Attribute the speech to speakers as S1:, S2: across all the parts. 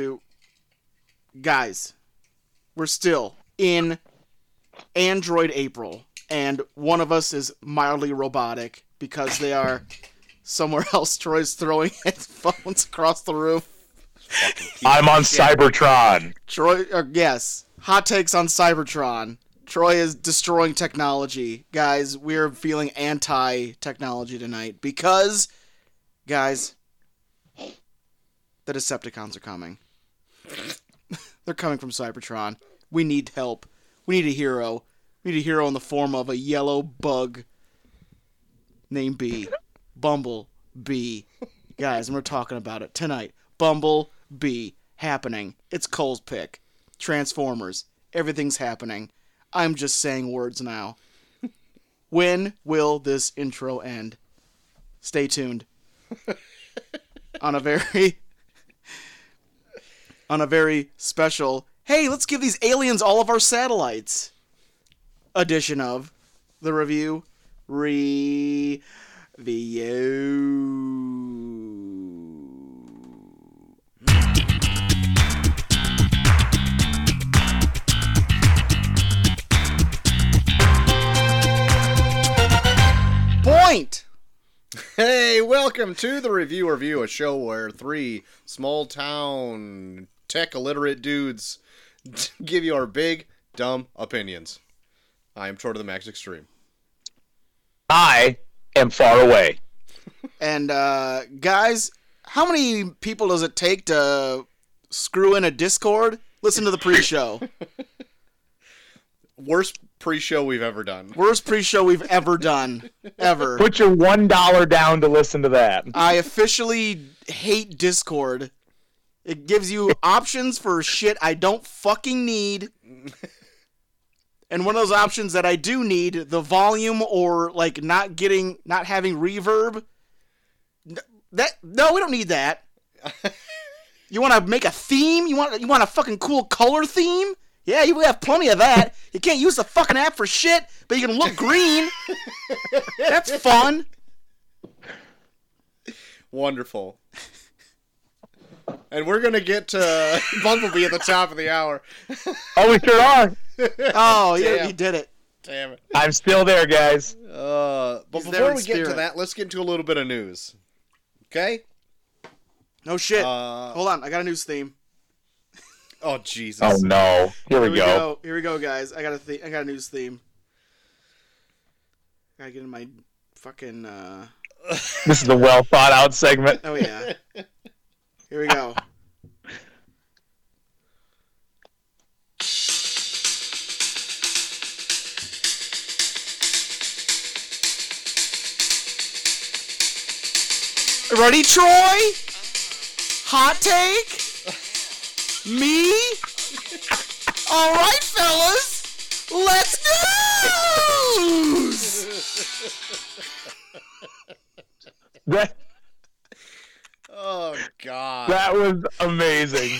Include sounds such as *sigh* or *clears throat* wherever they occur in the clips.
S1: to guys, we're still in Android April, and one of us is mildly robotic because they are somewhere *laughs* else. Troy's throwing his phones across the room.
S2: I'm on Cybertron.
S1: Troy, or yes, hot takes on Cybertron. Troy is destroying technology. Guys, we're feeling anti technology tonight because, guys, the Decepticons are coming. *laughs* They're coming from Cybertron. We need help. We need a hero. We need a hero in the form of a yellow bug named B. Bumble B. Guys, and we're talking about it tonight. Bumble B happening. It's Cole's pick. Transformers. Everything's happening. I'm just saying words now. when will this intro end? Stay tuned. on a very on a very special hey, let's give these aliens all of our satellites edition of the review re view. Point.
S3: Hey, welcome to the Review Review, a show where three small town tech illiterate dudes *laughs* give you our big dumb opinions. I am Troy to the Max Extreme.
S2: I am far away.
S1: And uh, guys, how many people does it take to screw in a Discord? Listen to the pre-show.
S3: Worst pre-show we've ever done.
S1: Worst pre-show we've ever done, ever.
S2: Put your one dollar down to listen to that.
S1: I officially hate Discord. It gives you options for shit I don't fucking need. And one of those options that I do need, the volume or like not getting, not having reverb. N- That no, we don't need that. you want to make a theme? You want you want a fucking cool color theme? Yeah, you we have plenty of that. You can't use the fucking app for shit, but you can look green. That's fun.
S3: Wonderful. And we're gonna get to *laughs* Bumblebee at the top of the hour.
S2: Oh, we sure are.
S1: Oh, yeah,
S3: Damn.
S1: you did it.
S3: Damn it.
S2: I'm still there, guys.
S3: Uh, but
S1: He's there
S3: before
S1: in
S3: we get to
S1: spirit.
S3: that, let's get into a little bit of news. Okay?
S1: No shit.
S3: Uh,
S1: Hold on, I got a news theme.
S3: oh Jesus.
S2: Oh no, here we go.
S1: Here we go, guys. I got a the- I got a news theme. I gotta get in my fucking. uh
S2: This is a well thought out segment.
S1: Oh yeah. Here we go. Ready, Troy? Hot take? Me? All right, fellas. Let's news.
S2: That
S3: Oh God.
S2: that was amazing.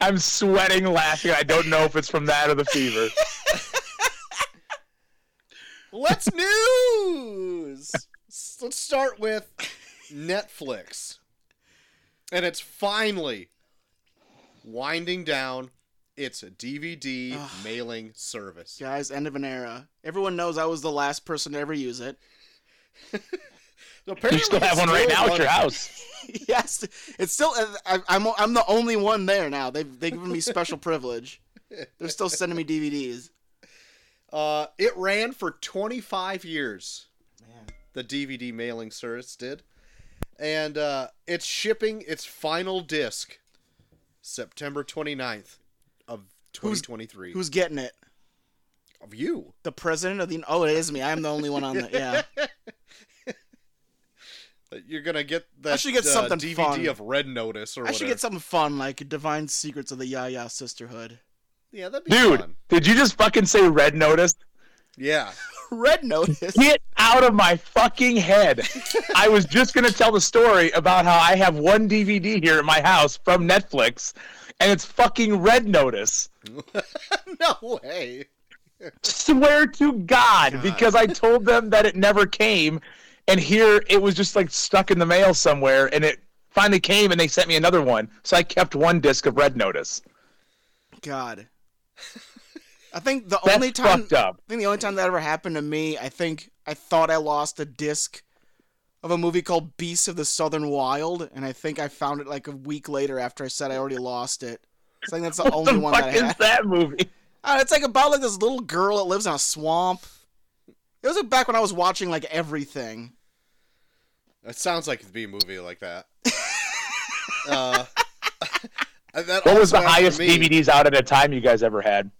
S2: I'm sweating, laughing. I don't know if it's from that or the fever.
S3: Let's news. S- Let's start with Netflix. And it's finally winding down its DVD
S1: Ugh.
S3: mailing service.
S1: Guys, end of an era. Everyone knows I was the last person to ever use it.
S3: So
S2: You
S3: apparently
S2: still have
S3: it's
S2: one right
S3: still
S2: now at your
S3: running.
S2: house.
S1: *laughs* yes, it's still. uh, I, I'm I'm the only one there now. They've they've given me special privilege. They're still sending me DVDs.
S3: Uh, it ran for 25 years.
S1: Man.
S3: The DVD mailing service did. And uh, it's shipping its final disc September 29th of
S1: Who's-
S3: 2023.
S1: Who's getting it?
S3: of you?
S1: The president of the. Oh, it is me. I'm the only one on that. Yeah.
S3: That You're gonna get that.
S1: I should get
S3: uh,
S1: something
S3: DVD
S1: fun.
S3: of Red Notice *laughs* or
S1: I
S3: whatever.
S1: should get something fun like Divine Secrets of the Ya Ya Sisterhood. *laughs*
S3: Yeah, that'd be
S2: Dude,
S3: fun.
S2: did you just fucking say red notice?
S3: *laughs*
S1: *laughs*
S3: Yeah,
S1: Red
S3: *laughs*
S1: Notice.
S2: Get out of my
S1: *laughs*
S2: fucking head. I was just going to tell the story about how I have one DVD here at my house from Netflix, and it's fucking Red Notice.
S3: no way.
S2: Swear to God,
S1: God.
S2: because I told them that it never came, and here it was just like stuck in the mail somewhere, and it finally came and they sent me another one. So I kept one disc of Red Notice.
S1: God. I think the
S2: That's
S1: only time
S2: fucked up.
S1: I think the only time that ever happened to me, I think I thought I lost a disc of a movie called Beasts of the Southern Wild, and I think I found it like a week later after I said I already lost it. I think that's the only
S2: the
S1: one
S2: fuck
S1: that I
S2: is
S1: had.
S2: that movie?
S1: Uh, it's like about like this little girl that lives in a swamp. It was like back when I was watching like everything.
S3: It sounds like it'd be a movie
S1: *laughs*
S3: like that. uh, *laughs* that
S2: What was
S3: also
S2: the
S3: happened
S2: highest
S3: to me.
S2: DVDs out at a time you guys ever had?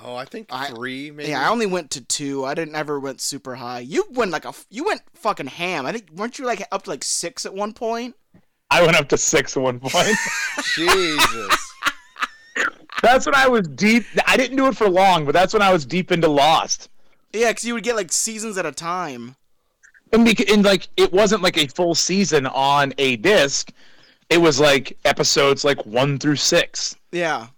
S3: Oh, I think
S1: I-
S3: three, maybe.
S1: Yeah, I only went to two. I didn't ever went super high. You went like a f- you went fucking ham. I think weren't you like up to like six at one point?
S2: I went up to six at one point.
S1: *laughs*
S3: Jesus.
S2: that's when I was deep. I didn't do it for long, but that's when I was deep into Lost.
S1: Yeah, because you would get like seasons at a time.
S2: And, bec- and like it wasn't like a full season on a disc. It was like episodes like one through six.
S1: Yeah.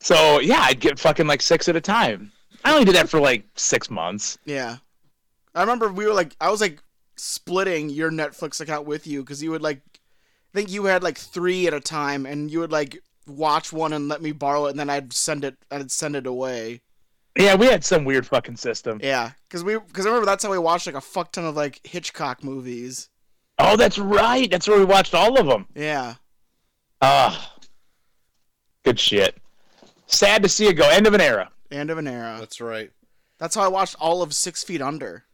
S2: So yeah, I'd get fucking like six at a time. I only did that for like six months.
S1: Yeah. I remember we were like, I was like splitting your Netflix account with you because you would like, I think you had like three at a time, and you would like watch one and let me borrow it, and then I'd send it, I'd send it away.
S2: Yeah, we had some weird fucking system.
S1: Yeah, because we, because I remember that's how we watched like a fuck ton of like Hitchcock movies.
S2: Oh, that's right. That's where we watched all of them.
S1: Yeah.
S2: Ah, good shit. Sad to see it go. End of an era.
S1: End of an era.
S3: That's right.
S1: That's how I watched all of Six Feet Under.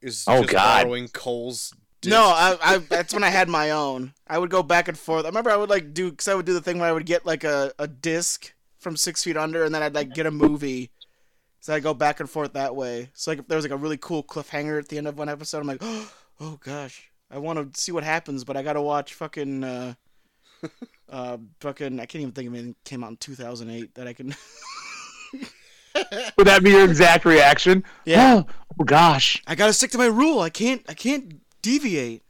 S3: Is
S2: Oh,
S3: just
S2: God.
S3: borrowing Cole's. disc.
S1: No, I, I that's when I had my own. I would go back and forth. I remember I would like do because I would do the thing where I would get like a, a disc from Six Feet Under, and then I'd like get a movie. So I would go back and forth that way. So like if there was like a really cool cliffhanger at the end of one episode, I'm like, *gasps* oh gosh, I want to see what happens, but I gotta watch fucking uh, uh fucking I can't even think of anything that came out in 2008 that I can. *laughs*
S2: Would that be your exact reaction?
S1: Yeah.
S2: Oh, oh, gosh.
S1: I gotta stick to my rule. I can't I can't deviate.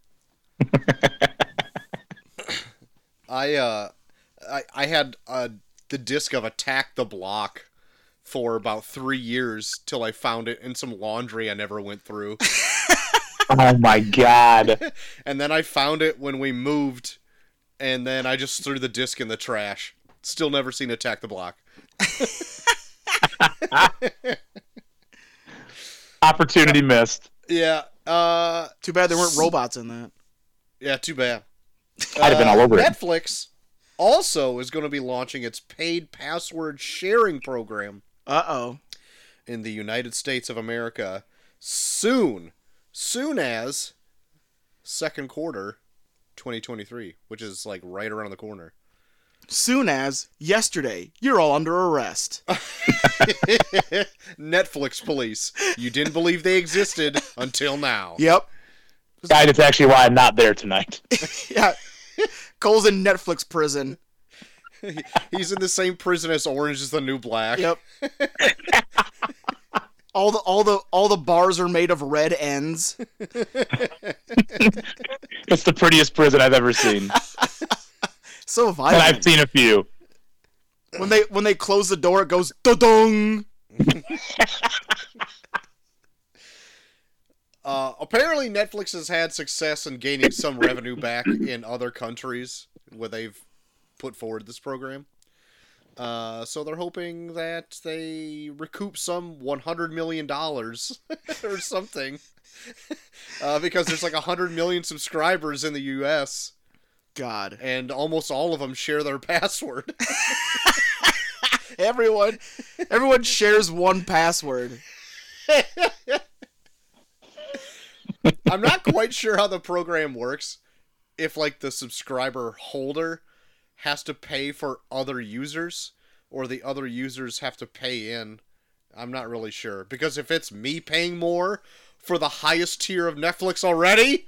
S3: I uh, I, I had uh, the disc of Attack the Block for about three years till I found it in some laundry I never went through,
S2: Oh my god.
S3: and then I found it when we moved, and then I just threw the disc in the trash. Still never seen Attack the Block.
S2: Opportunity missed.
S3: Yeah. Uh.
S1: Too bad there weren't robots in that.
S3: Yeah. Too bad.
S2: I'd have been all over it.
S3: Netflix also is going to be launching its paid password sharing program
S1: Uh oh.
S3: in the United States of America soon, soon as second quarter 2023, which is like right around the corner.
S1: soon as yesterday you're all under arrest
S3: *laughs* Netflix police, you didn't believe they existed until now. *laughs*
S1: yep
S2: Guy, that's actually why I'm not there tonight. *laughs*
S1: yeah cole's in netflix prison
S3: He's in the same prison as Orange is the New Black.
S1: yep all the all the all the bars are made of red ends
S2: It's the prettiest prison I've
S1: *laughs*
S2: ever seen.
S1: so
S2: And
S1: violent
S2: I've seen a few.
S1: when they when they close the door it goes da-dung
S3: Uh, apparently, Netflix has had success in gaining some revenue back in other countries where they've put forward this program. Uh, so they're hoping that they recoup some $100 million *laughs* or something. *laughs* uh, because there's like 100 million subscribers in the U.S.,
S1: god
S3: and almost all of them share their *laughs* password.
S1: everyone everyone shares one password
S3: I'm not quite sure how the program works. If like the subscriber holder has to pay for other users, or the other users have to pay in, I'm not really sure. Because if it's me paying more for the highest tier of Netflix already,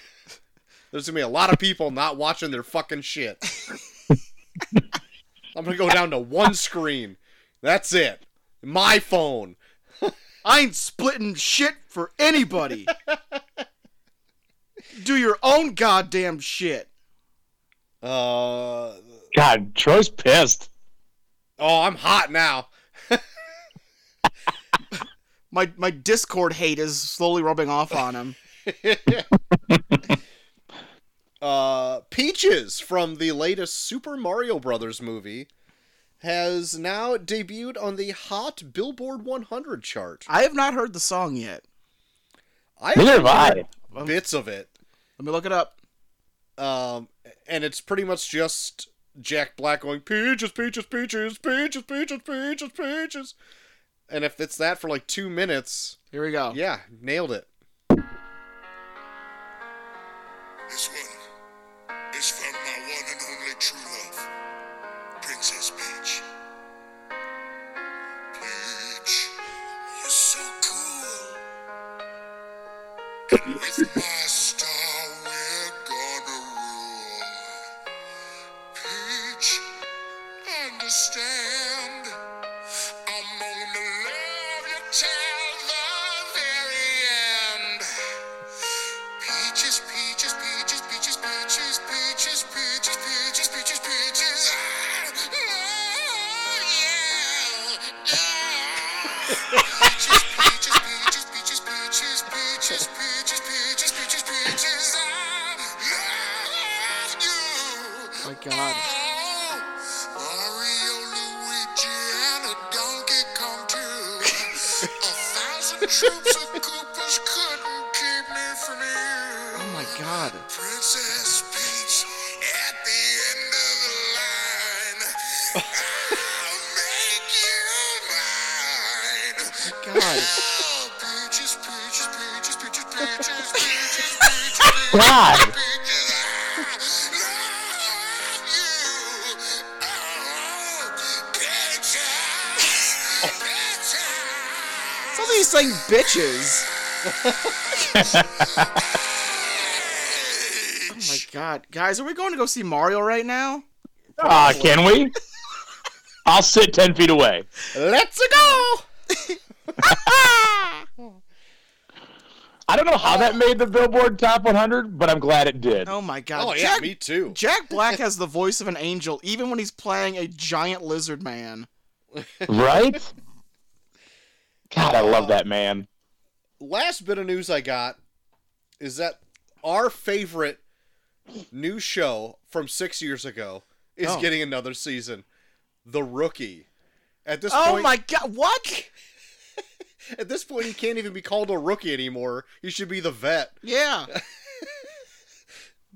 S3: *laughs* there's gonna be a lot of people not watching their fucking shit. I'm gonna go down to one screen. That's it. My phone.
S1: i ain't splitting shit for anybody do your own goddamn shit
S3: Uh.
S2: God, Troy's pissed.
S3: Oh, I'm hot now.
S1: my my discord hate is slowly rubbing off on him
S3: uh, Peaches from the latest Super Mario Brothers movie has now debuted on the Hot Billboard 100 chart.
S1: I have not heard the song yet.
S3: I
S2: Neither have
S3: have
S2: I.
S3: heard bits of it,
S1: Let me look it up.
S3: um, and it's pretty much just Jack Black going Peaches, Peaches, Peaches, Peaches, Peaches, Peaches, Peaches, and if it's that for like two minutes,
S1: Here we go.
S3: yeah, nailed it.
S4: This one is from my one and only true love, Princess Peach. Peach, you're so cool. And with my star, we're gonna rule. Peach, understand. I'm gonna love you till the very end. Peaches, peaches, peaches, peaches, peaches, peaches, peaches, peaches, peaches, peaches. Oh, yeah. Peaches, *laughs* peaches, peaches, peaches, peaches, peaches, peaches, peaches, peaches, peaches. I love you.
S1: My God.
S4: Mario, Luigi, and a Donkey Kong too. a thousand troops of Koopas couldn't keep me from
S1: Oh
S4: you.
S1: my god.
S4: Princess Peach at the end of the line. I'll make you mine.
S1: God.
S4: Oh, peaches, peaches, peaches, peaches, peaches, peaches, peaches, peaches, peaches.
S2: God.
S1: Somebody's saying bitches. Oh my god. Guys, are we going to go see Mario right now?
S2: Ah, can we? I'll sit ten feet away.
S3: Let's go.
S2: I don't know how that made the Billboard Top 100, but I'm glad it did.
S1: Oh my god.
S3: Oh yeah,
S1: Jack,
S3: me too.
S1: Jack
S3: *laughs*
S1: Black has the voice of an angel, even when he's playing a giant lizard man.
S2: *laughs* Right? God, I love that man.
S3: last bit of news I got is that our favorite new show from six years ago is
S1: Oh.
S3: getting another season, The Rookie. At this
S1: Oh
S3: point,
S1: my god,
S3: *laughs*
S1: what?
S3: at this point, he can't even be called a rookie anymore. He should be the vet.
S1: Yeah.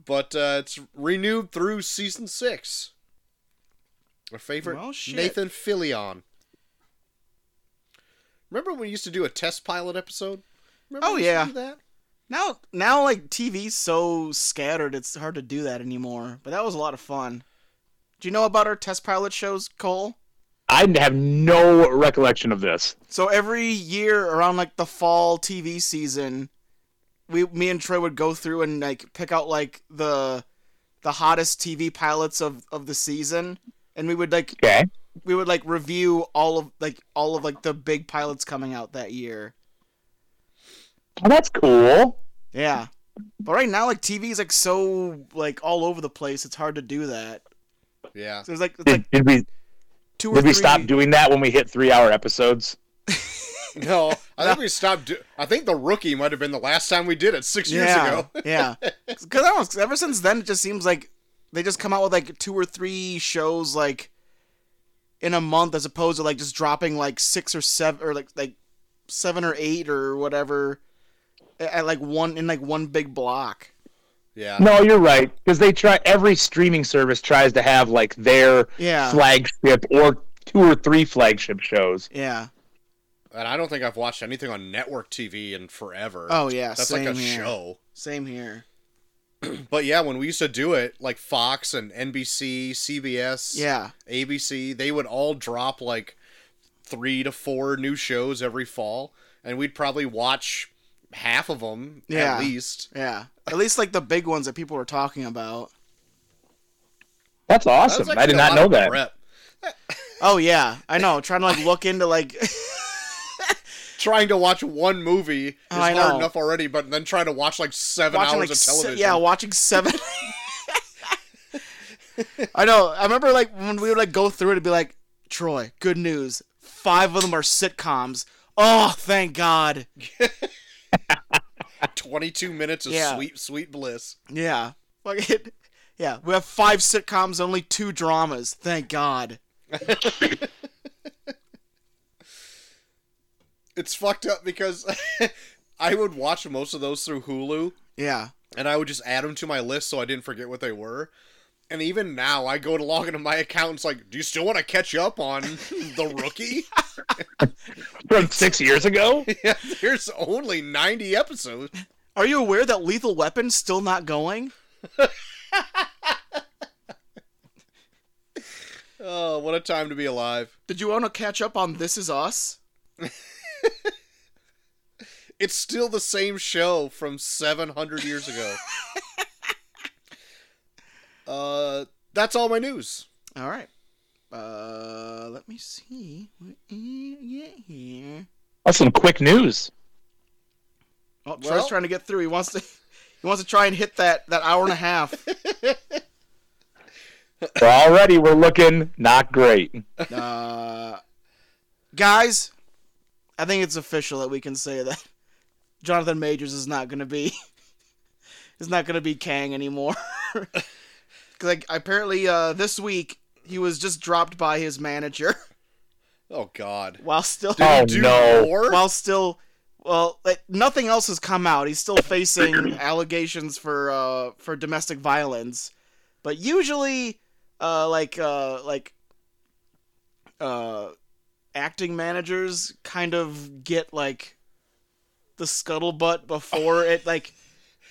S3: But uh, it's renewed through season six. Our favorite
S1: Well, shit.
S3: Nathan Fillion. Remember when we used to do a test pilot episode? Remember
S1: Oh,
S3: we used to
S1: yeah.
S3: do that?
S1: Now, now, like TV's so scattered, it's hard to do that anymore. But that was a lot of fun. Do you know about our test pilot shows, Cole?
S2: I have no recollection of this.
S1: So every year around like the fall TV season, we, me and Troy would go through and like pick out like the, the hottest TV pilots of of the season, and we would like
S2: Okay.
S1: we would like review all of like all of like the big pilots coming out that year.
S2: Well, that's cool.
S1: Yeah. But right now, like TV's like so like all over the place. It's hard to do that.
S3: Yeah.
S1: So it's like it's
S2: Did,
S1: like
S2: did we
S1: two or
S2: did
S1: three.
S2: we stop doing that when we hit three hour episodes?
S3: *laughs* No, I think we stopped. Do- I think the rookie might have been the last time we did it six
S1: yeah,
S3: years ago.
S1: *laughs* yeah. Because ever since then, it just seems like they just come out with like two or three shows like in a month, as opposed to like just dropping like six or seven or like like seven or eight or whatever at, at, like one in like one big block.
S3: Yeah,
S2: No, you're right. Because they try every streaming service tries to have like their
S1: Yeah.
S2: flagship or two or three flagship shows.
S1: Yeah.
S3: and I don't think I've watched anything on network TV in forever.
S1: Oh yeah.
S3: that's
S1: same
S3: like a
S1: here.
S3: show.
S1: Same here.
S3: But yeah, when we used to do it, like Fox and NBC, CBS,
S1: Yeah.
S3: ABC, they would all drop like three to four new shows every fall, and we'd probably watch half of them
S1: Yeah.
S3: at least.
S1: Yeah. At least like the big ones that people were talking about.
S2: That's
S3: That was
S2: awesome. I
S3: actually
S2: did
S3: a
S2: not
S3: lot
S2: know
S3: of
S2: that.
S3: prep.
S1: Oh yeah, I know. Trying to like look into like *laughs*
S3: Trying to watch one movie is
S1: Oh, I
S3: hard
S1: know.
S3: enough already, but then trying to watch like seven
S1: watching
S3: hours
S1: like
S3: of
S1: se-
S3: television.
S1: yeah, watching seven. *laughs* I know. I remember like when we would like go through it and be like, Troy, good news. Five of them are sitcoms. Oh, thank God.
S3: 22 minutes of
S1: Yeah.
S3: sweet, sweet bliss.
S1: Yeah. Like it, yeah, we have five sitcoms, only two dramas. Thank God.
S3: It's fucked up because *laughs* I would watch most of those through Hulu,
S1: Yeah.
S3: and I would just add them to my list so I didn't forget what they were. And even now, I go to log into my account. It's like, do you still want to catch up
S1: *laughs*
S3: on the rookie? *laughs*
S2: From six years ago?
S3: yeah, there's only 90 episodes.
S1: Are you aware that Lethal Weapon's still not going?
S3: Oh, what a time to be alive!
S1: Did you want to catch up on This Is Us?
S3: It's still the same show from 700 years ago. uh, that's all my news.
S1: All right. Uh, let me see. What did I get here?
S2: That's some quick news.
S1: Oh, Troy's
S3: Well-
S1: trying to get through. He wants to. *laughs* He wants to try and hit that that hour and a half.
S2: So already we're looking not great.
S1: Uh, guys, I think it's official that we can say that *laughs* Jonathan Majors is not going to be *laughs* is not going to be Kang anymore. *laughs* Because apparently uh, this week he was just dropped by his manager *laughs*
S3: Oh God.
S1: while still
S2: Oh,
S3: Do
S2: no.
S3: more?
S1: while still well like, nothing else has come out. He's still facing allegations for uh, for domestic violence, but usually uh, like uh, like uh, acting managers kind of get like the scuttlebutt before it like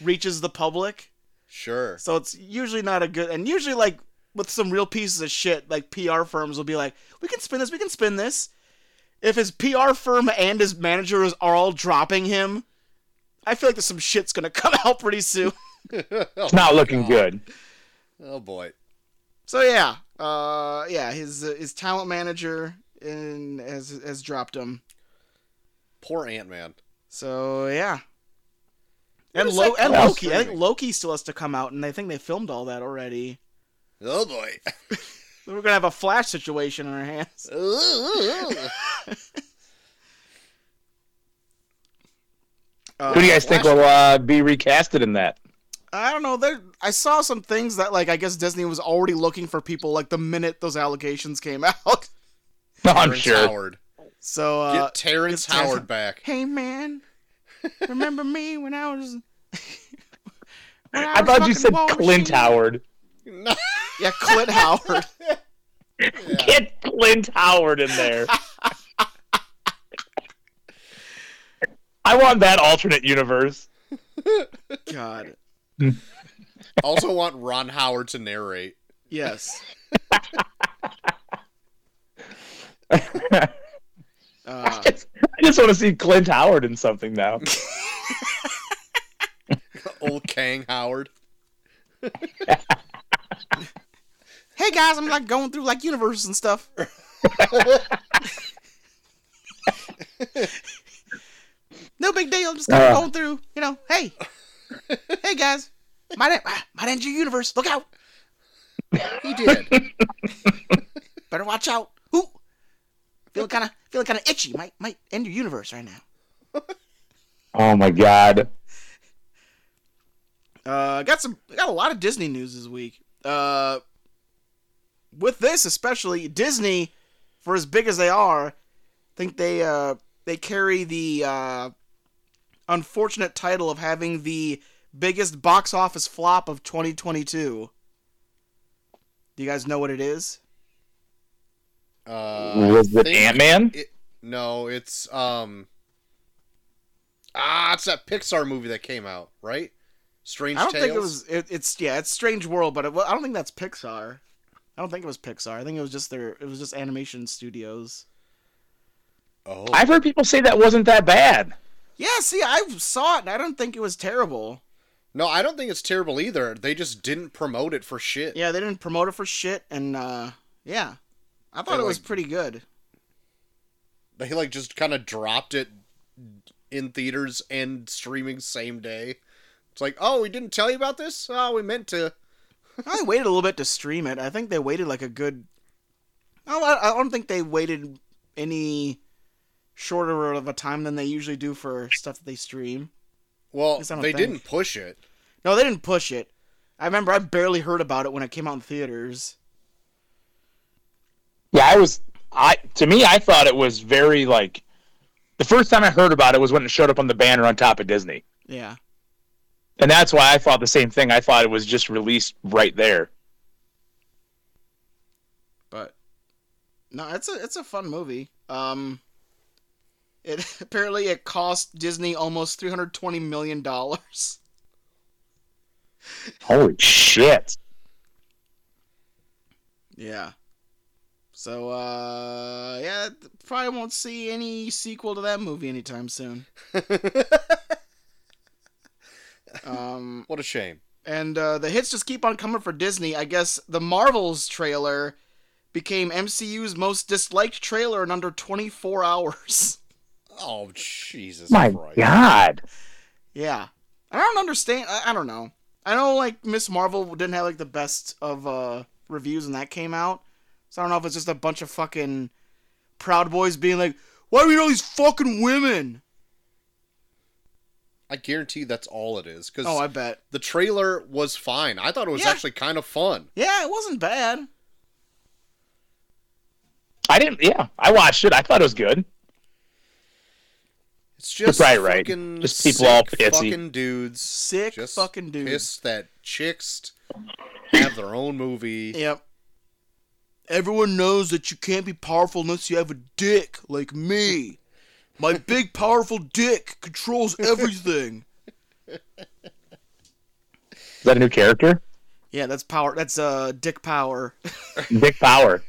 S1: reaches the public.
S3: Sure. *laughs*
S1: So it's usually not a good and usually like with some real pieces of shit, like PR firms will be like, We can spin this, we can spin this. If his PR firm and his managers are all dropping him, I feel like there's some shit's gonna *laughs* come out pretty soon.
S3: oh,
S2: It's not looking good.
S3: oh boy.
S1: So yeah, uh, yeah, his uh, his talent manager in, has has dropped him.
S3: Poor Ant Man.
S1: So yeah,
S3: Where
S1: and
S3: does
S1: Lo-
S3: that
S1: and
S3: come out
S1: Loki. I think
S3: streaming?
S1: Loki still has to come out, and I think they filmed all that already.
S3: Oh boy.
S1: We're gonna have a Flash situation on our hands. Uh,
S2: Who do you guys think will uh, be recasted in that? *laughs*
S1: I don't know. There, I saw some things that, like, I guess Disney was already looking for people, like, the minute those allegations came *laughs* out.
S2: No, I'm
S3: Terrence
S2: sure.
S3: Howard.
S1: So,
S3: Get
S1: uh,
S3: Terrence
S1: get Terrence-
S3: Howard back.
S1: hey, man, remember me when I
S2: *laughs*
S1: was. when
S2: I
S1: was
S2: thought you
S1: fucking
S2: said
S1: War
S2: Clint
S1: Machine?
S2: Howard.
S3: *laughs* No.
S1: Yeah,
S2: *laughs*
S1: Clint Howard.
S2: Get Clint Howard in there. I want that alternate universe.
S1: God.
S3: also want Ron Howard to narrate. *laughs*
S2: *laughs*
S1: Yes. uh,
S2: I just want to see Clint Howard in something now.
S3: Old Kang Howard. *laughs*
S1: hey, guys, I'm, like, going through, like, universes and stuff. No big deal. I'm just kind
S2: Uh.
S1: of going through, you know. Hey, hey guys, might en- might end your universe. Look out!
S3: He did.
S1: Better watch out. Ooh, feeling kind of feeling kind of itchy. Might might end your universe right now.
S2: *laughs* Oh my god.
S1: Uh, got some got a lot of Disney news this week. Uh, with this especially Disney, for as big as they are, I think they uh they carry the uh unfortunate title of having the biggest box office flop of 2022. Do you guys know what it is?
S3: Uh,
S2: Was
S3: I
S2: it
S3: think-
S2: Ant Man?
S3: it- No, it's um. Ah, it's that Pixar movie that came out, right? Strange
S1: I don't
S3: Tales.
S1: think it was. It, it's yeah, it's Strange World, but it, wa- I don't think that's Pixar. I don't think it was Pixar. I think it was just their. It was just animation studios.
S3: Oh,
S2: I've heard people say that wasn't that bad.
S1: Yeah, see, I saw it, and I don't think it was terrible.
S3: no, I don't think it's terrible either. They just didn't promote it for shit.
S1: Yeah, they didn't promote it for shit, and uh yeah, I thought
S3: They're
S1: it was
S3: like-
S1: pretty good.
S3: They like just kind of dropped it in theaters and streaming same day. It's like, oh, we didn't tell you about this. Oh, we meant to.
S1: I waited a little bit to stream it. I think they waited like a good. No, I I don't think they waited any shorter of a time than they usually do for stuff that they stream.
S3: Well,
S1: Guess I don't
S3: they
S1: think.
S3: didn't push it.
S1: No, they didn't push it. I remember I barely heard about it when it came out in theaters.
S2: Yeah, I was. I to me, I thought it was very like. The first time I heard about it was when it showed up on the banner on top of Disney,
S1: Yeah.
S2: and that's why I thought the same thing. I thought it was just released right there.
S1: but no, it's a it's a fun movie. Um, it *laughs* apparently it cost Disney almost three hundred twenty million dollars.
S2: Holy shit!
S1: Yeah. So uh, yeah, th- probably won't see any sequel to that movie anytime soon. um,
S3: What a shame.
S1: and uh, the hits just keep on coming for Disney. I guess the Marvels trailer became MCU's most disliked trailer in under twenty four hours. *laughs*
S3: Oh Jesus
S2: My
S3: Christ.
S2: God!
S1: Yeah. I don't understand. I, I don't know. I know, like, Miss Marvel didn't have, like, the best of uh, reviews when that came out. So I don't know if it's just a bunch of fucking Proud Boys being like, why do we need all these fucking women?
S3: I guarantee that's all it is because
S1: Oh, I bet.
S3: the trailer was fine. I thought it was
S1: Yeah.
S3: actually kind of fun.
S1: Yeah, it wasn't bad.
S2: I didn't. Yeah, I watched it. I thought it was good.
S3: It's just
S2: probably right.
S3: fucking
S2: Just people all
S3: sick
S2: pissy.
S3: fucking dudes.
S1: Sick
S3: Just
S1: fucking dude.
S3: Piss that chicks have their own movie.
S1: Yep. Everyone knows that you can't be powerful unless you have a dick like me. My
S2: *laughs*
S1: big powerful dick controls everything.
S2: Is that a new character?
S1: yeah, that's power. That's uh, dick power.
S2: Dick Power.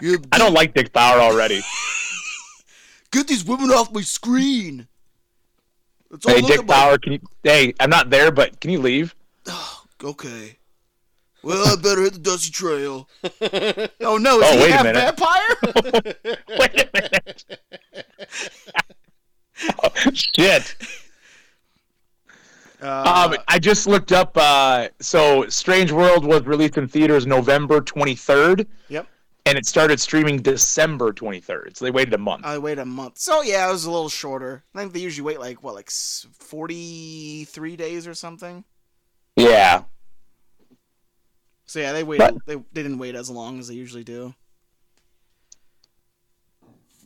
S1: You
S2: I don't like Dick Power already. *laughs*
S1: Get these women off my screen. That's
S2: hey,
S1: look
S2: Dick
S1: at my-
S2: Power, can you? Hey, I'm not there, but can you leave?
S1: *sighs* Okay. Well, I better hit the dusty trail. oh no! Is
S2: Oh,
S1: he
S2: wait a
S1: half
S2: minute. *laughs*
S1: vampire?
S2: Wait a minute. Oh, shit.
S1: Uh,
S3: Uh,
S2: Um, I just looked up. Uh, so, Strange World was released in theaters November 23rd,
S1: yep.
S2: and it started streaming December 23rd. So they waited a month.
S3: Uh,
S1: I wait a month. So yeah, it was a little shorter. I think they usually wait like what, like forty-three days or something.
S2: yeah.
S1: So yeah, they waited.
S2: But-
S1: They, they didn't wait as long as they usually do.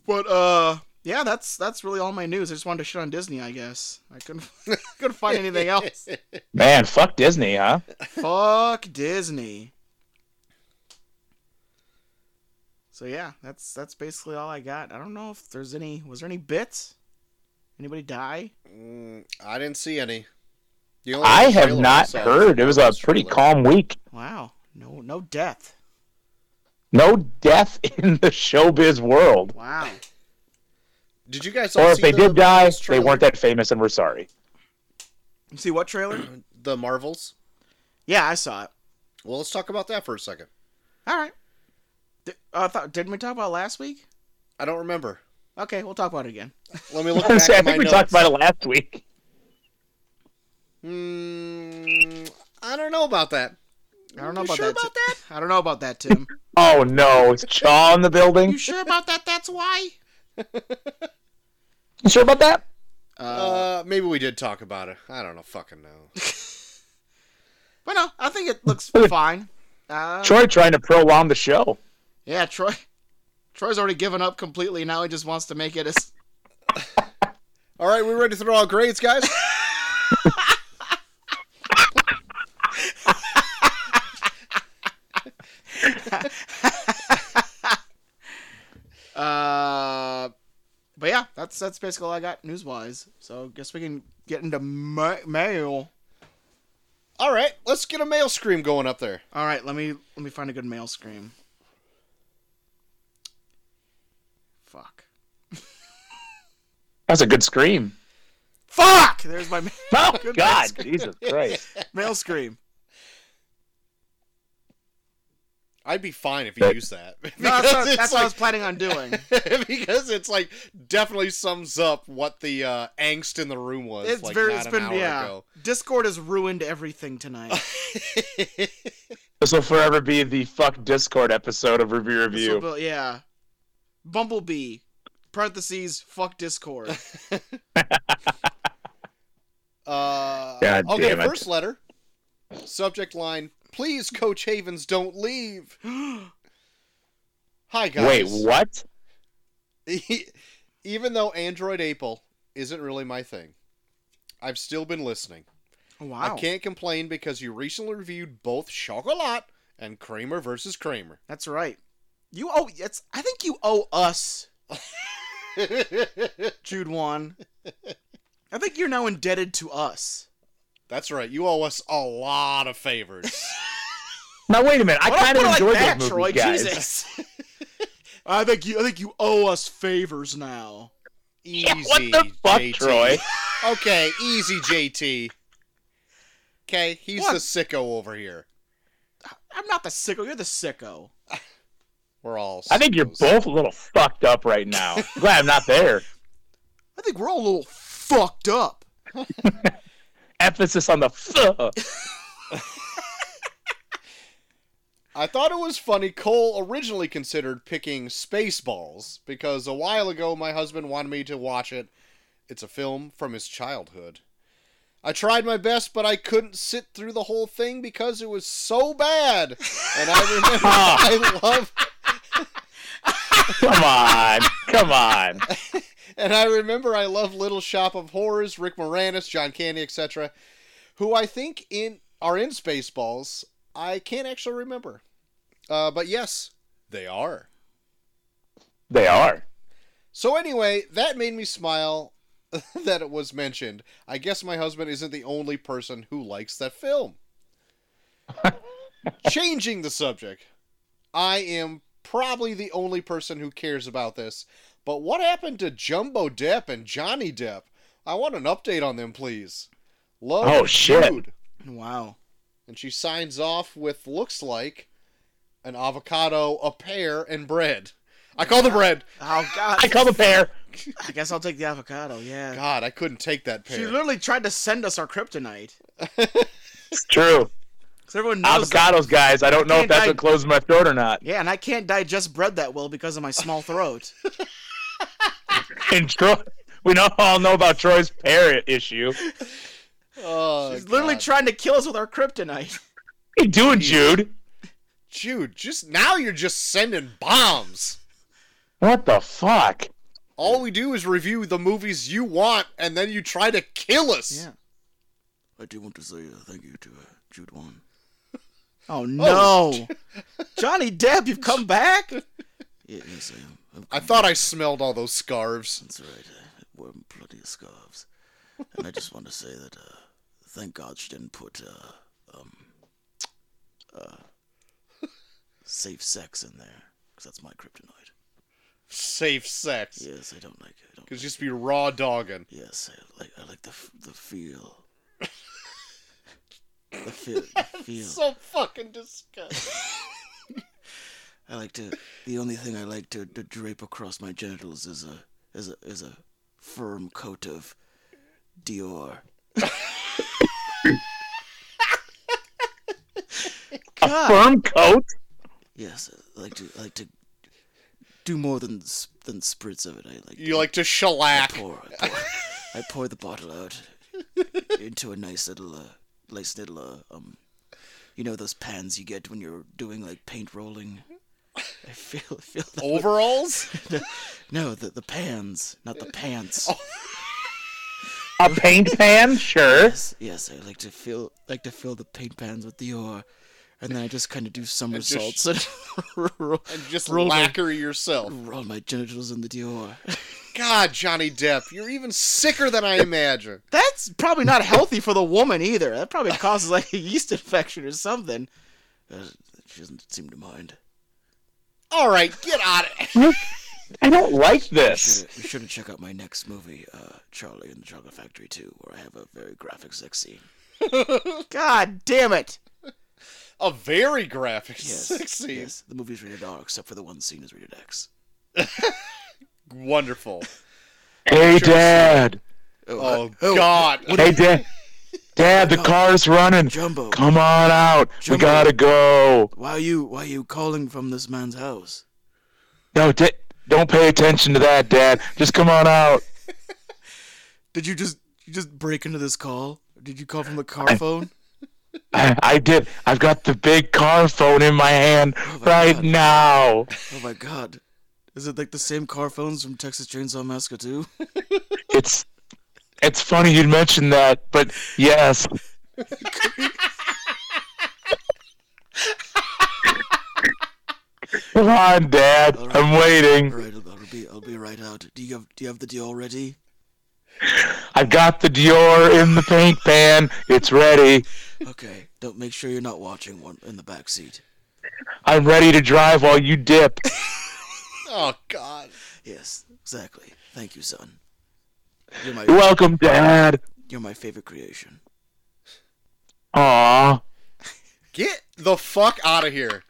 S1: But uh, yeah, that's that's really all my news. I just wanted to shit on Disney, I guess. I couldn't *laughs* couldn't find *laughs* anything else.
S2: Man, fuck Disney, huh?
S1: Fuck Disney. So yeah, that's that's basically all I got. I don't know if there's any. Was there any bits? Anybody die?
S3: *laughs* Mm, I didn't see any. The only
S2: I
S3: trailer
S2: have not
S3: saw
S2: heard. It was a
S3: Marvel's
S2: pretty
S3: trailer.
S2: calm week.
S1: Wow, no no death.
S2: No death *laughs* in the showbiz world.
S1: Wow.
S3: Did you guys? all
S2: Or if
S3: see
S2: they
S3: the
S2: did die,
S3: Marvel's
S2: they
S3: trailer?
S2: weren't that famous, and we're sorry.
S1: You see what trailer? *clears throat*
S3: The Marvels.
S1: yeah, I saw it.
S3: Well, let's talk about that for a second.
S1: All right. Di- uh, I thought didn't we talk about it last week?
S3: I don't remember.
S1: Okay, we'll talk about it again.
S2: *laughs*
S3: Let me look
S2: I
S3: back at my
S2: think we
S3: notes.
S2: talked about it last week.
S3: Mm, I don't know about that.
S1: I don't know
S3: You
S1: about,
S3: sure
S1: that,
S3: about
S1: Ti- *laughs* I don't know about that, Tim.
S2: Oh no, it's Chaw in the building.
S1: you sure about that? That's why.
S2: You sure about that?
S1: Uh,
S3: Uh, maybe we did talk about it. I don't know. Fucking know.
S1: but no, I think it
S3: *laughs*
S1: looks fine. Uh,
S2: Troy trying to prolong the show.
S1: Yeah, Troy. *laughs* Troy's already given up completely. Now he just wants to make it as.
S3: All right, we ready to throw out grades, guys?
S1: Uh, but yeah, that's that's basically all I got news wise. So guess we can get into ma- mail.
S3: All right, let's get a mail scream going up there.
S1: All right, let me let me find a good mail scream. Fuck.
S2: That's a good scream.
S1: Fuck! There's my *laughs* ma-
S2: Oh
S1: Good
S2: God, Jesus Christ!
S1: mail
S3: *laughs*
S1: scream.
S3: I'd be fine if you
S2: That-
S3: used that. *laughs* because,
S1: No, that's, what,
S3: it's
S1: that's what I was
S3: like,
S1: planning on doing.
S3: *laughs* because it's like definitely sums up what the uh, angst in the room was.
S1: It's
S3: like,
S1: very.
S3: not
S1: It's
S3: an
S1: been
S3: hour
S1: yeah. *laughs*
S3: ago. *laughs*
S1: Discord has ruined everything tonight.
S2: This will forever be the fuck Discord episode of Review
S1: This will
S2: Review.
S1: be- yeah.
S3: *laughs*
S1: Bumblebee. Parentheses. Fuck Discord.
S3: Uh,
S2: God
S3: okay,
S2: damn it.
S3: first letter. Subject line: Please, Coach Havens, don't leave.
S1: Oh,
S3: Hi guys.
S2: Wait, what?
S3: *laughs* Even though Android Apple isn't really my thing, I've still been listening.
S1: Wow.
S3: I can't complain because you recently reviewed both Chocolat and Kramer versus Kramer. *laughs*
S1: That's right. You owe. It's. I think you owe us, Jude
S3: *laughs*
S1: Wan. I think you're now indebted to us.
S3: That's right. You owe us a lot
S2: *laughs*
S3: of favors.
S2: Now wait a minute. I
S1: Why don't
S2: kind of
S1: put it
S2: enjoyed
S1: like that,
S2: those
S1: Troy.
S2: movies, guys.
S3: *laughs*
S1: Jesus. I think you. I think you owe us favors now.
S3: Easy,
S2: *laughs* Yeah, what the fuck,
S3: JT.
S2: Troy?
S3: Okay, easy, JT. Okay, he's
S1: What?
S3: the sicko over here.
S1: I'm not the sicko. You're the sicko.
S3: We're all.
S2: I think you're
S3: sickos.
S2: both a little fucked up right now.
S1: *laughs*
S2: Glad I'm not there.
S1: I think we're all a little fucked up.
S2: Emphasis on the fuck.
S3: I thought it was funny. Cole originally considered picking Spaceballs because a while ago my husband wanted me to watch it. It's a film from his childhood. I tried my best, but I couldn't sit through the whole thing because it was so bad. And I remember *laughs* I love
S2: Come on. Come on.
S3: and I remember I love Little Shop of Horrors, Rick Moranis, John Candy, etc., who I think in are in Spaceballs. I can't actually remember. Uh, but yes, they are.
S2: They are.
S3: So anyway, that made me smile *laughs* that it was mentioned. I guess my husband isn't the only person who likes that
S2: *laughs*
S3: film. Changing the subject. I am probably the only person who cares about this. But what happened to Jumbo Depp and Johnny Depp? I want an update on them, please. Love
S2: Oh, shit.
S3: Jude.
S1: Wow.
S3: And she signs off with looks like an avocado, a pear, and bread. I call the bread.
S1: Oh God.
S2: I call the pair.
S1: I guess I'll take the avocado. Yeah.
S3: God, I couldn't take that pear.
S1: She literally tried to send us our kryptonite.
S2: It's
S1: *laughs*
S2: true.
S1: 'Cause everyone knows. that.
S2: Avocados, guys. I don't know if
S1: Can't
S2: that's
S1: I-
S2: what closes my throat or not.
S1: Yeah, and I can't digest bread that well because of my small *laughs* throat.
S2: And Troy, we know all know about Troy's parrot issue.
S3: Oh,
S1: She's literally
S3: God.
S1: trying to kill us with our kryptonite.
S2: What are you doing, Jude?
S3: Jude, just now you're just sending bombs.
S2: What the fuck?
S3: All we do is review the movies you want, and then you try to kill us.
S1: Yeah. I do want to say uh, thank you to uh, Jude One. Oh no, *laughs*
S3: Oh.
S1: Johnny Depp, you've come back. yes, I am.
S3: I thought I smelled all those scarves.
S1: That's right. I wore plenty of scarves, and I just want to say that uh, thank God she didn't put uh, um, uh, safe sex in there because that's my kryptonite.
S3: Safe sex.
S1: Yes, I don't like it. I don't
S3: Could just be raw dogging.
S1: Yes, I like I like the f- the feel. *laughs* the feel, the feel.
S3: So fucking disgusting.
S1: *laughs* I like to. The only thing I like to, to drape across my genitals is a is a is a firm coat of Dior.
S2: A firm coat?
S1: Yes, I like to I like to do more than s- than spritz of it. I like
S3: you like to shellac.
S1: pour. I pour, I pour the bottle out into a nice little, uh, nice little, uh, um, you know those pans you get when you're doing like paint rolling. I feel, feel. The,
S3: Overalls?
S1: No, the the pans, not the *laughs* pants.
S2: A paint pan? Sure.
S1: Yes, yes, I like to fill, like to fill the paint pans with Dior, and then I *laughs* just kind of do somersaults and, roll,
S3: And just
S1: roll my,
S3: lacquer yourself.
S1: *laughs* roll my genitals in the Dior.
S3: God, Johnny Depp, you're even sicker than I imagine.
S1: *laughs* That's probably not healthy for the woman either. That probably causes like a yeast infection or something. Uh, she doesn't seem to mind.
S3: All right, get out of
S2: I don't like this.
S1: Should- We should have check out my next movie, uh, Charlie and the Chocolate Factory 2, where I have a very graphic sex scene. *laughs* God damn it!
S3: *laughs* A very graphic
S1: Yes,
S3: sex scene.
S1: yes, the movie's rated R, except for the one scene is rated X. *laughs*
S3: Wonderful.
S2: Hey, Dad.
S3: Oh,
S1: uh,
S3: God.
S2: Hey, Dad. Dad, the car's running.
S1: Jumbo,
S2: Come on out.
S1: Jumbo.
S2: We gotta go.
S1: why are you why are you calling from this man's house?
S2: No, da- don't pay attention to that, Dad. Just come on out.
S1: Did you just you just break into this call? Did you call from the car phone?
S2: I, I did. I've got the big car phone in my hand
S1: my
S2: right
S1: God.
S2: now.
S1: Oh my god. Is it like the same car phones from Texas Chainsaw Massacre *laughs* 2?
S2: It's it's funny you'd mention that, but yes. Come on, Dad. I'm waiting.
S1: Alright, I'll, I'll be I'll be right out. Do you have do you have the deal ready?
S2: I've got the Dior in the paint pan. It's ready.
S1: Okay. Don't make sure you're not watching one in the back seat.
S2: I'm ready to drive while you dip.
S3: Oh God.
S1: Yes, exactly. Thank you, son. You're my
S2: You're welcome, Dad.
S1: you're my favorite creation.
S2: Aw.
S3: Get the fuck out of here.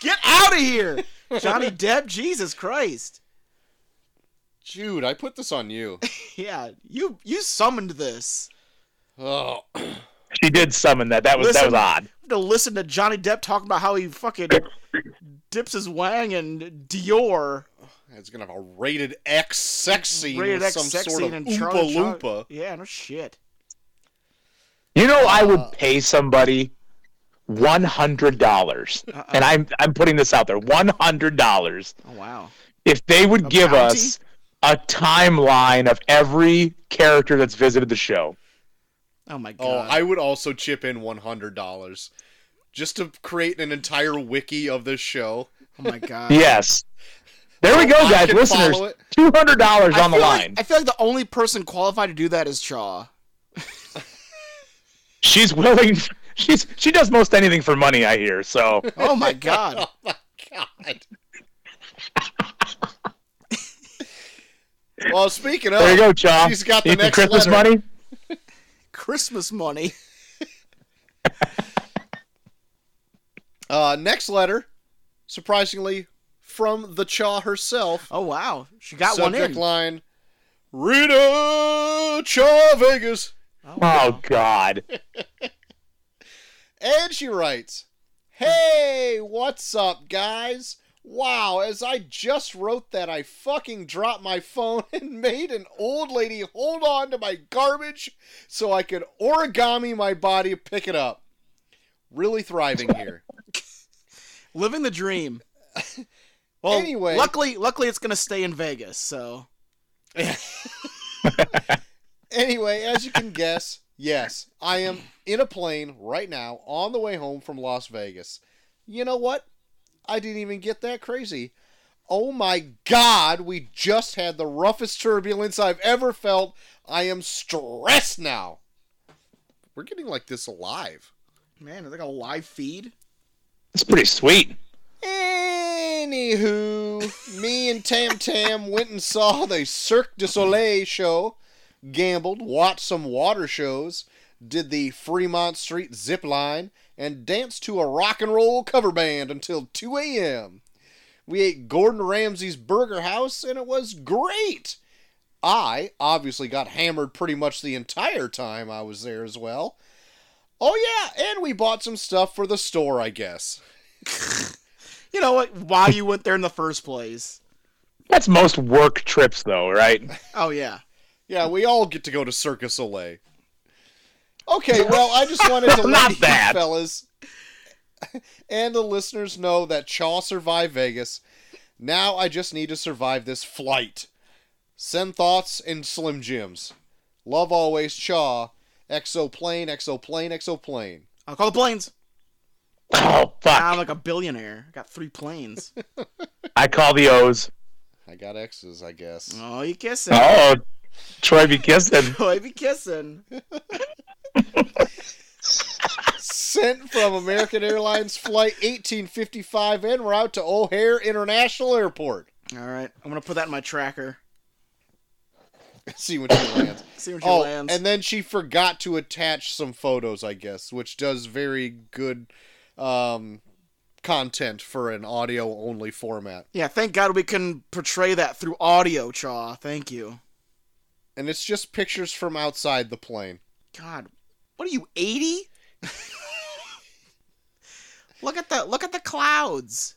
S1: Get out of here! Johnny Depp, Jesus Christ.
S3: Jude, I put this on you.
S1: Yeah, you you summoned this.
S3: Oh.
S2: She did summon that. That was that was
S1: Listen.
S2: odd.
S1: to listen to Johnny Depp talking about how he fucking dips his wang in Dior.
S3: It's gonna have a rated X sex scene
S1: Rated
S3: with
S1: X
S3: some
S1: sex
S3: sort
S1: scene
S3: of
S1: in
S3: Oompa
S1: Charlie Char-
S3: Loompa.
S1: Yeah, no shit.
S2: You know, I would pay somebody one hundred dollars, and I'm I'm putting this out there one hundred dollars
S1: Oh wow.
S2: if they would give
S1: bounty?
S2: us a timeline of every character that's visited the show.
S1: Oh my
S3: Oh,
S1: god.
S3: I would also chip in one hundred dollars just to create an entire wiki of this show.
S1: oh my god.
S2: Yes, there we go,
S3: I
S2: guys,
S3: can
S2: listeners.
S3: follow it.
S2: Two hundred dollars
S1: I
S2: on the
S1: feel
S2: line.
S1: Like, I feel like the only person qualified to do that is Chaw.
S2: She's willing. *laughs* She's she does most anything for money. I hear. So
S1: Oh
S3: *laughs*
S1: my god.
S3: Oh my
S1: *laughs*
S3: God. well, speaking of,
S2: there you go, Chaw.
S3: Oh, She's got the
S2: Need some
S3: next
S2: Christmas
S3: letter.
S2: money.
S1: Christmas money.
S3: Uh, next letter, surprisingly, from the Chaw herself.
S1: Oh wow. She got one
S3: Subject
S1: in.
S3: line: Rita Chaw Vegas.
S1: Oh,
S2: Oh
S1: wow.
S2: God.
S3: And she writes, Hey, what's up, guys? Wow, as I just wrote that, I fucking dropped my phone *laughs* and made an old lady hold on to my garbage so I could origami my body to pick it up. Really thriving here.
S1: Living the dream. *laughs* Well,
S3: Anyway.
S1: luckily luckily it's going to stay in Vegas, so
S3: Anyway, as you can guess, yes, I am in a plane right now on the way home from Las Vegas. You know what? I didn't even get that crazy. Oh my god, we just had the roughest turbulence I've ever felt. I am stressed now. We're getting like this live.
S1: man, is that a live feed?
S2: It's pretty sweet.
S3: Anywho, me and Tam Tam went and saw the Cirque du Soleil show, gambled, watched some water shows, did the Fremont Street zip line, and danced to a rock and roll cover band until 2 a.m. We ate Gordon Ramsay's Burger House, and it was great. I obviously got hammered pretty much the entire time I was there as well. Oh, yeah, and we bought some stuff for the store, I guess.
S1: You know what? Why you went there in the first place?
S2: That's most work trips, though,
S3: *laughs*
S2: right?
S1: Oh yeah.
S3: Yeah, we all get to go to Circus Soleil. Okay, well, I just wanted to
S2: Not
S3: let you
S2: that.
S3: fellas *laughs* and the listeners know that Chaw survived Vegas. Now I just need to survive this flight. Send thoughts and Slim Jims. Love always, Chaw. Exoplane, exoplane, exoplane.
S1: I'll call the planes.
S2: Oh fuck!
S1: I'm like a billionaire. I got three planes.
S2: I call the O's.
S3: I got X's, I guess.
S1: Oh, you kissing?
S2: Oh, Troy be kissing.
S1: Boy, be kissing.
S3: Sent from American Airlines Flight 1855 en route to O'Hare International Airport. *laughs*
S1: All right, I'm gonna put that in my tracker.
S3: See when she lands.
S1: See where she
S3: Oh,
S1: lands.
S3: and then she forgot to attach some photos, I guess, which does very good um, content for an audio only format.
S1: yeah, thank God we can portray that through audio, Chaw. Thank you.
S3: And it's just pictures from outside the plane.
S1: God, what are you 80? *laughs* look at the look at the clouds.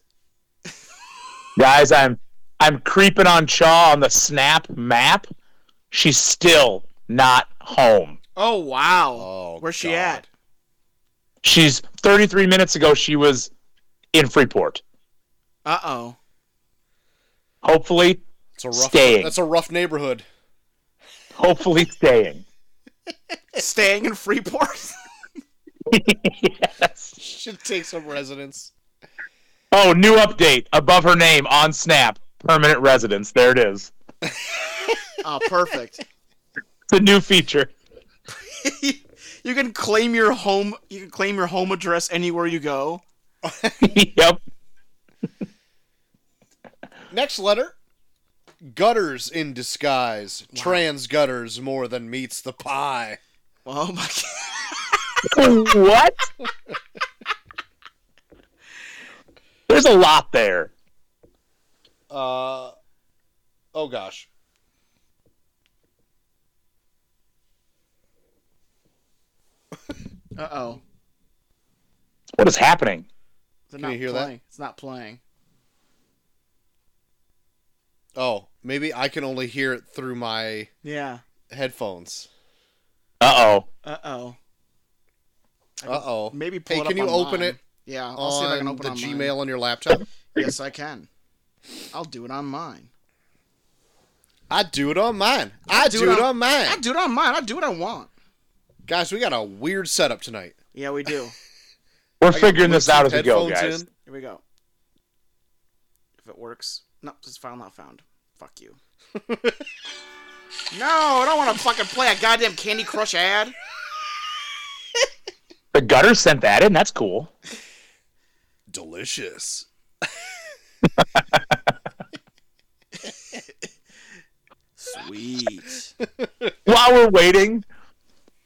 S2: Guys, I'm I'm creeping on Chaw on the snap map. She's still not home.
S1: Oh wow.
S3: Oh,
S1: Where's she
S3: God.
S1: at?
S2: She's 33 minutes ago. She was in Freeport.
S1: Uh oh.
S2: Hopefully,
S3: It's a rough.
S2: Staying.
S3: That's a rough neighborhood. *laughs*
S2: hopefully staying.
S1: Staying in Freeport. *laughs*
S2: yes.
S3: Should take some residence.
S2: Oh, new update above her name on Snap. Permanent residence. There it is.
S1: oh,
S3: *laughs*
S1: perfect.
S2: It's a new feature. *laughs*
S1: you can claim your home. You can claim your home address anywhere you go.
S2: yep. *laughs*
S3: Next letter. Gutters in disguise. Trans gutters more than meets the pie.
S1: Oh my *laughs* god.
S2: what? There's a lot there.
S3: Uh, oh gosh.
S1: Uh oh.
S2: What is happening?
S1: Can
S3: you hear that?
S1: playing. It's not playing.
S3: Oh, maybe I can only hear it through my
S1: Yeah.
S3: headphones.
S2: Uh oh.
S1: Uh oh.
S3: Uh oh.
S1: Maybe pull
S3: Hey,
S1: it up
S3: can you
S1: on
S3: open
S1: mine.
S3: it
S1: Yeah. I'll see if I
S3: on
S1: can
S3: the
S1: open it on mine.
S3: Gmail on your laptop?
S1: Yes, I can. I'll do it on mine.
S3: I do it on mine. I do it on
S1: I
S3: mine.
S1: do it on mine. I do what I want.
S3: Guys, we got a weird setup tonight.
S1: Yeah, we
S3: *laughs*
S1: do.
S2: We're
S3: I got
S2: figuring this
S3: Bluetooth
S2: out as we go,
S3: headphones
S2: guys.
S3: in.
S1: Here we go. If it works. Nope, this file not found. Fuck
S3: *laughs*
S1: you. no, I don't want to fucking play a goddamn Candy Crush ad.
S2: The gutter sent that in. That's cool.
S1: *laughs*
S3: Delicious.
S1: Sweet.
S2: While we're waiting,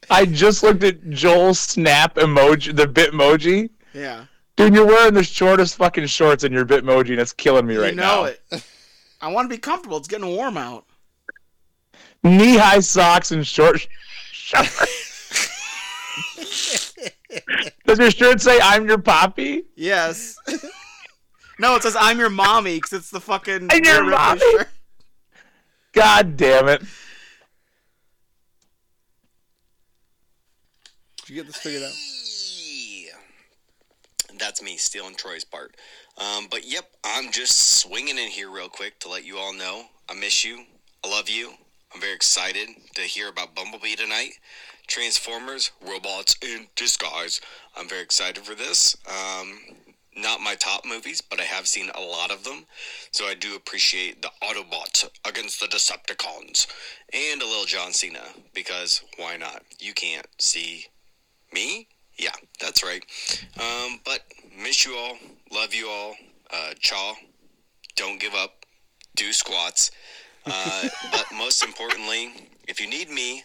S2: I just looked at Joel's snap emoji, the Bitmoji.
S1: Yeah.
S2: Dude, you're wearing the shortest fucking shorts in your Bitmoji, and it's killing me right
S1: you know
S2: now.
S1: it. I want to be comfortable. It's getting warm out.
S2: Knee high socks and short
S1: *laughs*
S2: shorts. Does your shirt say "I'm your poppy"?
S1: Yes. *laughs* no, it says I'm your mommy because it's the fucking.
S2: I'm your
S1: Ripley
S2: mommy?
S1: shirt.
S2: God damn it!
S3: Did you get this figured out?
S4: That's me stealing Troy's part. Um, but yep, I'm just swinging in here real quick to let you all know I miss you. I love you. I'm very excited to hear about Bumblebee tonight. Transformers, robots in disguise. I'm very excited for this. Um, not my top movies, but I have seen a lot of them. So I do appreciate the Autobots against the Decepticons and a little John Cena because why not? You can't see me? Yeah, that's right. Um, but miss you all. Love you all. Uh, chaw. Don't give up. Do squats. Uh, but most importantly, if you need me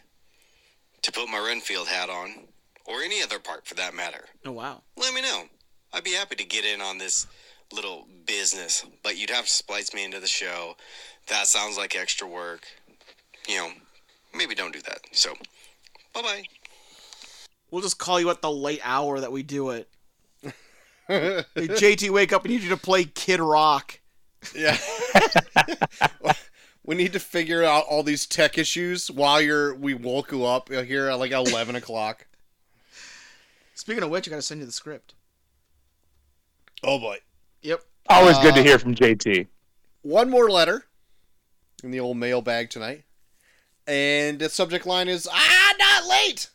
S4: to put my Renfield hat on, or any other part for that matter,
S1: Oh, wow.
S4: let me know. I'd be happy to get in on this little business, but you'd have to splice me into the show. That sounds like extra work. You know, maybe don't do that. So, bye bye.
S1: We'll just call you at the late hour that we do it. hey, JT, wake up. We need you to play Kid Rock.
S3: Yeah. *laughs* we need to figure out all these tech issues while you're we woke you up here at like eleven o'clock.
S1: Speaking of which, I got to send you the script.
S3: Oh boy.
S1: Yep.
S2: Always good to
S3: Uh,
S2: hear from JT.
S3: One more letter in the old mailbag tonight. And the subject line is Ah not late.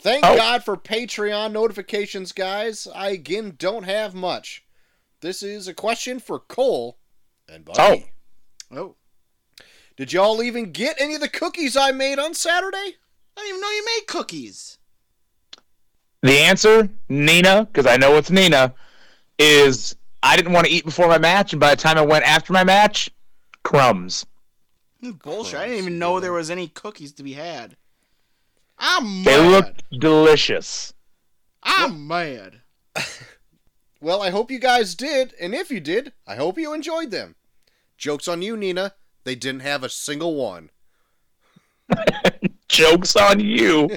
S3: Thank
S2: Oh.
S3: God for Patreon notifications, guys. I again don't have much. This is a question for Cole and Buddy.
S2: Oh.
S1: Oh.
S3: Did y'all even get any of the cookies I made on Saturday?
S1: I didn't even know you made cookies.
S2: The answer, Nina, because I know it's Nina, is I didn't want to eat before my match, and by the time I went after my match, crumbs.
S1: Bullshit. I didn't even know there was any cookies to be had. I'm
S2: They
S1: mad.
S2: looked delicious.
S1: I'm mad.
S3: Well, I hope you guys did, and if you did, I hope you enjoyed them. Joke's on you, Nina. They didn't have a single one.
S2: Jokes on you.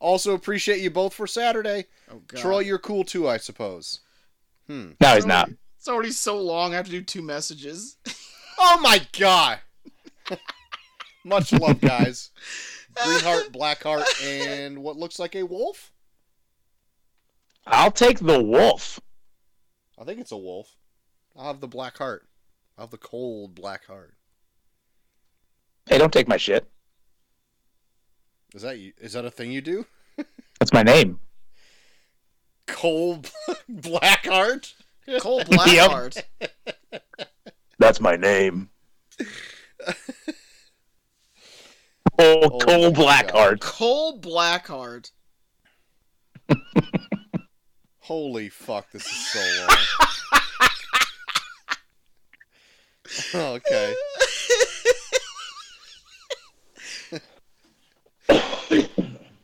S3: Also, appreciate you both for Saturday.
S1: Oh, God.
S3: Troy, you're cool too, I suppose.
S2: No, he's not.
S1: It's already so long. I have to do two messages.
S3: Oh my god! Oh *laughs* Much love, guys. Green heart, black heart, and what looks like a wolf.
S2: I'll take the wolf.
S3: I think it's a wolf. I'll have the black heart. I'll have the cold black heart.
S2: Hey, don't take my shit.
S3: Is that you? Is that a thing you do?
S2: That's my name.
S3: Cold *laughs* black heart.
S1: *laughs* Cold black
S2: Yep.
S1: heart.
S2: That's my name. oh,
S3: Oh,
S2: Cole
S3: my God.
S2: Blackheart.
S1: Cole Blackheart.
S3: Holy fuck! This is so long. *laughs* okay.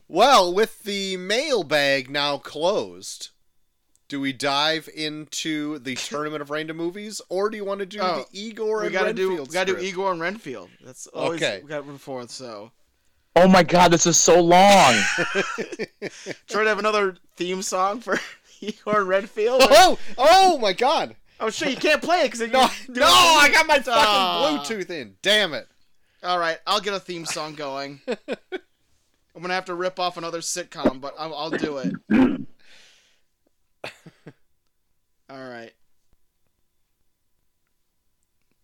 S3: Well, with the mailbag now closed, do we dive into the Tournament of Random movies, or do you want to do
S1: Oh,
S3: the Igor
S1: we
S3: and
S1: gotta do.
S3: Renfield
S1: We gotta do
S3: script?
S1: Igor and Renfield. That's always
S3: Okay.
S1: we got before. So
S2: Oh my god, this is so long.
S1: try to have another theme song for *laughs* Igor and
S3: *laughs*
S1: Renfield.
S3: Oh! Oh my God!
S1: oh shit, you can't play it because
S3: No, no! I got my fucking
S1: Ah.
S3: Bluetooth in. Damn it!
S1: All right, I'll get a theme song going. I'm gonna have to rip off another sitcom, but I'll, I'll do it. All right.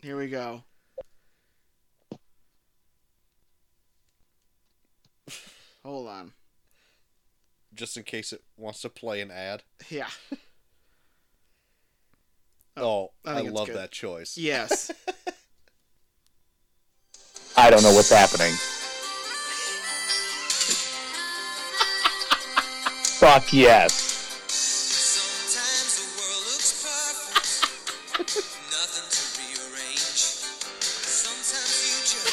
S1: Here we go. Hold on.
S3: Just in case it wants to play an ad.
S1: Yeah.
S3: Oh,
S1: I
S3: I,
S1: think it's
S3: love
S1: good.
S3: that choice.
S1: Yes.
S2: I don't know what's happening. Fuck yes.
S4: Sometimes the world looks perfect, nothing to rearrange. Sometimes you just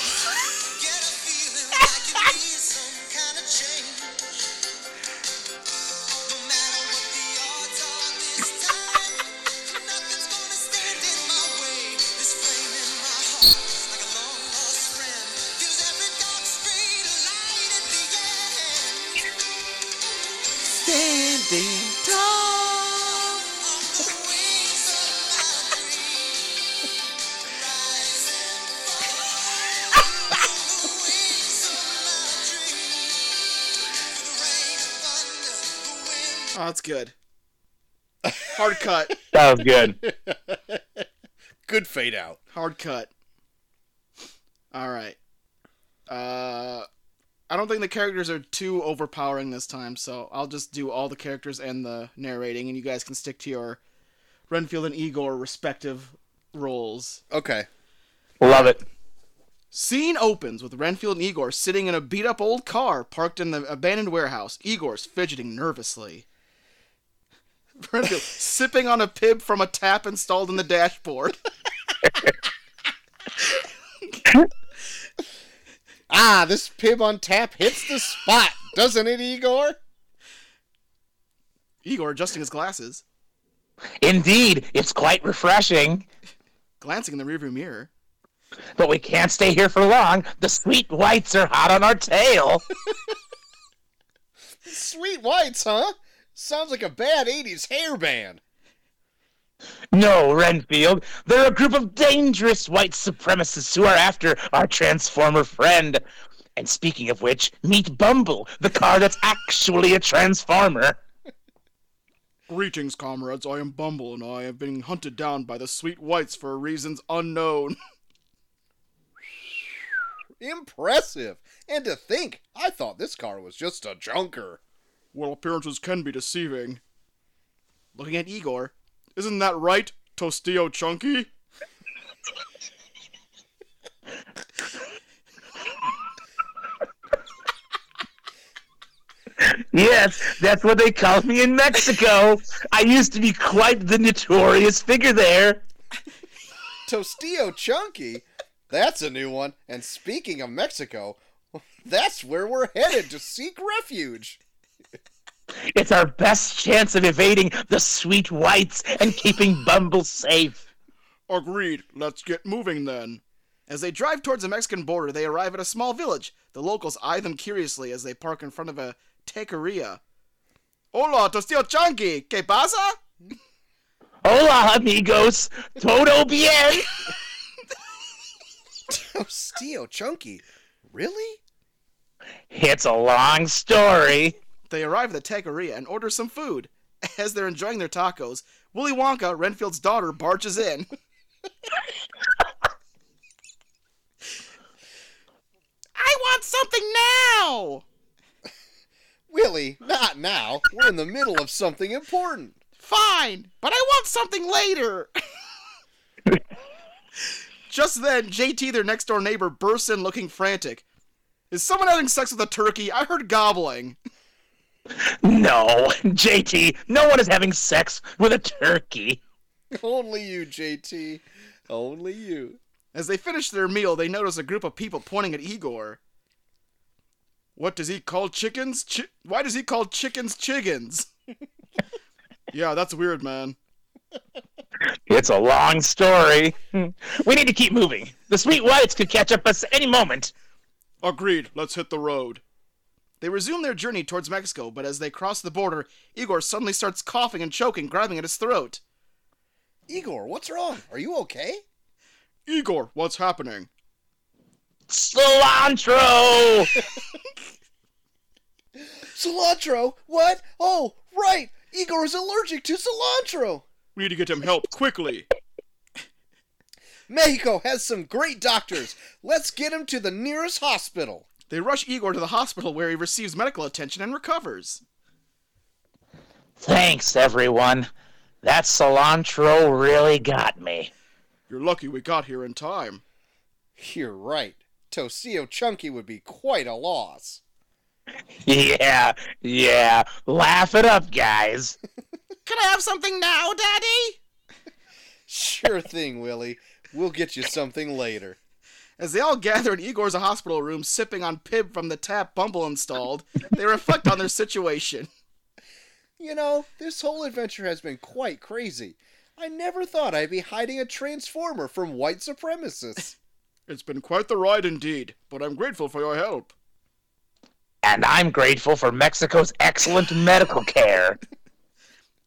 S4: get a feeling like you need some kind of change. No matter what the odds are this time, nothing's gonna stand in my way. This flame in my heart, like a long lost friend, gives every dark street a light at the end.
S1: Standing
S4: On the wings of my dream, rise and fall. On the wings of my dream, the rain and thunder, the wind.
S1: Oh, that's good. Hard cut.
S2: That was good.
S3: Good fade out.
S1: Hard cut. All right. Uh, I don't think the characters are too overpowering this time, so I'll just do all the characters and the narrating, and you guys can stick to your Renfield and Igor respective roles.
S3: Okay.
S2: Love it.
S1: Scene opens with Renfield and Igor sitting in a beat up old car parked in the abandoned warehouse. Igor's fidgeting nervously. *laughs* Renfield sipping on a pib from a tap installed in the dashboard. *laughs*
S3: Ah, this pib on tap hits the *laughs* spot, doesn't it, Igor?
S1: Igor adjusting his glasses,
S2: Indeed, it's quite refreshing,
S1: glancing in the rearview mirror.
S2: but we can't stay here for long. The sweet whites are hot on our tail.
S3: Sweet whites, huh? Sounds like a bad 80s hair band.
S2: No, Renfield, they're a group of dangerous white supremacists who are after our Transformer friend. And speaking of which, meet Bumble, the car that's actually a Transformer.
S1: Greetings, comrades. I am Bumble, and I have been hunted down by the Sweet Whites for reasons unknown. *laughs*
S3: Impressive. And to think, I thought this car was just a junker.
S1: Well, appearances can be deceiving. Looking at Igor. Isn't that right, Tostillo Chunky?
S2: Yes, that's what they called me in Mexico. I used to be quite the notorious figure there.
S3: Tostillo Chunky? That's a new one. And speaking of Mexico, that's where we're headed to seek refuge.
S2: It's our best chance of evading the sweet whites and keeping Bumble safe.
S1: Agreed. Let's get moving then. As they drive towards the Mexican border, they arrive at a small village. The locals eye them curiously as they park in front of a taqueria. Hola, Tostillo Chunky. ¿Qué pasa?
S2: Hola, amigos. Todo bien.
S3: Tostillo Chunky? Really?
S2: It's a long story.
S1: They arrive at the taqueria and order some food. *laughs* As they're enjoying their tacos, Willy Wonka, Renfield's daughter, barges in. *laughs* I want something now!
S3: Willie, not now. We're in the middle of something important.
S1: Fine, but I want something later! *laughs* Just then, JT, their next door neighbor, bursts in looking frantic. Is someone having sex with a turkey? I heard gobbling.
S2: No, JT, no one is having sex with a turkey.
S3: *laughs* Only you, JT. Only you.
S1: As they finish their meal, they notice a group of people pointing at Igor. What does he call chickens? Chi- Why does he call chickens chickens? yeah, that's weird, man.
S2: It's a long story. We need to keep moving. The sweet whites could catch up us any moment.
S1: Agreed, let's hit the road. They resume their journey towards Mexico, but as they cross the border, Igor suddenly starts coughing and choking, grabbing at his throat.
S3: Igor, what's wrong? Are you okay?
S1: Igor, what's happening?
S2: Cilantro!
S3: Cilantro? What? Oh, right. Igor is allergic to cilantro.
S1: We need to get him help quickly.
S3: Mexico has some great doctors. Let's get him to the nearest hospital.
S1: They rush Igor to the hospital where he receives medical attention and recovers.
S2: Thanks, everyone. That cilantro really got me. *laughs*
S1: You're lucky we got here in time.
S3: You're right. Tocio Chunky would be quite a loss.
S2: Yeah, yeah. Laugh it up, guys.
S1: Can I have something now, Daddy?
S3: Sure thing, Willie. We'll get you something later.
S1: As they all gather in Igor's hospital room, sipping on pib from the tap Bumble installed, they reflect on their situation.
S3: You know, this whole adventure has been quite crazy. I never thought I'd be hiding a transformer from white supremacists.
S1: *laughs* It's been quite the ride indeed, but I'm grateful for your help.
S2: And I'm grateful for Mexico's excellent medical care.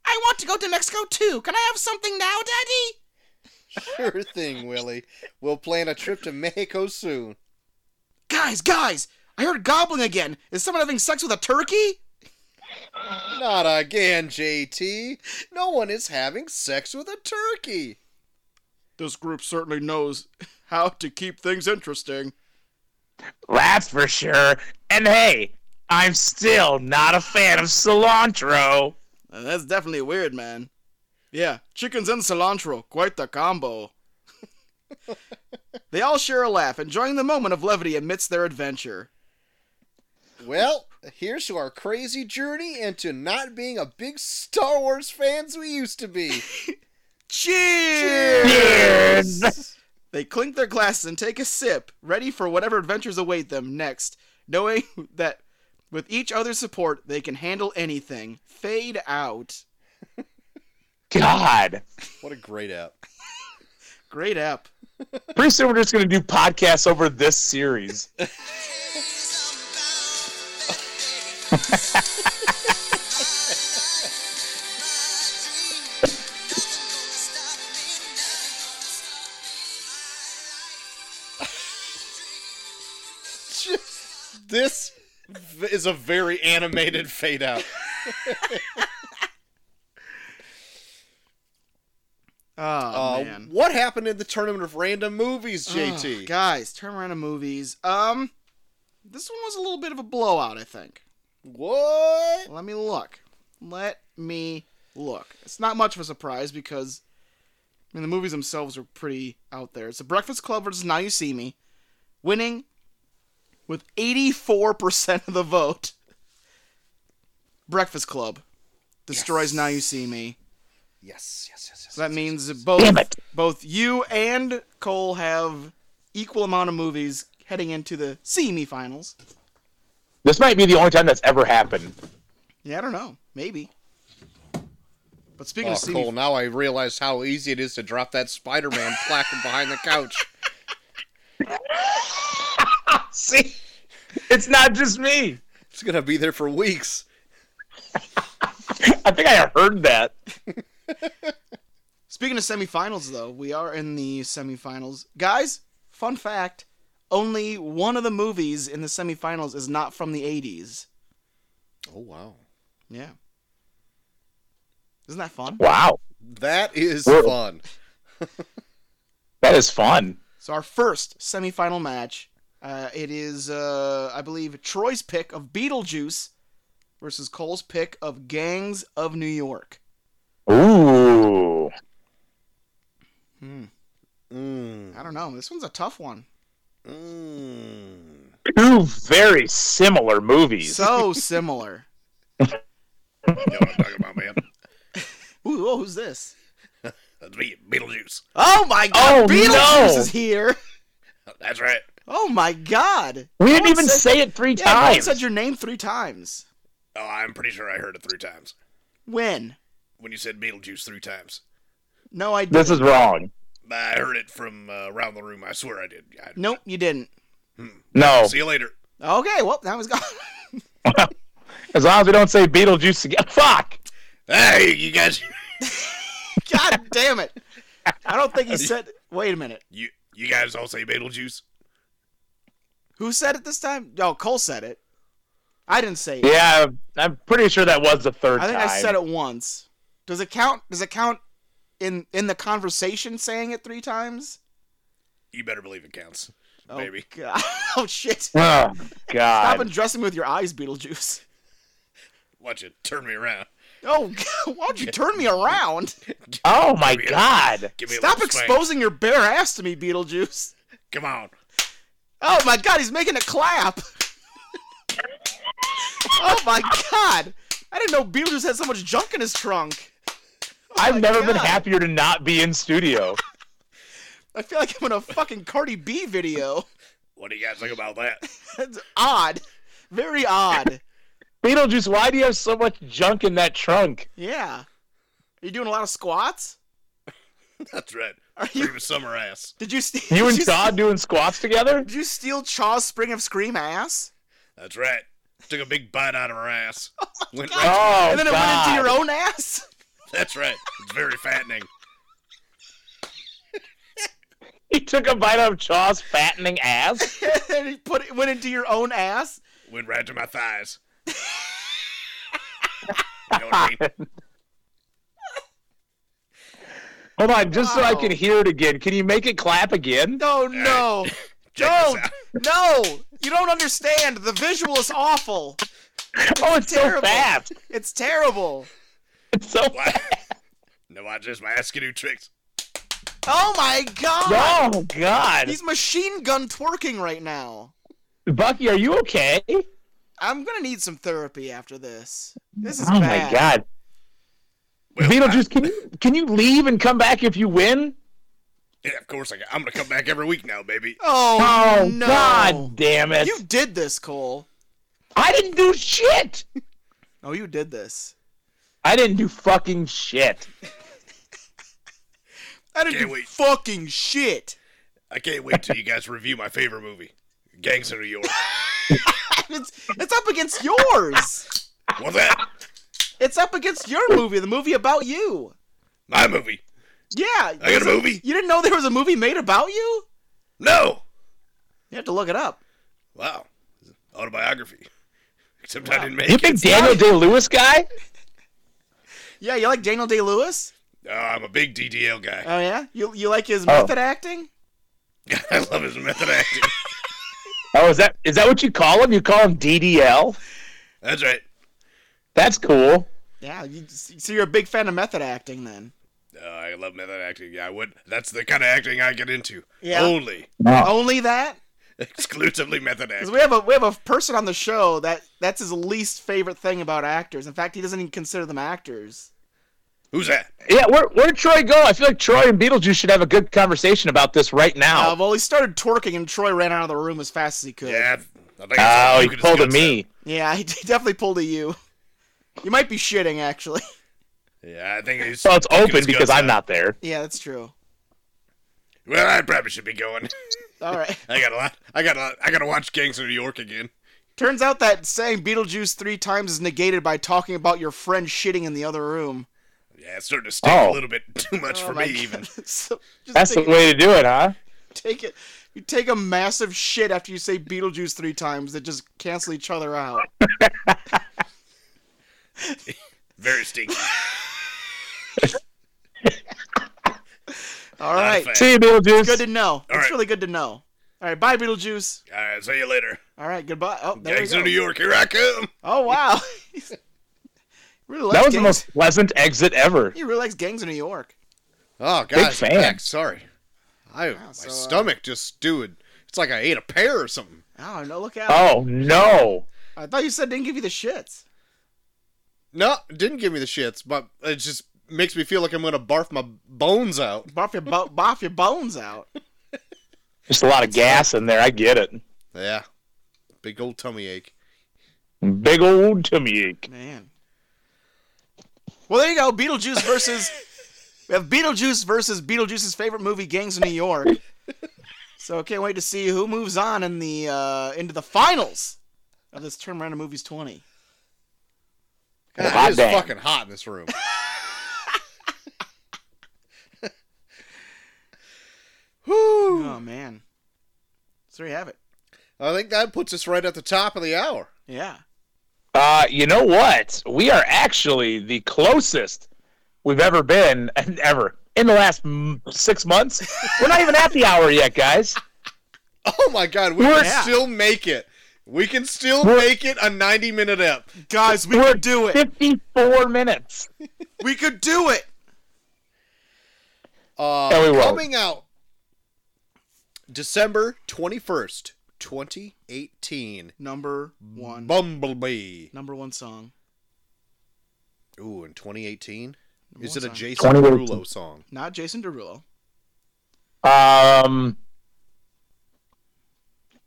S1: I want to go to Mexico too. Can I have something now, Daddy?
S3: *laughs* Sure thing, Willie. We'll plan a trip to Mexico soon.
S1: Guys, guys, I heard gobbling again. Is someone having sex with a turkey?
S3: Not again, JT. No one is having sex with a turkey.
S1: This group certainly knows *laughs* how to keep things interesting.
S2: That's for sure. And hey, I'm still not a fan of cilantro.
S1: That's definitely weird, man. Yeah, chickens and cilantro, quite the combo. *laughs* they all share a laugh, enjoying the moment of levity amidst their adventure.
S3: Well, here's to our crazy journey and to not being a big Star Wars fans we used
S1: *laughs*
S3: to be.
S1: Cheers!
S2: Cheers!
S1: They clink their glasses and take a sip, ready for whatever adventures await them next, knowing *laughs* that with each other's support, they can handle anything. Fade out.
S2: God.
S3: What a great app. *laughs*
S1: Great app.
S2: Pretty soon we're just going to do podcasts over this series.
S3: This v- is a very animated fade out.
S1: Oh,
S3: Uh,
S1: man. Oh,
S3: what happened in the tournament of random movies,
S1: Ugh,
S3: JT?
S1: guys, turn around to movies. Um, this one was a little bit of a blowout, I think.
S3: what?
S1: Let me look. Let me look. It's not much of a surprise because, I mean, the movies themselves are pretty out there. It's The Breakfast Club versus Now You See Me, winning with 84% of the vote. Breakfast Club destroys Now You See Me.
S3: Yes, yes, yes, yes.
S1: So that means that both
S2: Damn it.
S1: both you and Cole have equal amount of movies heading into the See Me finals.
S2: This might be the only time that's ever happened.
S1: Yeah, I don't know. Maybe. But speaking
S3: Oh,
S1: of See Me
S3: Cole, now I realize how easy it is to drop that Spider Man *laughs* plaque from behind the couch.
S2: See? It's not just me.
S3: *laughs* It's going to be there for weeks.
S2: I think I heard that.
S1: Speaking of semifinals, though, we are in the semifinals. Guys, fun fact only one of the movies in the semifinals is not from the 80s.
S3: Oh wow,
S1: Yeah. Isn't that fun?
S2: Wow,
S3: that is
S2: Whoa.
S3: fun.
S2: that is fun.
S1: So our first semifinal match, uh, it is uh, I believe Troy's pick of Beetlejuice versus Cole's pick of Gangs of New York.
S2: Ooh,
S1: Hmm.
S3: Mm.
S1: I don't know. This one's a tough one.
S3: Mm.
S2: two very similar movies.
S1: So *laughs* similar.
S3: You know what I'm talking about, man?
S1: Ooh, oh, who's this?
S3: That's me, Beetlejuice.
S1: Oh my god,
S2: Oh,
S1: Beetlejuice
S2: no!
S1: is here.
S3: That's right.
S1: Oh my god.
S2: we
S1: No
S2: didn't
S1: one
S2: even
S1: said-
S2: say it three
S1: Yeah, no one
S2: times.
S1: said your name three times.
S3: Oh, I'm pretty sure I heard it three times
S1: When?
S3: when you said Beetlejuice three times.
S1: No, I didn't.
S2: this is wrong.
S3: I heard it from uh, around the room. I swear I did. I-
S1: Nope, you didn't.
S2: No,
S3: See you later.
S1: Okay, well, that was *laughs* gone.
S2: as long as we don't say Beetlejuice again. *laughs* Fuck.
S3: Hey, you guys. *laughs*
S1: God damn it. I don't
S2: *laughs*
S1: think he said. Wait a minute.
S3: You you guys all say Beetlejuice.
S1: Who said it this time? No, Cole said it. I didn't say it.
S2: Yeah, I'm pretty sure that was the third
S1: I think
S2: time.
S1: I said it once. Does it count? Does it count in in the conversation saying it three times?
S3: You better believe it counts,
S1: Oh,
S3: baby.
S1: God. *laughs* Oh shit!
S2: Oh God.
S1: Stop addressing me with your eyes, Beetlejuice.
S3: Watch it. Turn me around.
S1: Oh, *laughs* God, why don't you turn me around?
S2: Oh my God.
S3: Give me a
S1: Stop
S3: little swing.
S1: exposing your bare ass to me, Beetlejuice.
S3: Come on.
S1: Oh my God, he's making a clap. oh my God! I didn't know Beetlejuice had so much junk in his trunk. Oh,
S2: I've never been
S1: God.
S2: happier to not be in studio.
S1: I feel like I'm in a fucking Cardi B video. *laughs*
S3: What do you guys think about that?
S1: That's odd. Very odd.
S2: Beetlejuice, why do you have so much junk in that trunk?
S1: Yeah. Are you doing a lot of squats?
S3: That's right.
S1: Are you-
S3: Leave a summer ass.
S1: Did you steal
S2: You
S1: did
S2: and
S1: you,
S2: Todd doing squats together?
S1: Did you steal Chaw's Spring of Scream ass?
S3: That's right. Took a big bite out of her *laughs* ass. Went
S2: Oh,
S3: right.
S1: and then
S2: God.
S1: it went into your own ass? *laughs*
S3: That's right. It's very fattening.
S2: He took a bite of Chaw's fattening ass.
S1: and you put it went into your own ass?
S3: Went right to my thighs. you know what I
S1: *laughs*
S3: mean?
S2: Hold on, just so I
S1: Wow.
S2: can hear it again. Can you make it clap again?
S1: No, no.
S3: Check this
S1: Don't.
S3: out.
S1: No. You don't understand. The visual is awful.
S2: *laughs* Oh, it's so
S1: terrible.
S2: fast.
S1: It's terrible.
S2: It's so
S3: What?
S2: fast.
S3: *laughs* No, I just my ass can do tricks.
S1: Oh my god.
S2: Oh God.
S1: He's machine gun twerking right now.
S2: Bucky, are you okay?
S1: I'm gonna need some therapy after this. This is
S2: Oh
S1: bad.
S2: my God.
S3: Well,
S2: Beetlejuice, can you can you leave and come back if you win?
S3: Yeah, of course I can. I'm gonna come back every week now, baby.
S1: Oh,
S2: Oh
S1: no.
S2: God damn it.
S1: You did this, Cole.
S2: I didn't do shit.
S1: Oh, you did this.
S2: I didn't do fucking shit.
S1: I didn't
S3: Can't
S1: do
S3: wait.
S1: fucking shit. *laughs*
S3: I can't wait till you guys review my favorite movie, Gangs of New
S1: *laughs*
S3: York.
S1: It's it's up against yours.
S3: What's that?
S1: It's up against your movie, the movie about you.
S3: My movie.
S1: Yeah.
S3: I got a movie.
S1: You didn't know there was a movie made about you?
S3: No.
S1: You have to look it up.
S3: Wow. Autobiography. Except I didn't
S2: You
S3: make it.
S2: big Daniel Day Lewis guy?
S1: Yeah, you like Daniel Day Lewis?
S3: Oh, I'm a big DDL guy. *laughs*
S1: Oh yeah? You you like his method acting?
S3: I love his method acting.
S2: Oh, is that is that what you call him? You call him DDL?
S3: That's right.
S2: That's cool.
S1: Yeah, you, so you're a big fan of method acting then.
S3: Oh, I love method acting. Yeah, I would. That's the kind of acting I get into.
S1: Yeah.
S3: Only, *laughs*
S1: Only that?
S3: exclusively method
S1: Because
S3: acting.
S1: we have a we have a person on the show that that's his least favorite thing about actors. In fact, he doesn't even consider them actors.
S3: Who's that?
S2: Yeah, where where'd Troy go? I feel like Troy and Beetlejuice should have a good conversation about this right
S1: Uh,
S2: now.
S1: well, he started twerking, and Troy ran out of the room as fast as he could.
S3: Oh. Yeah, I think.
S2: Oh,
S3: it's-
S2: he
S3: you could
S2: pulled a
S3: discuss
S2: me.
S1: Yeah, *laughs* he definitely pulled a you. You might be shitting, actually. *laughs*
S3: that. Yeah, I think it's.
S2: Well, it's
S3: you could
S2: open
S3: discuss
S2: because I'm
S3: that.
S2: not there.
S1: Yeah, that's true.
S3: Well, I probably should be going. *laughs*
S1: All right.
S3: I got a lot. I got a lot. I got to watch Gangs of New York again.
S1: Turns out that saying Beetlejuice three times is negated by talking about your friend shitting in the other room.
S3: Yeah, it's starting to stink
S1: *laughs*
S2: Oh.
S3: a little bit *laughs* too much
S1: Oh
S3: for
S1: my
S3: me.
S1: God.
S3: Even
S1: so just
S2: That's the
S1: take,
S2: way to do it, huh?
S1: take it You take a massive shit after you say Beetlejuice three times that just cancel each other out.
S5: Very stinky.
S1: All right.
S5: *laughs* Not a fan.
S2: See you, Beetlejuice.
S1: Good to know. it's
S5: right.
S1: really good to know. All right. Bye, Beetlejuice.
S5: All right, see you later.
S1: All right. Goodbye. Oh, there we
S5: Gags
S1: go.
S5: of New York, here I come.
S1: Oh,
S5: *laughs*
S1: wow. *laughs* really likes
S2: that was the
S1: gangs.
S2: most pleasant exit ever.
S1: He really likes gangs in New York.
S3: Oh, guys,
S2: fan.
S3: I'm back. Sorry. I, my
S1: so, uh,
S3: stomach just stewed. It's like I ate a pear or something.
S1: Oh, no, look out.
S2: Oh no!
S1: I thought you said didn't give you the shits.
S3: No, it didn't give me the shits, but it just makes me feel like I'm going to barf my bones out.
S1: Boff your, bo- boff your bones out.
S2: Just a lot of gas in there. I get it.
S3: Yeah. Big old tummy ache.
S2: Big old tummy ache.
S1: Man. Well, there you go. Beetlejuice versus. we have Beetlejuice versus Beetlejuice's favorite movie, Gangs of New York. So can't wait to see who moves on in the uh, into the finals of this tournament of movies 20.
S3: God,
S2: Hot
S3: it is
S2: damn.
S3: fucking hot in this
S2: *laughs*
S3: room. Whew.
S1: Oh man. So there you have it.
S3: I think that puts us right at the top of the hour.
S1: Yeah.
S2: Uh, you know what? We are actually the closest we've ever been, *laughs* and ever in the last mm, six months. We're not even at the hour yet,
S3: *laughs*
S2: guys.
S3: Oh my god, we
S2: We're-
S3: can still make it. We can still
S2: We're-
S3: make it a 90 minute ep.
S1: Guys, we
S2: We're
S1: could do it.
S2: Fifty-four minutes.
S1: We could do it.
S3: Uh,
S2: Yeah, we will.
S3: Coming out December 21st, 2018.
S1: Number one.
S3: Bumblebee.
S1: Number one song.
S3: Ooh, in 2018?
S1: Number
S3: Is
S1: one
S3: it a
S1: song.
S3: Jason
S2: 2018.
S3: Derulo song?
S1: Not Jason Derulo.
S2: Um,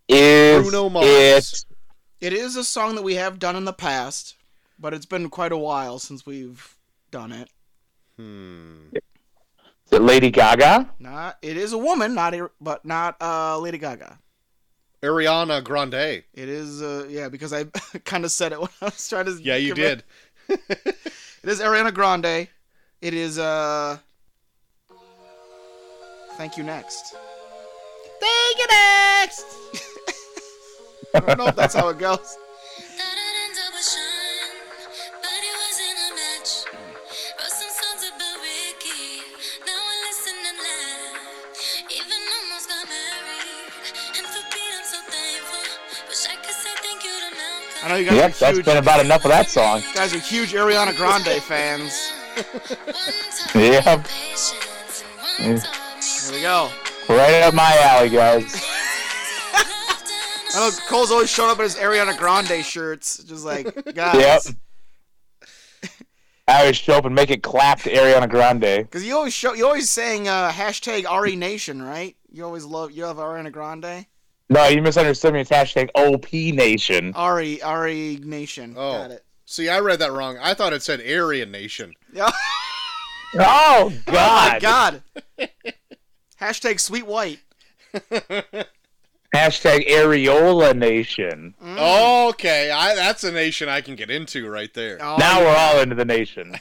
S2: is
S3: Bruno
S2: it
S3: Mars.
S1: It is a song that we have done in the past, but it's been quite a while since we've done it.
S3: Hmm.
S2: is it Lady Gaga?
S1: Not it is a woman, not a, but not uh, Lady Gaga.
S3: Ariana Grande.
S1: It is uh, yeah because I *laughs* kind of said it when I was trying to.
S3: Yeah, you
S1: give it-
S3: did.
S1: It is Ariana Grande. It is uh. Thank you next. Thank you next. *laughs* I don't know if that's how it goes.
S4: Thought I'd end up with Sean, but it wasn't a match. Wrote some songs about Ricky, now I listen and laugh. Even almost got married, and for Pete I'm so thankful. Wish I could say thank you to Malcolm.
S1: I know you guys
S2: Yep,
S1: are
S2: that's
S1: huge.
S2: been about enough of that song.
S1: guys are huge Ariana Grande fans.
S2: Yeah.
S1: Here we go.
S2: Right up my alley, guys.
S1: I know Cole's always showing up in his Ariana Grande shirts, just
S2: *laughs*
S1: like guys.
S2: Yep. I always show up and make it clap to Ariana Grande.
S1: Cause you always show, you always saying uh, hashtag RE Nation, right? You always love, you love Ariana Grande.
S2: No, you misunderstood me. It's hashtag OP Nation.
S1: RE RE Nation.
S3: Oh.
S1: Got it.
S3: See, I read that wrong. I thought it said Aryan Nation.
S1: Yeah.
S2: Oh
S1: Oh my
S2: God!
S1: God. hashtag Sweet White.
S2: Hashtag Areola Nation.
S1: Mm.
S2: Oh.
S3: okay, I, that's a nation I can get into right there.
S1: Oh,
S2: now we're all into the nation.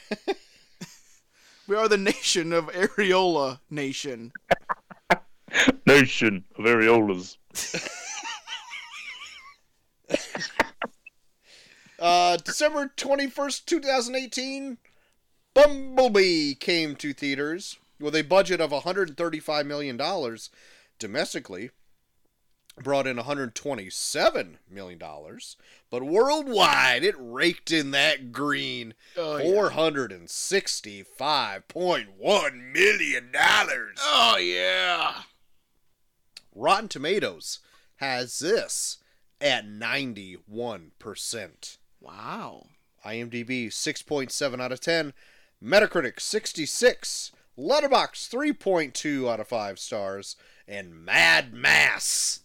S1: we are the nation of Areola Nation.
S2: Nation of areolas.
S3: Uh, December 21st, 2018, Bumblebee came to theaters with a budget of $135 million domestically, brought in $127 million, but worldwide it raked in that green
S1: Oh, yeah.
S3: $465.1 million.
S1: Oh yeah.
S3: Rotten Tomatoes has this at 91%.
S1: Wow.
S3: IMDb 6.7 out of 10, Metacritic 66, Letterbox 3.2 out of 5 stars, and Mad Mass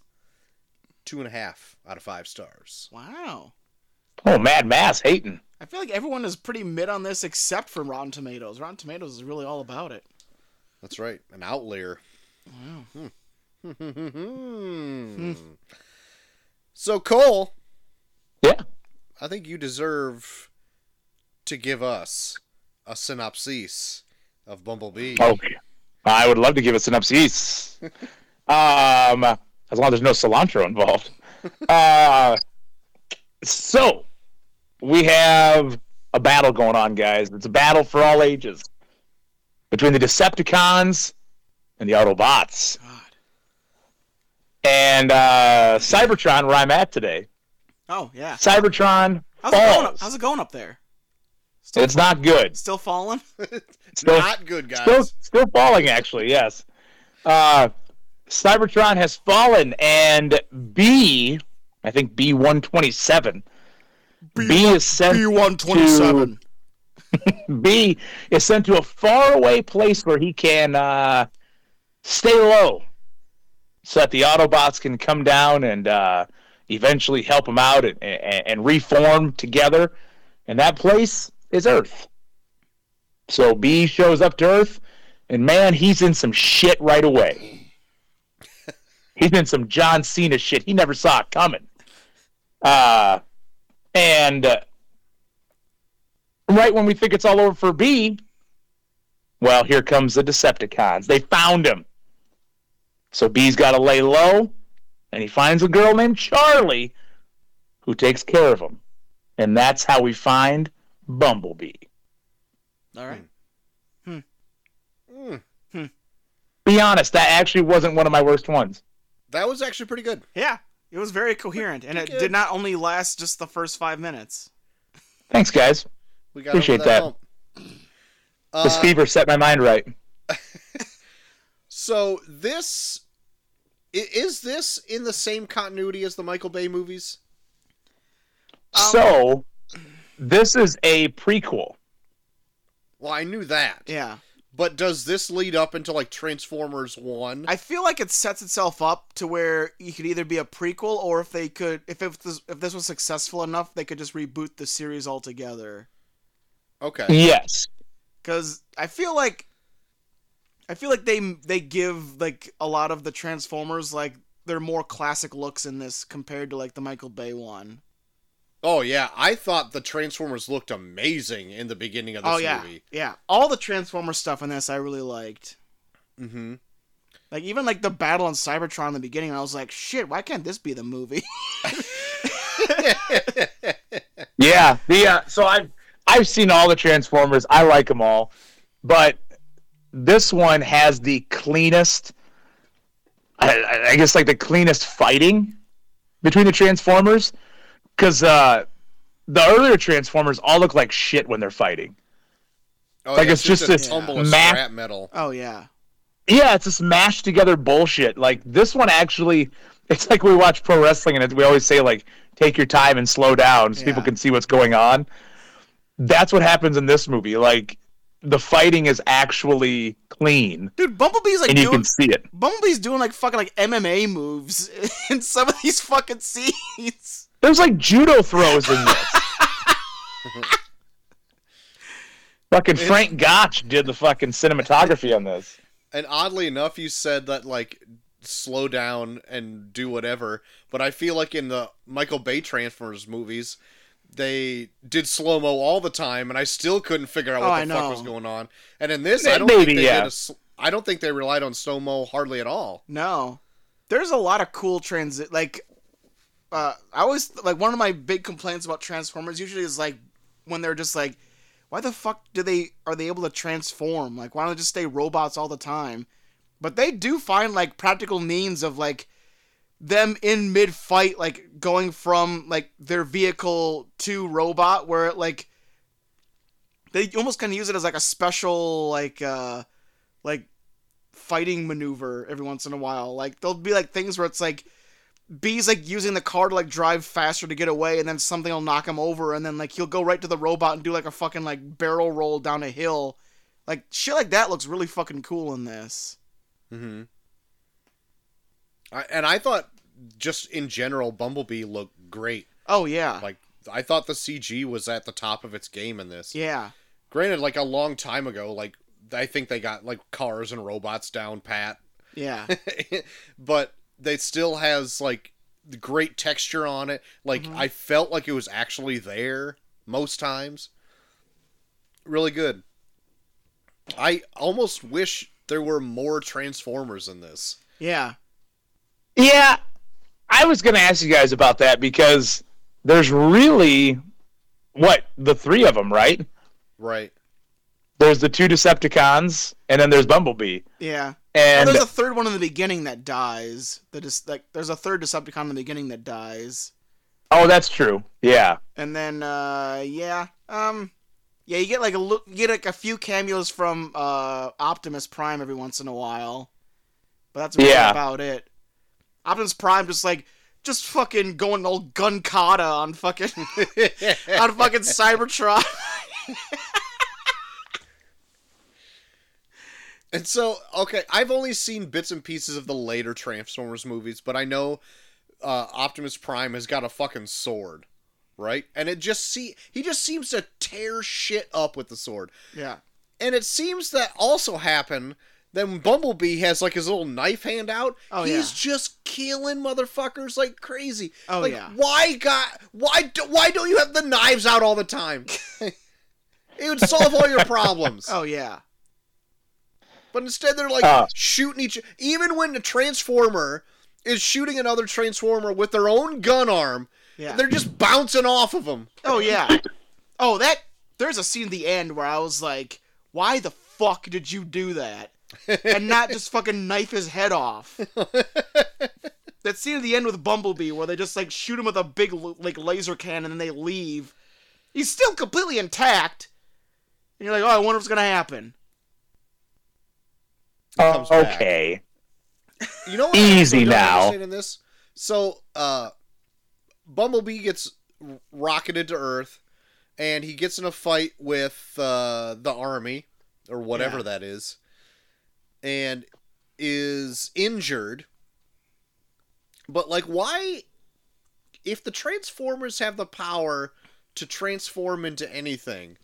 S3: 2.5 out of 5 stars.
S1: Wow.
S2: Oh, Mad Mass hating.
S1: I feel like everyone is pretty mid on this except for Rotten Tomatoes. Rotten Tomatoes is really all about it.
S3: That's right, an outlier.
S1: Wow.
S3: Hmm. so, Cole,
S2: Yeah.
S3: I think you deserve to give us a synopsis
S2: Oh,
S3: of Bumblebee.
S1: *laughs*
S2: Okay. I would love to give a synopsis. um, as long as there's no cilantro
S1: *laughs*
S2: involved. uh, so we have a battle going on, guys. It's a battle for all ages between the Decepticons and the Autobots.
S1: God.
S2: And uh, Cybertron, where I'm at today,
S1: Oh yeah.
S2: Cybertron
S1: How's it going?
S2: falls.
S1: Up, how's it going up there? Still,
S2: it's not good.
S1: still falling.
S2: Still
S3: Not good, guys.
S2: still still falling actually yes uh cybertron has fallen and b i think b127 b, is sent
S1: one
S2: b is sent to a faraway place where he can uh stay low so that the autobots can come down and uh eventually help him out and, and, and reform together and that place is earth so b shows up to earth and man, he's in some shit right away. he's in some John Cena shit he never saw it coming. Uh, and uh, right when we think it's all over for B, well, here comes the Decepticons. They found him. So B's got to lay low, and he finds a girl named Charlie who takes care of him. And that's how we find Bumblebee.
S1: All right.
S3: Hmm.
S2: Be honest, that actually wasn't one of my worst ones.
S3: That was actually pretty good.
S1: Yeah, it was very coherent, and it
S3: Pretty
S1: did
S3: good.
S1: not only last just the first five minutes.
S2: Thanks, guys.
S3: We got
S2: Appreciate
S3: over
S2: that.
S3: that. hump.
S2: This
S3: Uh,
S2: fever set my mind right.
S3: so this i- is this in the same continuity as the Michael Bay movies?
S2: so, this is a prequel.
S3: Well, I knew that.
S1: Yeah,
S3: But does this lead up into like Transformers One?
S1: I feel like it sets itself up to where you could either be a prequel, or if they could, if if this, if this was successful enough, they could just reboot the series altogether.
S3: Okay.
S2: Yes.
S1: Because I feel like, I feel like they they give like a lot of the Transformers like their more classic looks in this compared to like the Michael Bay one.
S3: Oh yeah, I thought the Transformers looked amazing in the beginning of this
S1: oh yeah,
S3: movie.
S1: yeah. All the Transformer stuff in this I really liked.
S2: *laughs*
S3: Mm-hmm. *laughs*
S1: Like even like the battle on Cybertron in the beginning, I was like, shit, why can't this be the movie? *laughs*
S2: Yeah. The uh, so I've I've seen all the Transformers. I like them all, but this one has the cleanest. I- I, I guess like the cleanest fighting between the Transformers, because uh, the earlier Transformers all look like shit when they're fighting.
S3: Oh,
S2: Like,
S3: yeah,
S2: it's just
S3: a
S2: this
S3: tumble of
S2: ma-
S3: scrap metal.
S1: oh yeah.
S2: Yeah, it's just mashed together bullshit. Like this one actually, *laughs* it's like we watch pro wrestling and it- we always say like, take your time and slow down so people
S1: Yeah.
S2: can see what's going on. That's what happens in this movie. Like the fighting is actually clean
S1: Dude, Bumblebee's like
S2: and you
S1: doing
S2: can see it.
S1: Bumblebee's doing like fucking like MMA moves *laughs* in some of these fucking *laughs* scenes.
S2: There's like judo throws in this. fucking Frank Gotch did the fucking cinematography on this.
S3: And oddly enough, you said that like slow down and do whatever, but I feel like in the Michael Bay Transformers movies, they did slow mo all the time, and I still couldn't figure out
S1: Oh,
S3: what
S1: I
S3: the fuck
S1: know.
S3: was going on. And in this,
S2: May-
S3: I don't
S2: maybe,
S3: think they
S2: yeah.
S3: did a sl- I don't think they relied on slow mo hardly at all.
S1: No. There's a lot of cool transit like uh I always like one of my big complaints about Transformers usually is like when they're just like why the fuck do they are they able to transform? Like why don't they just stay robots all the time? But they do find like practical means of like them in mid fight like going from like their vehicle to robot where it like they almost kind of use it as like a special like uh like fighting maneuver every once in a while like there'll be like things where it's like B's like using the car to like drive faster to get away and then something will knock him over and then like he'll go right to the robot and do like a fucking like barrel roll down a hill like shit like that looks really fucking cool in this
S3: Mm-hmm. I, and I thought, just in general, Bumblebee looked great.
S1: oh yeah
S3: Like I thought the CG was at the top of its game in this.
S1: yeah
S3: Granted, like a long time ago, like I think they got like cars and robots down pat, *laughs*
S1: yeah
S3: but they still has like the great texture on it. Like I felt like it was actually there most times. Really good. I almost wish there were more Transformers in this.
S1: yeah
S2: Yeah, I was going to ask you guys about that because there's really what the three of them, right?
S3: Right. *laughs*
S2: There's the two Decepticons, and then there's Bumblebee.
S1: Yeah.
S2: And
S1: well, there's a third one in the beginning that dies. That is like there's a third Decepticon in the beginning that dies,
S2: oh, that's true. Yeah,
S1: and then uh, yeah, um, yeah, you get like a look, you get like a few cameos from uh, Optimus Prime every once in a while, but that's really
S2: Yeah.
S1: about it. Optimus Prime just like just fucking going all gun kata on fucking *laughs* on fucking Cybertron.
S3: And so, okay, I've only seen bits and pieces of the later Transformers movies, but I know uh, Optimus Prime has got a fucking sword, right? And it just see he just seems to tear shit up with the sword.
S1: yeah,
S3: And it seems that also happened. Then Bumblebee has like his little knife hand out.
S1: Oh,
S3: He's
S1: yeah.
S3: just killing motherfuckers like crazy.
S1: Oh,
S3: like,
S1: yeah.
S3: Why got why do, why don't you have the knives out all
S1: *laughs*
S3: the time? it would solve all your problems.
S1: oh yeah,
S3: But instead, they're like
S2: Ah.
S3: shooting each. Even when the transformer is shooting another transformer with their own gun arm,
S1: yeah.
S3: they're just bouncing off of them.
S1: Oh yeah. Oh that there's a scene at the end where I was like, why the fuck did you do that? And not just fucking knife his head off. that scene at the end with Bumblebee where they just like shoot him with a big l- like laser cannon and then they leave. He's still completely intact. And you're like, oh, I wonder what's gonna happen.
S2: oh,
S3: comes back.
S2: okay.
S3: You know what?
S2: Easy
S3: I don't
S2: now.
S3: understand In this, so uh, Bumblebee gets r- rocketed to Earth, and he gets in a fight with uh, the army or whatever
S1: Yeah.
S3: that is, and is injured. But like, why? If the Transformers have the power to transform into anything,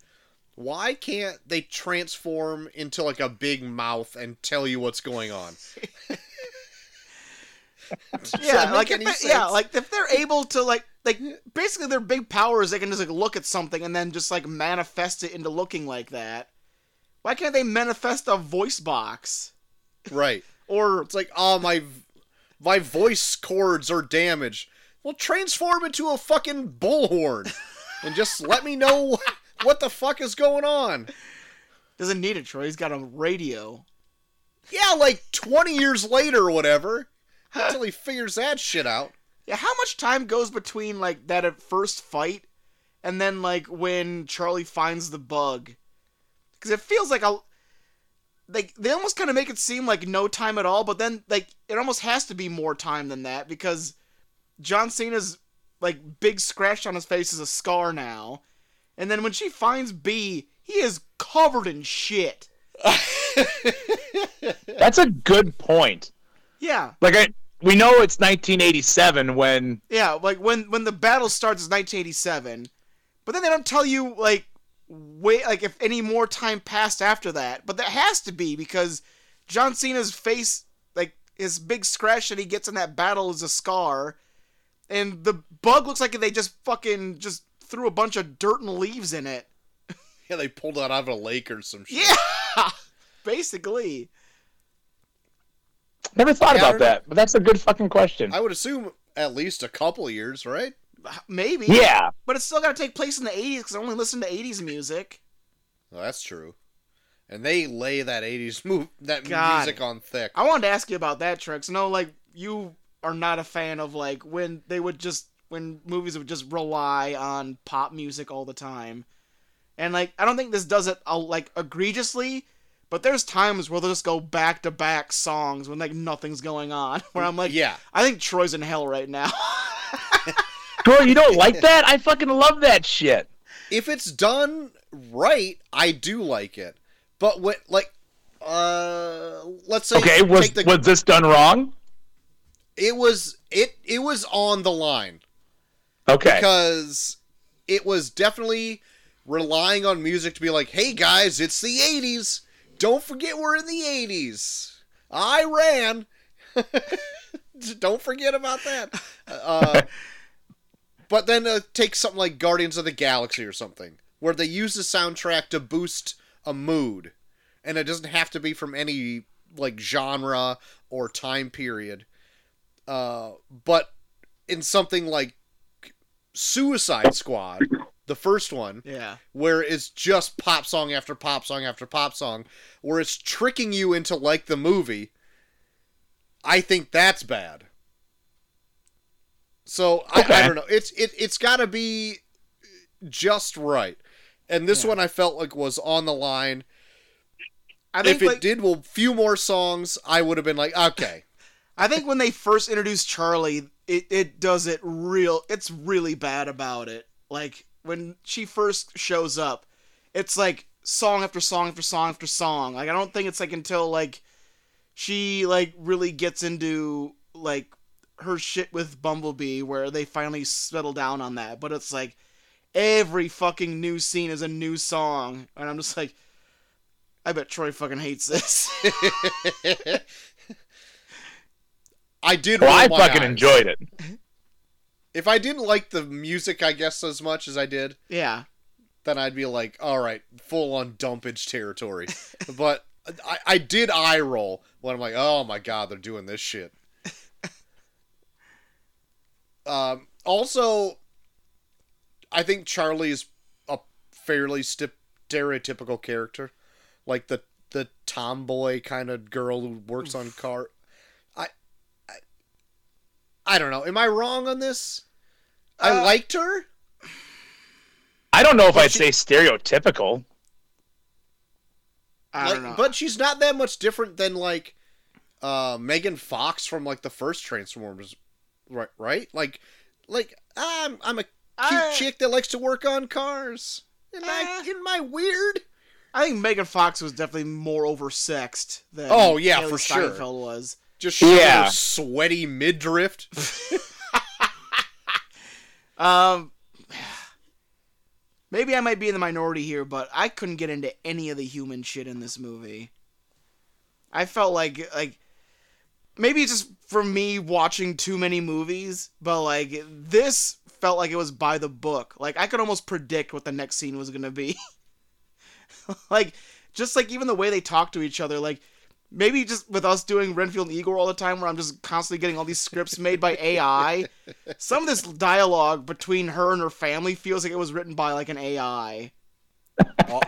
S3: why can't they transform into like a big mouth and tell you what's going on?
S1: Yeah,
S3: make
S1: like if
S3: any
S1: they- yeah,
S3: sense?
S1: like if they're able to like like basically their big power is they can just like look at something and then just like manifest it into looking like that. Why can't they manifest a voice box?
S3: *laughs* Right.
S1: Or
S3: It's like, oh my, my voice cords are damaged. Well, transform into a fucking bullhorn, and just let me know *laughs* wh- what the fuck is going on.
S1: doesn't need it, Troy. He's got a radio.
S3: Yeah, like twenty years later or whatever, until he figures that shit out.
S1: Yeah, how much time goes between like that at first fight and then like when Charlie finds the bug? Because it feels like a like they almost kind of make it seem like no time at all, but then like it almost has to be more time than that because John Cena's like big scratch on his face is a scar now, and then when she finds B, he is covered in shit.
S2: That's a good point.
S1: Yeah,
S2: Like I, we know it's 1987 when
S1: Yeah, like when when the battle starts is 1987, but then they don't tell you like wait like if any more time passed after that. But that has to be because John Cena's face like his big scratch that he gets in that battle is a scar, and the bug looks like they just fucking just threw a bunch of dirt and leaves in it.
S3: Yeah, they pulled that out of a lake or some shit.
S1: Yeah, *laughs* basically.
S2: never thought
S3: Yeah, I
S2: about
S3: don't know.
S2: that, but that's a good fucking question.
S3: I would assume at least a couple years, right?
S1: Maybe.
S2: yeah,
S1: But it's still got to take place in the 80s because I only listen to 80s music.
S3: Well, that's true. And they lay that '80s move that
S1: God.
S3: music on thick.
S1: I wanted to ask you about that, Trex. No, like you are not a fan of like when they would just when movies would just rely on pop music all the time, and like I don't think this does it uh, like egregiously, but there's times where they'll just go back to back songs when like nothing's going on. *laughs* Where I'm like,
S3: yeah,
S1: I think Troy's in hell right now. *laughs*
S2: girl, you don't like that? I fucking love that shit.
S3: if it's done right, I do like it. But what like uh let's say
S2: Okay, was
S3: take the-
S2: was this done wrong?
S3: it was it it was on the line
S2: Okay,
S3: because it was definitely relying on music to be like, "Hey guys, it's the 80s. Don't forget we're in the 80s. Iran. *laughs* Don't forget about that." Uh But then uh, take something like Guardians of the Galaxy or something, where they use the soundtrack to boost a mood, and it doesn't have to be from any like genre or time period. Uh, but in something like Suicide Squad, the first one,
S1: Yeah.
S3: where it's just pop song after pop song after pop song, where it's tricking you into like the movie, I think that's bad. So I, I
S2: Okay.
S3: don't know. It's it it's got to be just right. And this
S1: Yeah.
S3: one I felt like was on the line.
S1: I
S3: if
S1: think
S3: it
S1: like,
S3: did well few more songs, I would have been like, okay, *laughs*
S1: I think when they first introduced Charlie, it, it does it real. It's really bad about it. Like when she first shows up, it's like song after song after song after song. Like I don't think it's like until like she like really gets into like her shit with Bumblebee where they finally settle down on that. But it's like every fucking new scene is a new song, and I'm just like, I bet Troy fucking hates this. *laughs*
S3: I did.
S2: Well, I
S3: roll my
S2: fucking
S3: eyes.
S2: enjoyed it.
S3: If I didn't like the music, I guess as much as I did,
S1: yeah.
S3: then I'd be like, all right, full on dumpage territory. but I, I did eye roll when I'm like, oh my god, they're doing this shit. um, also, I think Charlie is a fairly sti- stereotypical character, like the the tomboy kind of girl who works on car. I, I, I don't know. Am I wrong on this? I
S1: Uh,
S3: liked her.
S2: I don't know if
S3: But
S2: I'd say
S3: she-
S2: stereotypical.
S1: I
S3: Like,
S1: don't know.
S3: But she's not that much different than like uh Megan Fox from like the first Transformers, right? Right? Like, like I'm I'm a cute
S1: I-
S3: chick that likes to work on cars. And I,
S1: Uh.
S3: in my weird,
S1: I think Megan Fox was definitely more oversexed than
S3: Oh, yeah,
S1: Haley
S3: for sure.
S1: Steinfeld was.
S3: just
S2: Yeah.
S3: yeah. sweaty midriff.
S1: Um, *sighs* maybe I might be in the minority here, but I couldn't get into any of the human shit in this movie. I felt like like maybe it's just from me watching too many movies, but like this felt like it was by the book. Like I could almost predict what the next scene was gonna be. *laughs* like just like even the way they talk to each other, like maybe just with us doing Renfield and Igor all the time, where I'm just constantly getting all these scripts made by AI. Some of this dialogue between her and her family feels like it was written by like an AI.
S3: Uh,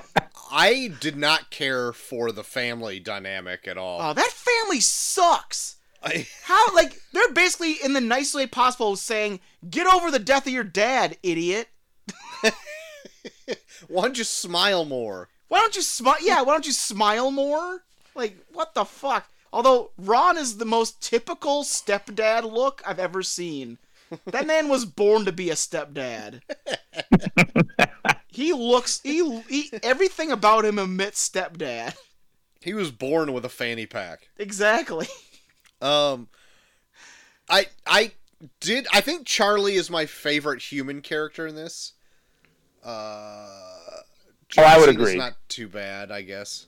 S3: I did not care for the family dynamic at all.
S1: Oh, that family sucks.
S3: I- *laughs*
S1: How like they're basically in the nicest way possible saying, "Get over the death of your dad, idiot."
S3: why don't you smile more?
S1: Why don't you smile? Yeah, why don't you smile more? Like, what the fuck? Although Ron is the most typical stepdad look I've ever seen. That man was born to be a stepdad. he looks he, he everything about him emits stepdad. *laughs*
S3: He was born with a fanny pack.
S1: Exactly.
S3: Um, I I did I think Charlie is my favorite human character in this. Uh,
S2: Oh, I would
S3: John Cena's
S2: agree.
S3: Not too bad, I guess.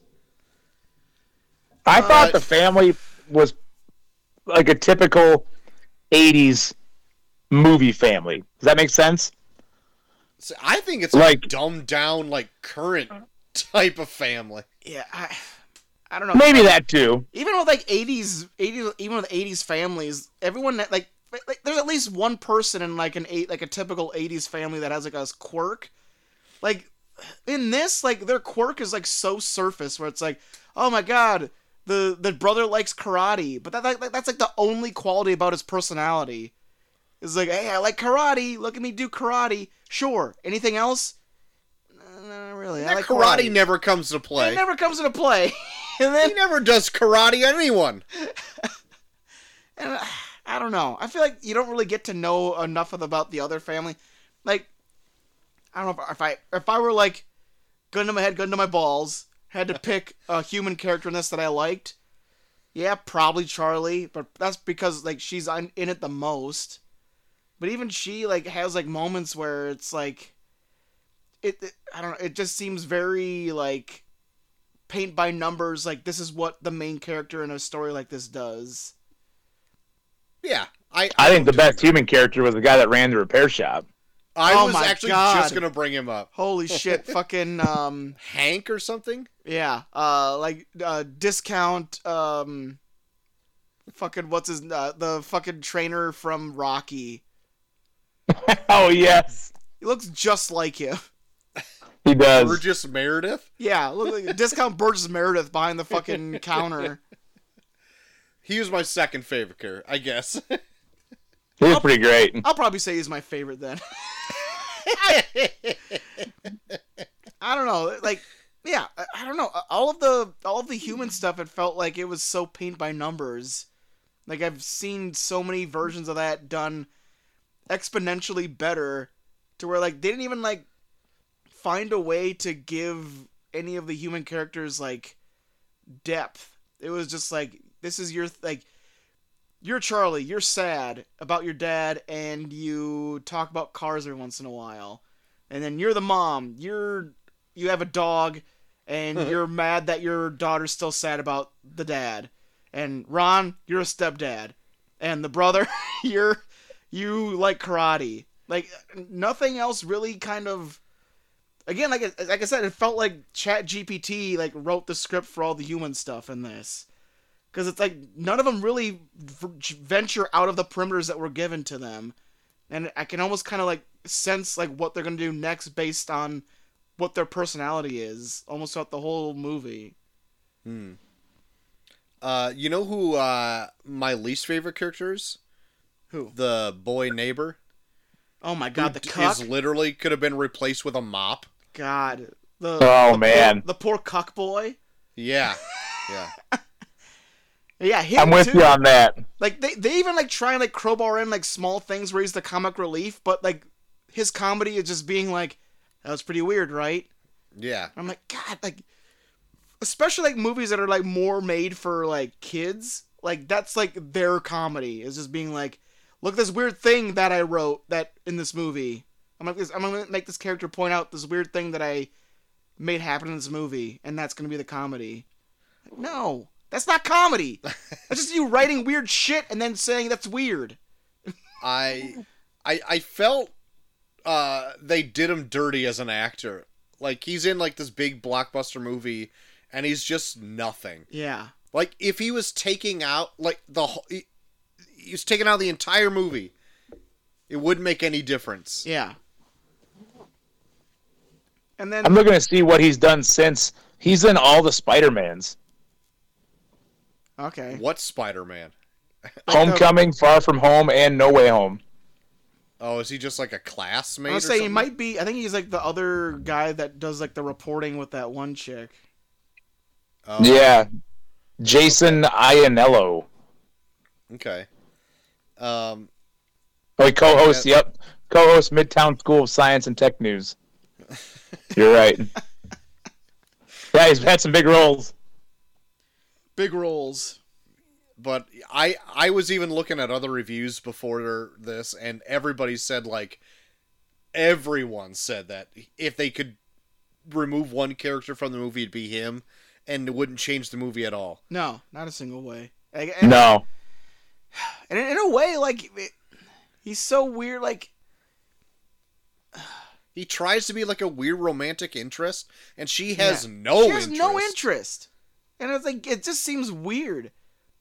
S2: I
S3: Uh,
S2: thought the family was like a typical 80s movie family. Does that make sense?
S3: So I think it's like
S2: Like-
S3: dumbed down, like current type of family.
S1: Yeah, I I don't know.
S2: Maybe that too.
S1: even with like 80s 80s even with 80s families everyone that like, like there's at least one person in like an eight like a typical 80s family that has like a quirk like in this like their quirk is like so surface where it's like oh my god the the brother likes karate but that, that that's like the only quality about his personality is like hey i like karate look at me do karate sure anything else no, not really i
S3: That
S1: like
S3: karate,
S1: karate,
S3: never comes to play.
S1: it never comes into play and then
S3: he never does karate on anyone.
S1: and uh, I don't know. I feel like you don't really get to know enough of about the other family. Like, I don't know if, if I if I were like gun to my head, gun to my balls, had to pick a human character in this that I liked. Yeah, probably Charlie, but that's because like she's on- in it the most. But even she like has like moments where it's like, it, it I don't know. It just seems very like paint by numbers. Like this is what the main character in a story like this does.
S3: Yeah, I
S2: I think the best human character was the guy that ran the repair shop.
S3: I
S1: Oh
S3: was
S1: my
S3: actually
S1: God.
S3: just gonna bring him up.
S1: Holy shit, fucking um
S3: Hank or something.
S1: yeah, uh like uh discount um fucking what's his uh, the fucking trainer from Rocky.
S2: *laughs* Oh yes,
S1: He looks just like him. *laughs*
S2: he does.
S3: Burgess Meredith.
S1: Yeah, look like discount Burgess Meredith behind the fucking counter.
S3: He was my second favorite character, I guess. *laughs*
S2: He was pretty great.
S1: I'll probably say he's my favorite then. I don't know, like yeah, I, I don't know. All of the all of the human stuff, it felt like it was so paint by numbers. Like I've seen so many versions of that done exponentially better, to where like they didn't even like find a way to give any of the human characters like depth. It was just like this is your like you're Charlie, you're sad about your dad, and you talk about cars every once in a while. And then you're the mom. You're you have a dog, and you're mad that your daughter's still sad about the dad. And Ron, you're a stepdad, and the brother, *laughs* you're you like karate. Like nothing else really kind of. Again, like I- like I said, it felt like Chat GPT like wrote the script for all the human stuff in this because it's like none of them really v- venture out of the perimeters that were given to them and i can almost kind of like sense like what they're gonna do next based on what their personality is almost throughout the whole movie
S3: Uh, you know who uh, my least favorite character is?
S1: Who?
S3: The boy neighbor.
S1: oh my god the
S3: d-
S1: cuck
S3: Is literally could have been replaced with a mop.
S1: god the
S2: Oh,
S1: the
S2: man.
S1: poor, the poor cuck boy *laughs*
S3: Yeah. Yeah.
S1: yeah him
S2: I'm with
S1: too.
S2: you on that.
S1: like they, they even like try and like crowbar in like small things where he's the comic relief but like his comedy is just being like that was pretty weird right
S3: Yeah.
S1: I'm like, God, like, especially like movies that are like more made for like kids. Like that's like their comedy is just being like, look at this weird thing that I wrote that in this movie. I'm like, this, I'm gonna make this character point out this weird thing that I made happen in this movie, and that's gonna be the comedy. Like, no, that's not *laughs* comedy. that's just you writing weird shit and then saying that's weird.
S3: I I I felt uh they did him dirty as an actor. Like he's in like this big blockbuster movie and he's just nothing.
S1: Yeah,
S3: Like if he was taking out like the whole he, he was taking out the entire movie, it wouldn't make any difference.
S1: yeah. And then
S2: I'm looking to see what he's done since he's in all the Spider Mans:
S1: okay.
S3: What Spider-Man?
S2: Homecoming, Far From Home, and No Way Home.
S3: Oh, is he just like a classmate?
S1: I
S3: or
S1: would say he
S3: something?
S1: might be. I think he's like the other guy that does like the reporting with that one chick.
S3: Oh,
S2: Yeah, Jason Ionello.
S3: Okay. Um.
S2: Oh, he co-hosts. Yep, co-hosts Midtown School of Science and Tech News. You're right. yeah, he's had some big roles.
S1: Big roles.
S3: but I I was even looking at other reviews before this, and everybody said like everyone said that if they could remove one character from the movie, it'd be him, and it wouldn't change the movie at all.
S1: No, not a single way. Like, And,
S2: No,
S1: and in a way, like it- he's so weird. Like
S3: He tries to be like a weird romantic interest, and she has no
S1: she has
S3: interest.
S1: no interest, and it's like it just seems weird.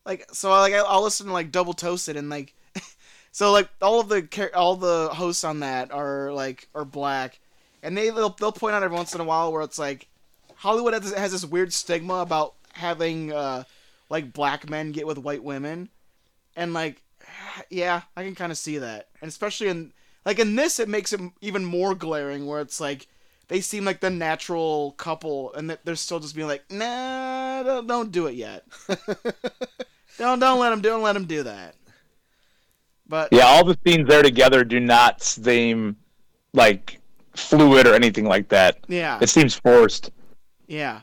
S1: Like so, like I- I'll listen to like Double Toasted and like, *laughs* so like all of the char- all the hosts on that are like are black, and they they'll, they'll point out every once in a while where it's like Hollywood has, has this weird stigma about having uh, like black men get with white women, and like, yeah, I can kind of see that, and especially in like in this, it makes it even more glaring where it's like they seem like the natural couple, and that they're still just being like, nah, don't, don't do it yet. don't don't let him don't let him do that. But
S2: yeah, all the scenes there together do not seem like fluid or anything like that.
S1: yeah,
S2: It seems forced.
S1: Yeah,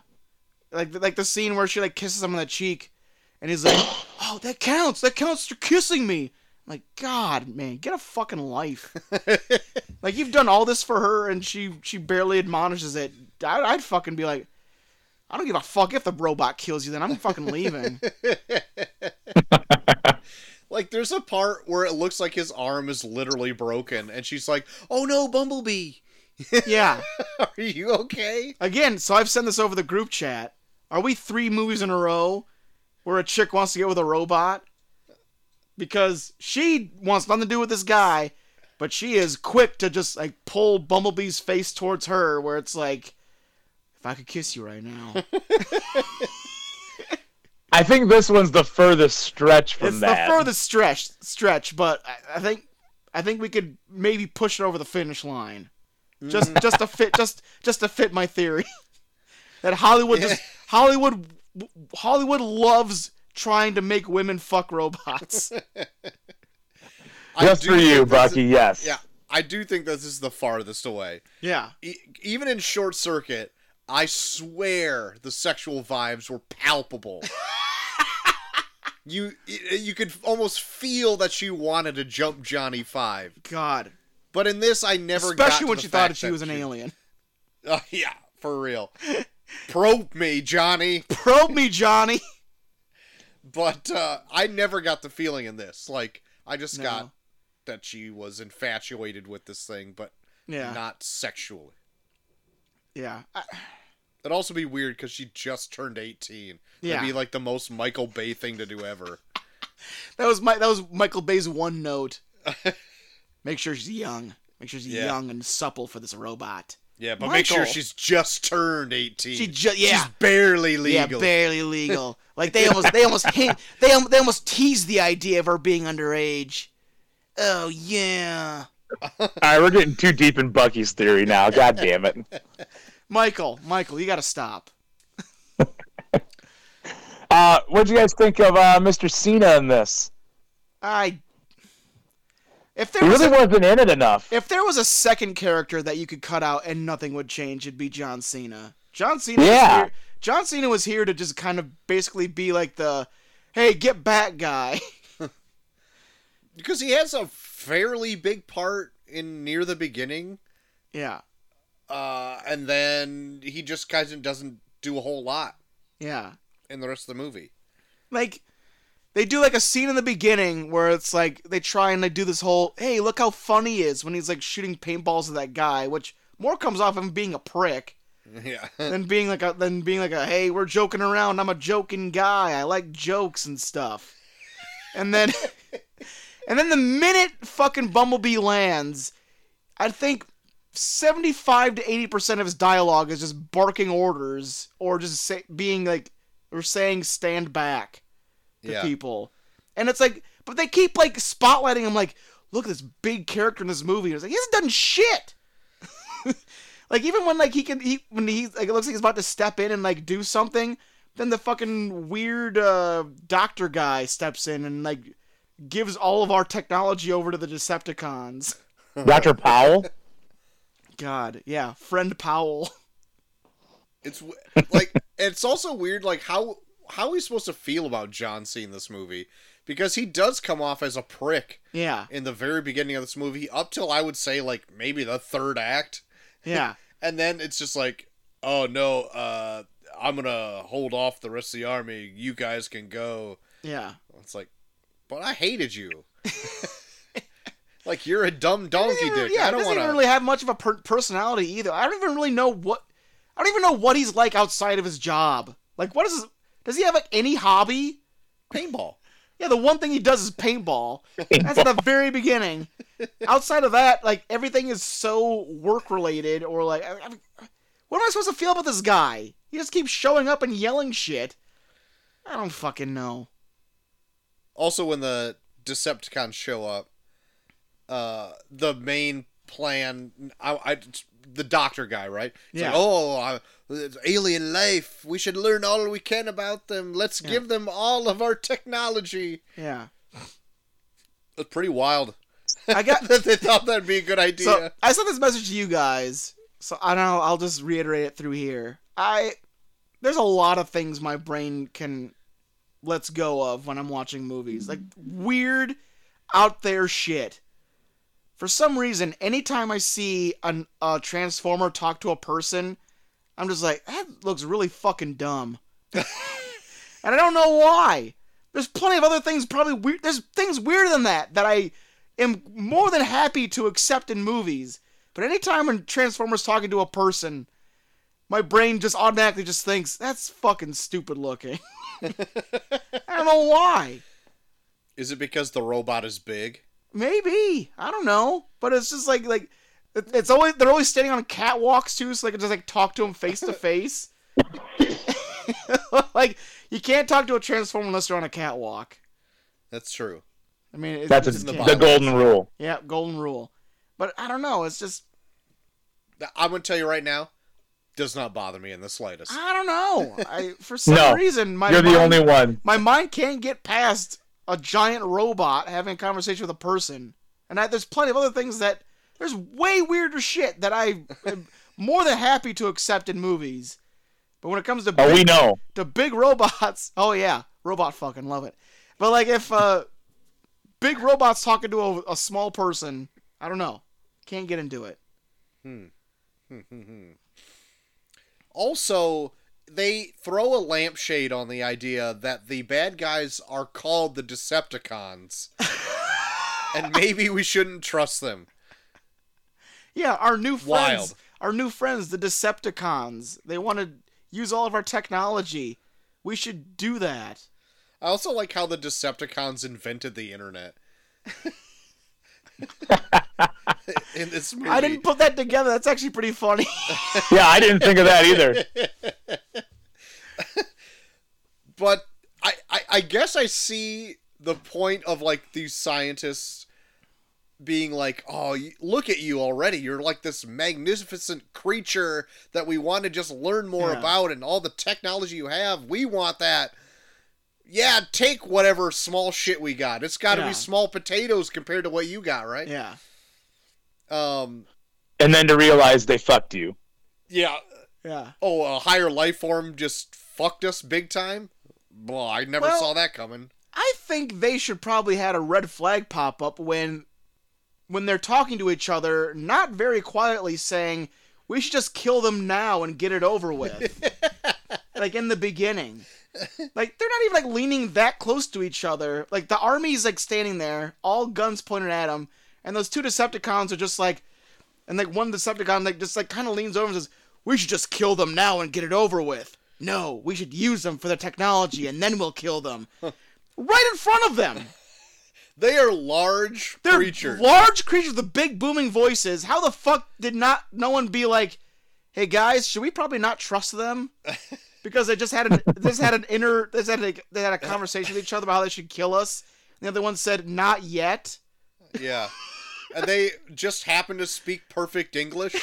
S1: like like the scene where she like kisses him on the cheek, and he's like, *gasps* "Oh, that counts. That counts. You're kissing me." I'm like, God, man, get a fucking life. like you've done all this for her, and she she barely admonishes it. I'd, I'd fucking be like, I don't give a fuck if the robot kills you. Then I'm fucking leaving.
S3: Like, there's a part where it looks like his arm is literally broken, and she's like, "Oh no, Bumblebee, *laughs*
S1: yeah.
S3: are you okay?"
S1: Again, so I've sent this over the group chat. Are we three movies in a row where a chick wants to get with a robot? because she wants nothing to do with this guy, but she is quick to just like pull Bumblebee's face towards her, where it's like, if I could kiss you right now,
S2: I think this one's the furthest stretch from
S1: it's
S2: that.
S1: the furthest stretch stretch, but I, I think I think we could maybe push it over the finish line, just
S3: Mm.
S1: just to fit just just to fit my theory *laughs* that Hollywood
S3: *laughs*
S1: just Hollywood Hollywood loves trying to make women fuck
S3: *laughs*
S1: robots.
S3: I
S2: Just
S3: do
S2: for you,
S3: think this
S2: Bucky.
S3: is-
S2: Yes.
S3: yeah, I do think this is the farthest away.
S1: yeah.
S3: E- even in Short Circuit, I swear the sexual vibes were
S1: *laughs*
S3: palpable. you y- you could almost feel that she wanted to jump Johnny Five,
S1: God.
S3: but in this, I never. got
S1: Especially
S3: to
S1: when
S3: the
S1: she thought
S3: fact
S1: that she was an alien. *laughs*
S3: Uh, yeah, for real. Probe me, Johnny.
S1: Probe me, Johnny.
S3: But uh, I never got the feeling in this. Like I just
S1: No.
S3: got that she was infatuated with this thing, but
S1: Yeah.
S3: *laughs* *laughs* not sexually.
S1: Yeah. I-
S3: That'd also be weird because she just turned 18.
S1: Yeah.
S3: That'd be like the most Michael Bay thing to do ever.
S1: that was my that was Michael Bay's one note. Make sure she's young. Make sure she's
S3: Yeah.
S1: young and supple for this robot.
S3: Yeah, but make sure
S1: Michael.
S3: she's just turned 18.
S1: She just yeah.
S3: She's barely
S1: yeah,
S3: legal.
S1: barely
S2: *laughs*
S1: legal. Like they almost they almost hint they al- they almost tease the idea of her being underage. Oh yeah.
S2: All right, we're getting too deep in Bucky's theory now. God damn it.
S1: Michael, Michael, you got to stop.
S2: Uh, what'd you guys think of uh, Mr. Cena in this?
S1: I If there
S2: He
S1: was
S2: really
S1: a-
S2: wasn't in it enough.
S1: If there was a second character that you could cut out and nothing would change, it'd be John Cena. John Cena.
S2: Yeah.
S1: Was here, John Cena was here to just kind of basically be like the, hey, get back guy. *laughs*
S3: Because he has a fairly big part in near the beginning,
S1: yeah.
S3: uh, and then he just kind of doesn't do a whole lot
S1: Yeah.
S3: in the rest of the movie.
S1: Like, they do like a scene in the beginning where it's like they try and they do this whole, hey, look how funny he is when he's like shooting paintballs at that guy, which more comes off of him being a prick.
S3: *laughs* Yeah.
S1: than being like a than being like a hey we're joking around i'm a joking guy i like jokes and stuff and then *laughs* and then the minute fucking bumblebee lands i think 75 to 80 percent of his dialogue is just barking orders or just say, being like or saying stand back to
S3: yeah.
S1: people and it's like but they keep like spotlighting him like look at this big character in this movie it's like he hasn't done shit *laughs* like even when like he can he when he like it looks like he's about to step in and like do something then the fucking weird uh doctor guy steps in and like gives all of our technology over to the decepticons *laughs*
S2: Dr. Powell?
S1: god yeah friend powell
S3: *laughs*
S1: *laughs*
S3: It's w- like it's also weird like how how are we supposed to feel about John Cena in this movie? Because he does come off as a prick *laughs*
S1: yeah
S3: in the very beginning of this movie up till I would say like maybe the third act.
S1: yeah
S3: And then it's just like, "Oh no, uh I'm going to hold off the rest of the army. You guys can go."
S1: yeah
S3: It's like, "But I
S1: *laughs*
S3: hated you." like you're a dumb donkey dick.
S1: Yeah,
S3: I don't
S1: doesn't
S3: want to
S1: even really have much of a per- personality either. I don't even really know what. I don't even know what he's like outside of his job. Like, what is? His, does he have like any hobby?
S3: paintball.
S1: Yeah, the one thing he does is paintball. That's at the very beginning. Outside of that, like everything is so work related, or like, I, I- what am I supposed to feel about this guy? He just keeps showing up and yelling shit. I don't fucking know.
S3: also when the Decepticons show up, uh, the main plan, I, I- the doctor guy, right? It's
S1: Yeah.
S3: Like, oh, I, it's alien life. We should learn all we can about them. Let's give them all of our technology.
S1: Yeah,
S3: It's pretty wild.
S1: I got.
S3: *laughs* that they thought that'd be a good idea.
S1: So I sent this message to you guys. So I don't know. I'll just reiterate it through here. I there's a lot of things my brain can lets go of when I'm watching movies, like weird, out there shit. For some reason, anytime I see an, a transformer talk to a person, I'm just like, that looks really fucking dumb, and I don't know why. There's plenty of other things probably weird. There's things weirder than that that I am more than happy to accept in movies. But anytime when Transformers talking to a person, my brain just automatically just *laughs* thinks that's fucking stupid looking. I don't know why.
S3: Is it because the robot is big?
S1: Maybe I don't know, but it's just like like it- it's always they're always standing on catwalks too, so they can just like talk to them face to face. *laughs* Like you can't talk to a transformer unless they're on a catwalk.
S3: That's true.
S1: I mean, it's,
S2: That's a,
S1: it's
S3: the
S2: the golden rule.
S1: yeah golden rule, but I don't know. It's just
S3: Th- I'm gonna tell you right now, does not bother me in the slightest.
S1: I don't know. I
S2: *laughs*
S1: for some
S2: No,
S1: reason my
S2: You're the
S1: mind-
S2: only one.
S1: my mind can't get past a giant robot having a conversation with a person. And I, there's plenty of other things that there's way weirder shit that I
S2: *laughs*
S1: am more than happy to accept in movies. But when it comes to
S2: Oh,
S1: big,
S2: we know.
S1: to big robots, *laughs* oh yeah, robot fucking love it. But like if uh, big robots talking to a, a small person, I don't know, can't get into it.
S3: Also, they throw a lampshade on the idea that the bad guys are called
S1: *laughs*
S3: the Decepticons, and maybe we shouldn't trust them.
S1: Yeah, our new friends,
S3: Wild.
S1: our new friends, the Decepticons. They want to use all of our technology. We should do that.
S3: I also like how the Decepticons invented
S1: *laughs*
S3: the internet. *laughs* in this movie,
S1: I didn't put that together. That's actually pretty funny. *laughs*
S2: Yeah, I didn't think of that either.
S3: but I, I I guess I see the point of like these scientists being like, "Oh, you- look at you already. You're like this magnificent creature that we want to just learn more
S1: Yeah.
S3: about and all the technology you have. We want that." Yeah, take whatever small shit we got. It's got to
S1: Yeah.
S3: be small potatoes compared to what you got, right?
S1: yeah.
S3: Um
S2: And then to realize they fucked you.
S3: yeah,
S1: Yeah.
S3: oh, a higher life form just fucked us big time. Well, I never
S1: Well-
S3: saw that coming.
S1: I think they should probably had a red flag pop up when when they're talking to each other, not very quietly saying, "We should just kill them now and get it over with." like in the beginning. Like they're not even like leaning that close to each other. Like the army's like standing there, all guns pointed at them, and those two Decepticons are just like and like one Decepticon like just like kind of leans over and says, "We should just kill them now and get it over with." No, we should use them for their technology and then we'll kill them. right in front of them.
S3: They are large
S1: They're
S3: creatures.
S1: large creatures with big booming voices. How the fuck did not no one be like, "Hey guys, should we probably not trust
S3: *laughs*
S1: them?" Because they just had an they just had an inner they just had a, they had a conversation with each other about how they should kill us. And the other one said, "Not yet."
S3: Yeah. And they just happen to speak perfect English.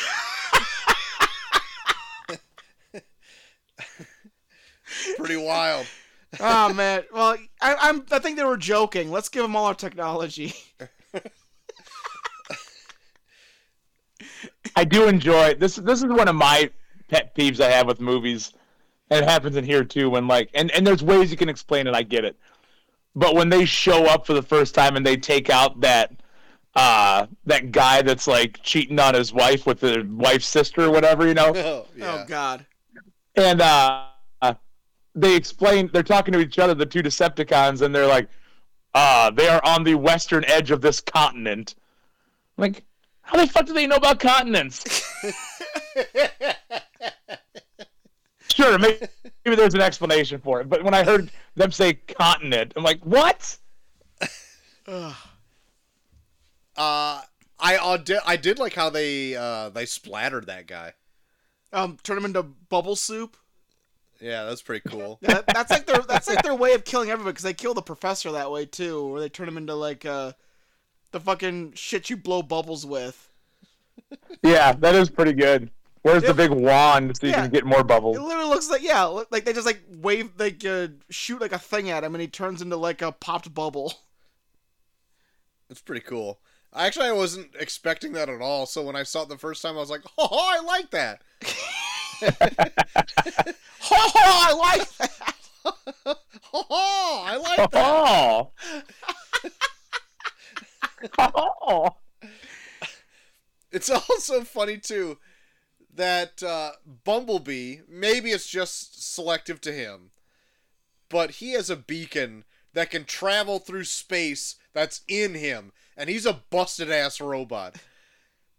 S3: Pretty wild.
S1: Oh
S3: *laughs*
S1: man. Well, I, I'm I think they were joking. Let's give them all our technology. *laughs* Oh,
S2: I do enjoy this. This is one of my pet peeves I have with movies, and it happens in here too. When like, and and there's ways you can explain it. I get it, but when they show up for the first time and they take out that uh that guy that's like cheating on his wife with the wife's sister or whatever, you know,
S3: Oh, yeah.
S1: Oh god.
S2: and uh uh, they explain they're talking to each other, the two Decepticons, and they're like, uh, they are on the western edge of this continent. Like, how the fuck do they know about continents? Sure, may- maybe, there's an explanation for it. But when I heard them say continent, I'm like, what?
S3: Uh, I audi- I did like how they uh, they splattered that guy.
S1: Um, turn them into bubble soup.
S3: Yeah, that's pretty cool.
S1: Yeah, that- that's like their that's like their way of killing everybody because they kill the professor that way too, where they turn him into like uh, the fucking shit you blow bubbles with.
S2: Yeah, that is pretty good. Where's the big wand so you
S1: Yeah.
S2: can get more
S1: It
S2: bubbles?
S1: literally looks like yeah, li- like they just like wave like uh, shoot like a thing at him and he turns into like a popped bubble. *laughs*
S3: That's pretty cool. Actually, I wasn't expecting that at all. So when I saw it the first time, I was like, "Oh, I like that."
S1: Ho ho! Oh, I like that.
S3: Oh, I like that.
S2: *laughs* Oh. oh.
S3: It's *laughs* also funny too that uh, Bumblebee, maybe it's just selective to him, but he has a beacon that can travel through space that's in him, and he's a busted ass robot.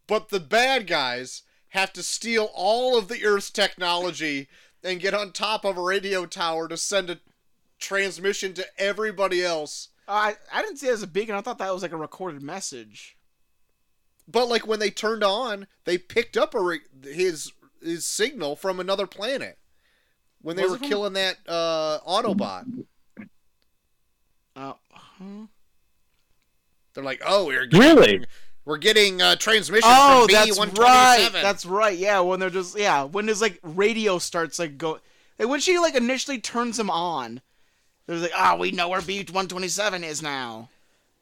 S3: But the bad guys have to steal all of the Earth's technology and get on top of a radio tower to send a transmission to everybody else
S1: I I didn't see it as a beacon. I thought that was like a recorded message.
S3: But like when they turned on, they picked up a re- his his signal from another planet when they
S1: Was it
S3: were
S1: from-
S3: killing that uh, Autobot.
S1: Uh, huh?
S3: They're like, "Oh, we're getting,
S2: Really?
S3: we're getting uh, transmission
S1: Oh,
S3: from
S1: that's
S3: B127."
S1: right. That's right. Yeah, when they're just yeah, when there's like radio starts like go, like when she like initially turns him on, there's like ah, we know where B one twenty seven is now.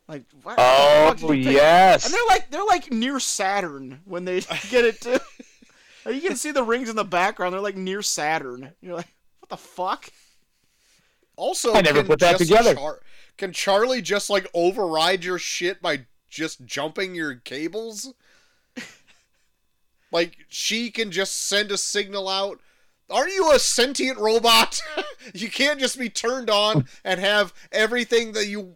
S1: Like what? the
S2: Oh
S1: fuck did you think?
S2: yes.
S1: And they're like they're like near Saturn when they get it too. Like, you can see the rings in the background. They're like near Saturn. You're like, what the fuck?
S3: also
S2: I never
S3: can
S2: put that
S3: just
S2: together.
S3: Char- can Charlie just like override your shit by just jumping
S2: *laughs*
S3: your cables? like she can just send a signal out. Are you a sentient robot? *laughs* you can't just be turned on and have everything that you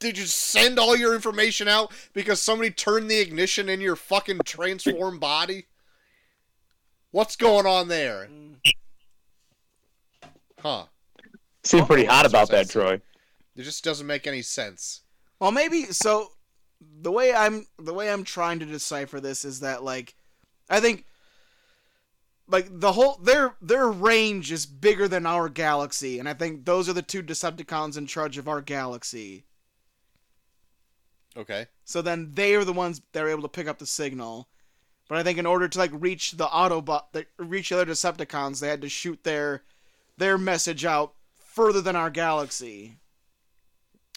S3: did you send all your information out because somebody turned the ignition in your fucking transform body? What's going on there? Huh.
S2: Seem pretty hot about that, Troy.
S3: It just doesn't make any sense.
S1: Well, maybe so. The way I'm the way I'm trying to decipher this is that like, I think like the whole their their range is bigger than our galaxy, and I think those are the two Decepticons in charge of our galaxy.
S3: Okay.
S1: So then they are the ones that are able to pick up the signal. But I think in order to like reach the Autobot, the, reach the other Decepticons, they had to shoot their their message out further than our galaxy.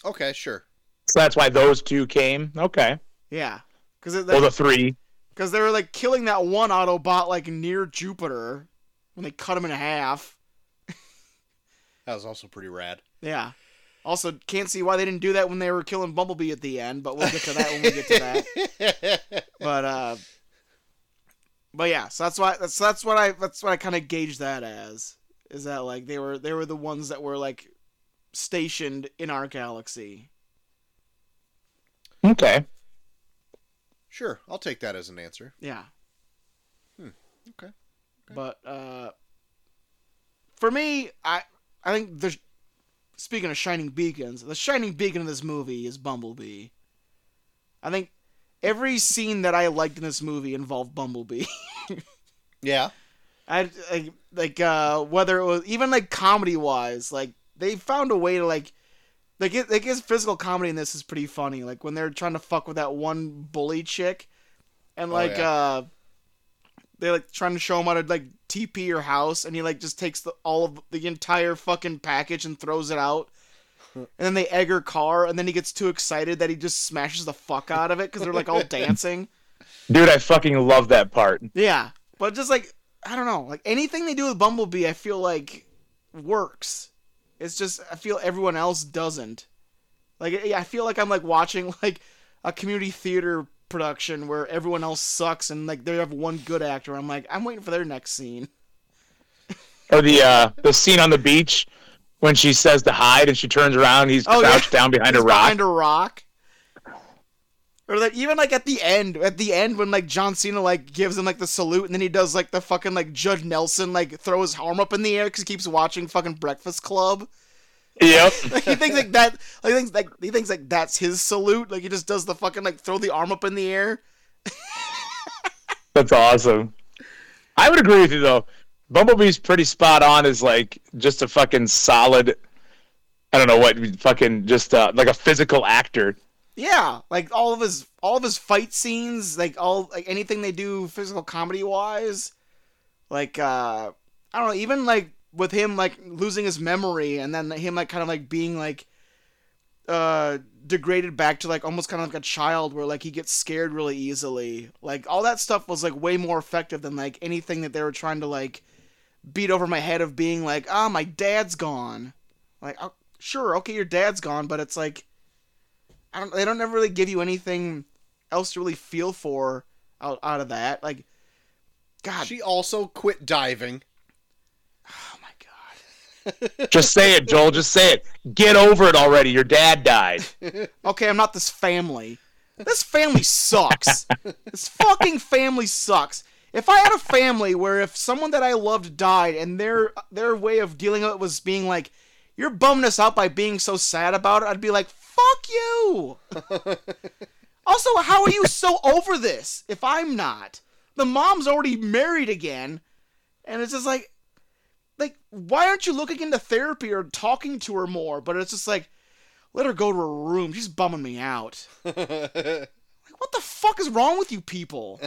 S3: Okay, sure.
S2: So that's why those two came. Okay.
S1: Yeah, because
S2: Well, the three.
S1: because they were like killing that one Autobot like near Jupiter when they cut him in half.
S3: That was also pretty rad.
S1: Yeah. Also, can't see why they didn't do that when they were killing Bumblebee at the end, but we'll get to that when we get to
S3: *laughs*
S1: that. But uh, but yeah, so that's why that's that's what I that's what I kind of gauge that as is that like they were they were the ones that were like stationed in our galaxy.
S2: Okay.
S3: sure, I'll take that as an answer.
S1: Yeah.
S3: Hmm. okay.
S1: But uh, for me, I I think the speaking of shining beacons, the shining beacon of this movie is Bumblebee. I think every scene that I liked in this movie involved Bumblebee. *laughs*
S3: Yeah.
S1: I like like uh, whether it was even like comedy wise, like they found a way to like. Like, it, like his physical comedy in this is pretty funny. Like when they're trying to fuck with that one bully chick, and
S3: Oh,
S1: like
S3: yeah.
S1: uh, they're like trying to show him how to like TP your house, and he like just takes the all of the entire fucking package and throws it
S3: *laughs*
S1: out. And then they egg her car, and then he gets too excited that he just smashes the fuck out of it because they're like
S3: *laughs*
S1: all dancing.
S2: Dude, I fucking love that part.
S1: Yeah, but just like I don't know, like anything they do with Bumblebee, I feel like works. It's just I feel everyone else doesn't. Like I I feel like I'm like watching *laughs* like a community theater production where everyone else sucks and like they have one good actor. I'm like I'm waiting for their next scene.
S2: Or the uh the scene on the beach when she says to hide and she turns around, he's
S1: Oh, yeah.
S2: crouched down behind
S1: He's
S2: a rock.
S1: Behind a rock. Or like even like at the end, at the end when like John Cena like gives him like the salute and then he does like the fucking like Judge Nelson like throw his arm up in the air because he keeps watching fucking Breakfast Club.
S2: Yep.
S1: like he thinks like that. Like he thinks like he thinks like that's his salute. Like he just does the fucking like throw the arm up in the air.
S2: That's awesome. I would agree with you though. Bumblebee's pretty spot on as like just a fucking solid I don't know what fucking just uh, like a physical actor.
S1: Yeah, like all of his all of his fight scenes, like all like anything they do physical comedy wise, like uh I don't know, even like with him like losing his memory and then him like kind of like being like uh degraded back to like almost kind of like a child where like he gets scared really easily. Like all that stuff was like way more effective than like anything that they were trying to like beat over my head of being like, "Ah, my dad's gone." Like, oh, sure, okay, your dad's gone, but it's like I don't. They don't ever really give you anything else to really feel for out out of that. Like, God,
S3: She also quit diving. *laughs*
S1: oh my God.
S2: Just say it, Joel, just say it. Get over it already. Your dad died.
S1: Okay, I'm not this family. This family sucks. this fucking family sucks. If I had a family where if someone that I loved died and their their way of dealing with it was being like, you're bumming us out by being so sad about it, I'd be like, fuck you. also, how are you so over this if I'm not? The mom's already married again, and it's just like, like, why aren't you looking into therapy or talking to her more? But it's just like, let her go to her room. She's bumming me out. Like, what the fuck is wrong with you people?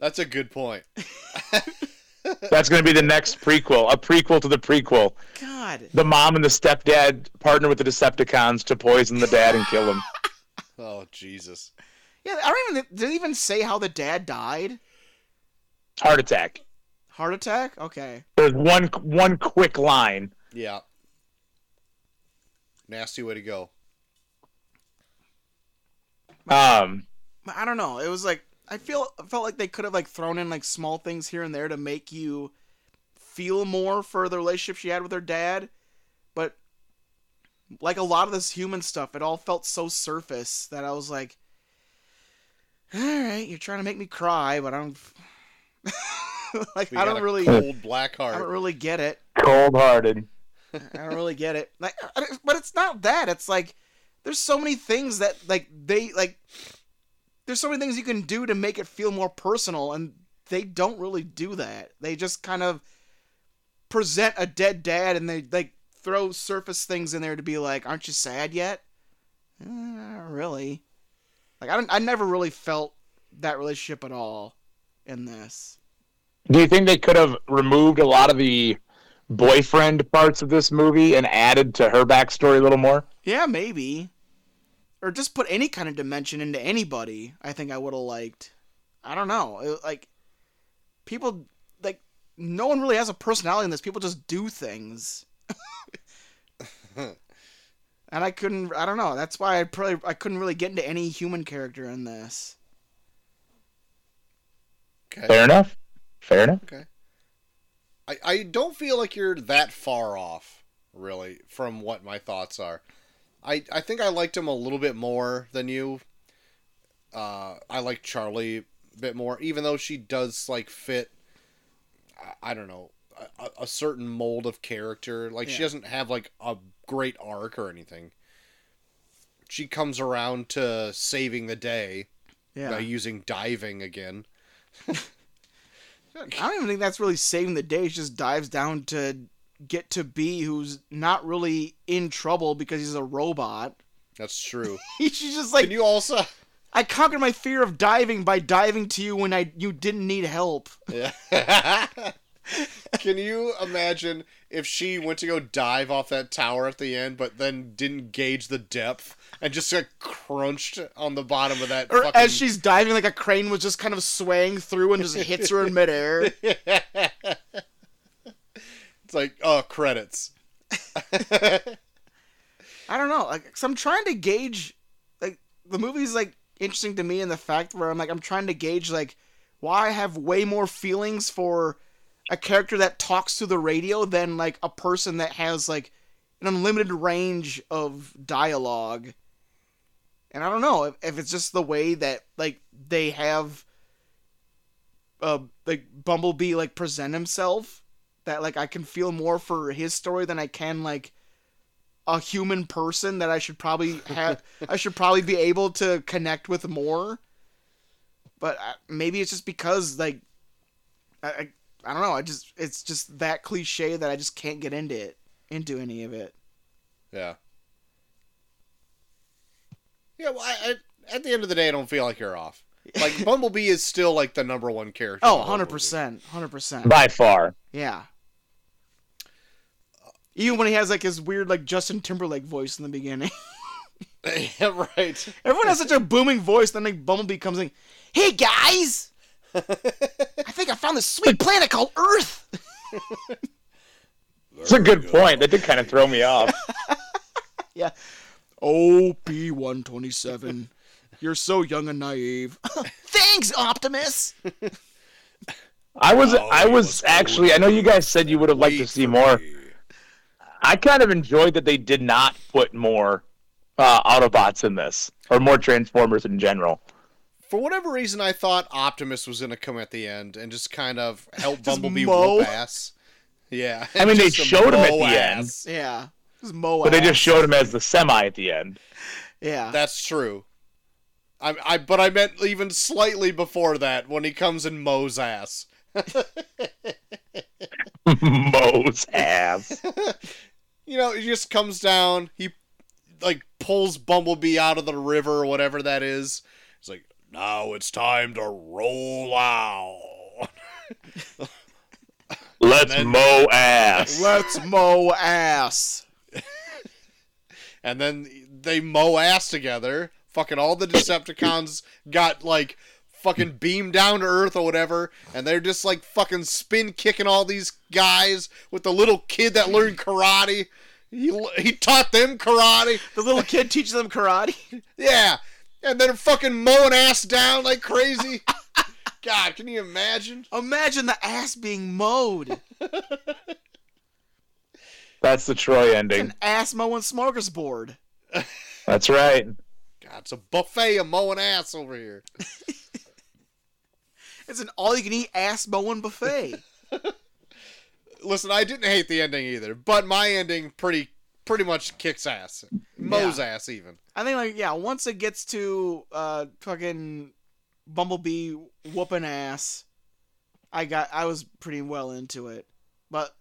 S3: That's a good point.
S2: That's going to be the next prequel, a prequel to the prequel.
S1: God.
S2: The mom and the stepdad partner with the Decepticons to poison the dad and kill him.
S3: Oh Jesus.
S1: Yeah, I don't even. Did it even say how the dad died?
S2: Heart attack.
S1: Heart attack? Okay.
S2: There's one one quick line.
S3: Yeah. Nasty way to go.
S2: Um,
S1: But I don't know. It was like I feel I felt like they could have like thrown in like small things here and there to make you feel more for the relationship she had with her dad, but like a lot of this human stuff, it all felt so surface that I was like, "All right, you're trying to make me cry, but I'm *laughs* like
S3: We
S1: I
S3: got
S1: don't
S3: a
S1: really
S3: cold black
S1: I don't
S3: heart.
S1: really get it."
S2: cold hearted.
S1: I don't really get it. Like, I- I- but it's not that. It's like there's so many things that like they like. There's so many things you can do to make it feel more personal, and they don't really do that. They just kind of present a dead dad, and they like throw surface things in there to be like, "Aren't you sad yet?" Uh, not really. Like I don't. I never really felt that relationship at all in this.
S2: Do you think they could have removed a lot of the boyfriend parts of this movie and added to her backstory a little more?
S1: Yeah, maybe. Or just put any kind of dimension into anybody. I think I would have liked. I don't know. It- like people like no one really has a personality in this. People just do things. and I couldn't I don't know. That's why I probably I couldn't really get into any human character in this.
S3: Okay.
S2: Fair enough. Fair enough.
S3: I, I don't feel like you're that far off, really, from what my thoughts are. I, I think I liked him a little bit more than you. Uh, I like Charlie a bit more, even though she does like fit. I, I don't know a- a, a certain mold of character. Like she
S1: Yeah.
S3: doesn't have like a great arc or anything. She comes around to saving the day
S1: Yeah.
S3: by using diving again.
S1: I don't even think that's really saving the day. She just dives down to get to B who's not really in trouble because he's a robot. *laughs*
S3: That's true. *laughs*
S1: She's just like
S3: Can you also?
S1: I conquered my fear of diving by diving to you when I you didn't need help.
S3: Yeah. *laughs* Can you imagine if she went to go dive off that tower at the end, but then didn't gauge the depth and just got crunched on the bottom of that?
S1: Or
S3: fucking...
S1: as she's diving, like a crane was just kind of swaying through and just hits her in midair.
S3: *laughs* it's like, oh, credits. *laughs*
S1: I don't know. Like, so I'm trying to gauge, like the movie's like interesting to me in the fact where I'm like I'm trying to gauge like why I have way more feelings for a character that talks to the radio than like a person that has like an unlimited range of dialogue. And I don't know if, if it's just the way that like they have uh like Bumblebee like present himself that like I can feel more for his story than I can like a human person that I should probably have I should probably be able to connect with more. But I, maybe it's just because like I, I I don't know, I just it's just that cliche that I just can't get into it into any of it.
S3: Yeah. Yeah, well, I, I, at the end of the day, I don't feel like you're off.
S1: *laughs*
S3: Like, Bumblebee is still, like, the number one character. in
S1: Oh,
S3: the whole movie.
S1: 100%. 100%.
S2: By far.
S1: Yeah. Even when he has like his weird like Justin Timberlake voice in the beginning.
S3: *laughs*
S1: *laughs*
S3: yeah, right.
S1: Everyone has such a booming voice, then like Bumblebee comes in, Hey guys! I think I found this sweet planet called Earth!
S2: It's a good point. That did kind of throw me off.
S1: Yeah. OP 127. You're so young and naive. *laughs* Thanks, Optimus!
S2: I was I was actually I know you guys said you would have liked to see more. I kind of enjoyed that they did not put more uh, Autobots in this or more Transformers in general.
S3: for whatever reason, I thought Optimus was going to come at the end and just
S1: *laughs*
S3: kind of help
S1: Just
S3: Bumblebee
S1: mow.
S3: whoop ass. Yeah.
S2: I
S3: *laughs*
S2: mean, they
S3: Just
S2: showed him at
S3: mow
S2: the
S3: ass.
S1: Yeah. This is Moab.
S2: But they just showed him as the semi at the end.
S1: Yeah.
S3: That's true. I, I, but I meant even slightly before that when he comes and mows ass.
S2: Moe's ass.
S3: You know, he just comes down. He like pulls Bumblebee out of the river or whatever that is. It's like now it's time to roll out.
S2: Let's mow ass.
S1: Let's mow ass.
S3: and then they mow ass together. Fucking all the Decepticons got like fucking beamed down to earth or whatever, and they're just like fucking spin kicking all these guys with the little kid that learned karate. He, he taught them karate.
S1: The little kid teaches them karate.
S3: Yeah. And they're fucking mowing ass down like crazy. God, can you imagine?
S1: *laughs* Imagine the ass being mowed.
S2: That's the Troy ending.
S1: An ass mowing smorgasbord.
S2: That's right.
S3: God, it's a buffet of mowing ass over here.
S1: It's an all you can eat ass mowing buffet.
S3: Listen, I didn't hate the ending either, but my ending pretty pretty much kicks ass. Mows ass even.
S1: I think like yeah, once it gets to uh fucking Bumblebee whooping ass, I got I was pretty well into it. But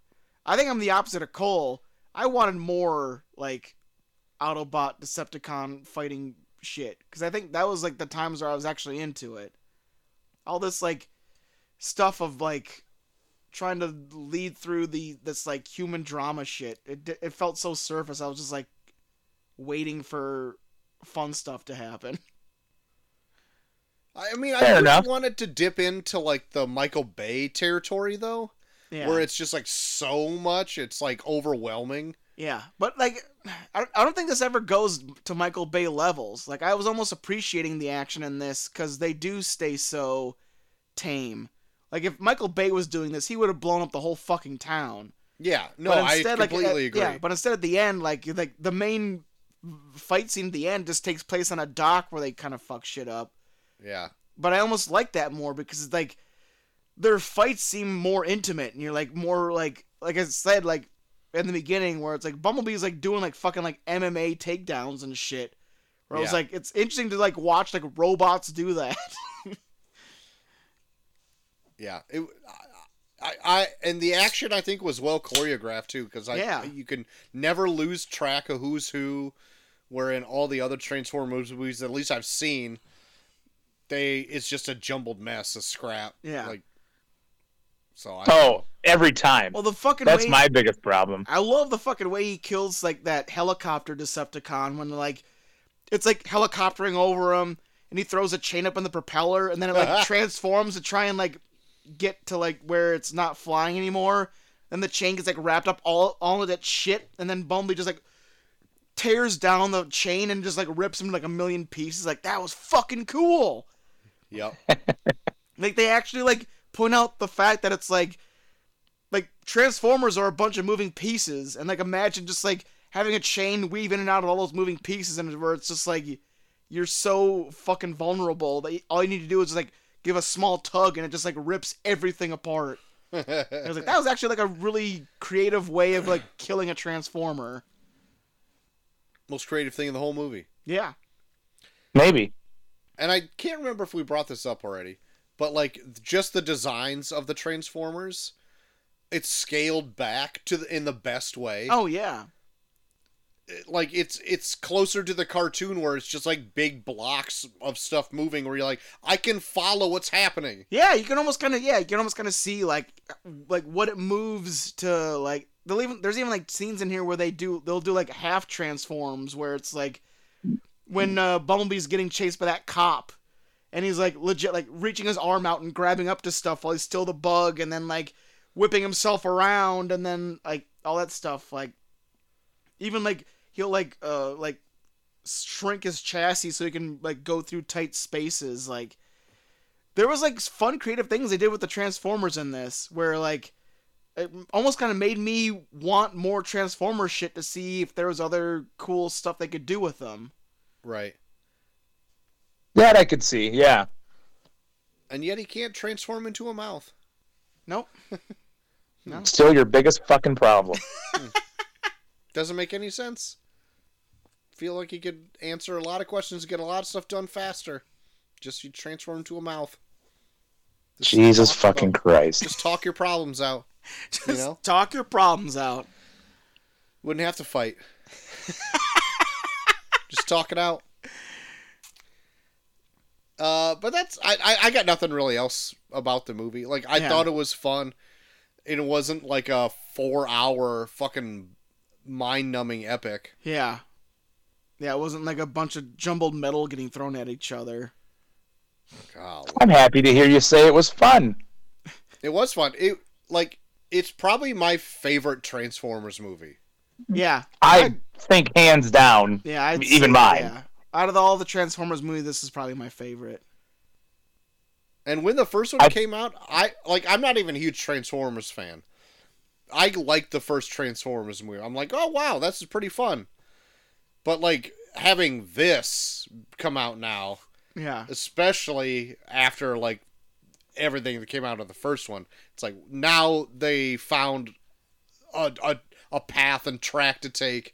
S1: I think I'm the opposite of Cole. I wanted more like Autobot Decepticon fighting shit cuz I think that was like the times where I was actually into it. All this like stuff of like trying to lead through the this like human drama shit. It di- it felt so surface. I was just like waiting for fun stuff to happen.
S3: I I mean, I
S2: Fair
S3: really
S2: enough.
S3: wanted to dip into like the Michael Bay territory though,
S1: Yeah.
S3: where it's just like so much, it's like overwhelming.
S1: yeah. But like I, I don't think this ever goes to Michael Bay levels. Like I was almost appreciating the action in this cuz they do stay so tame. Like if Michael Bay was doing this, he would have blown up the whole fucking town.
S3: Yeah, no,
S1: But
S3: I
S1: instead, like,
S3: completely
S1: at-
S3: agree.
S1: Yeah, but instead at the end, like like the main fight scene at the end just takes place on a dock where they kind of fuck shit up.
S3: yeah.
S1: but I almost like that more because it's like their fights seem more intimate and you're like more like like I said like in the beginning where it's like Bumblebee's like doing like fucking like MMA takedowns and shit. Where I was
S3: Yeah.
S1: like it's interesting to like watch like robots do that. *laughs*
S3: Yeah, it. I, I, I and the action I think was well choreographed too, because I
S1: Yeah.
S3: you can never lose track of who's who. Where in all the other Transformers movies, at least I've seen, they it's just a jumbled mess, a scrap.
S1: Yeah.
S3: Like. So I.
S2: Oh, every time.
S1: well, the fucking
S2: That's
S1: way-
S2: my biggest problem.
S1: I love the fucking way he kills like that helicopter Decepticon when like it's like helicoptering over him and he throws a chain up in the propeller and then it like transforms to try and like get to like where it's not flying anymore. Then the chain gets like wrapped up all all of that shit and then Bumblebee just like tears down the chain and just like rips him like a million pieces. Like that was fucking cool.
S3: Yep.
S1: Like they actually like point out the fact that it's like like Transformers are a bunch of moving pieces and like imagine just like having a chain weave in and out of all those moving pieces and where it's just like you're so fucking vulnerable that all you need to do is like give a small tug and it just like rips everything apart. I was like that was actually like a really creative way of like killing a transformer.
S3: *laughs* Most creative thing in the whole movie.
S1: Yeah.
S2: Maybe.
S3: and I can't remember if we brought this up already, but like just the designs of the Transformers, it's scaled back to the, in the best way.
S1: Oh yeah.
S3: It- Like it's it's closer to the cartoon where it's just like big blocks of stuff moving where you're like I can follow what's happening.
S1: Yeah, you can almost kind of yeah, you can almost kind of see like like what it moves to like they'll even there's even like scenes in here where they do they'll do like half transforms where it's like when uh, Bumblebee's getting chased by that cop and he's like legit like reaching his arm out and grabbing up to stuff while he's still the bug and then like whipping himself around and then like all that stuff like even like he'll like uh like shrink his chassis so he can like go through tight spaces like there was like fun creative things they did with the transformers in this where like it almost kind of made me want more transformer shit to see if there was other cool stuff they could do with them
S3: Right.
S2: That I could see. Yeah.
S3: and yet he can't transform into a mouth.
S1: Nope.
S2: Still your biggest fucking problem.
S3: Doesn't make any sense. Feel like he could answer a lot of questions, get a lot of stuff done faster. Just you transform into a mouth. Just
S2: Jesus
S3: talk about-
S2: fucking Christ.
S3: Just talk your problems out.
S1: *laughs* Just
S3: know?
S1: talk your problems out.
S3: Wouldn't have to fight. Just talk it out. Uh, but that's I, I I got nothing really else about the movie. Like I
S1: Yeah.
S3: thought it was fun. It wasn't like a four hour fucking mind numbing epic.
S1: Yeah. Yeah, it wasn't like a bunch of jumbled metal getting thrown at each other.
S3: God,
S2: I'm happy to hear you say it was fun.
S3: it was fun. It like it's probably my favorite Transformers movie.
S1: Yeah.
S2: I think hands down.
S1: Yeah, I'd
S2: Even
S1: say-
S2: mine.
S1: Yeah. Out of all the Transformers movies, this is probably my favorite.
S3: And when the first one
S2: I-
S3: came out, I like I'm not even a huge Transformers fan. I liked the first Transformers movie. I'm like, oh wow, this is pretty fun. But like having this come out now,
S1: Yeah.
S3: especially after like everything that came out of the first one, it's like now they found a a, a path and track to take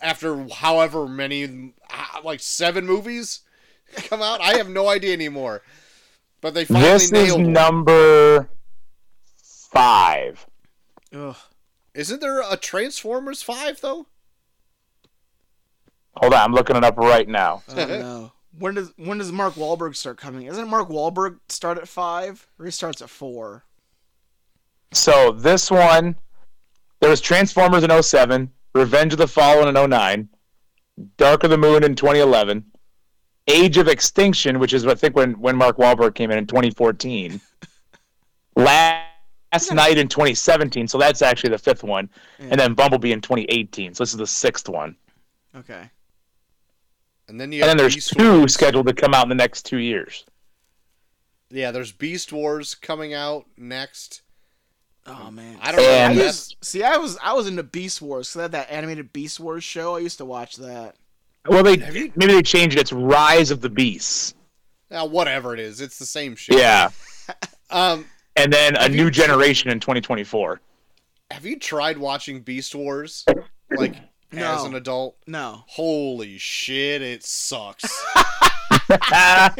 S3: after however many ah, like seven movies *laughs* come out. I have no idea anymore. But they finally
S2: This is
S3: nailed one.
S2: number five.
S1: Ugh.
S3: Isn't there a Transformers 5 though?
S2: Hold on, I'm looking it up right now.
S1: I don't know. When does when does Mark Wahlberg start coming? Isn't Mark Wahlberg start at five? Or he starts at four.
S2: So this one, there was Transformers in 07, Revenge of the Fallen in 09, Dark of the Moon in 2011, Age of Extinction, which is I think when, when Mark Wahlberg came in in
S3: *laughs*
S2: 2014, Last Night in 2017, so that's actually the fifth one, and then Bumblebee in 2018, so this is the sixth one.
S1: Okay.
S3: And then
S2: And
S3: you
S2: then
S3: have
S2: there's
S3: Beast
S2: two
S3: Wars.
S2: scheduled to come out in the next two years.
S3: Yeah, there's Beast Wars coming out next.
S1: Oh man.
S3: I don't
S2: And-
S3: know.
S1: I
S3: That's-
S1: used, see, I was I was into Beast Wars. So they had that animated Beast Wars show. I used to watch that.
S2: Well, they
S3: Have you-
S2: maybe they changed it. It's Rise of the Beasts.
S3: Ah, whatever it is, it's the same shit.
S2: Yeah,
S3: Um,
S2: and then a
S3: Have
S2: new
S3: you-
S2: generation in *laughs* 2024.
S3: have you tried watching Beast Wars like
S1: No.
S3: as an adult?
S1: No.
S3: Holy shit,
S1: *laughs*
S3: it sucks. *laughs*
S2: Ah,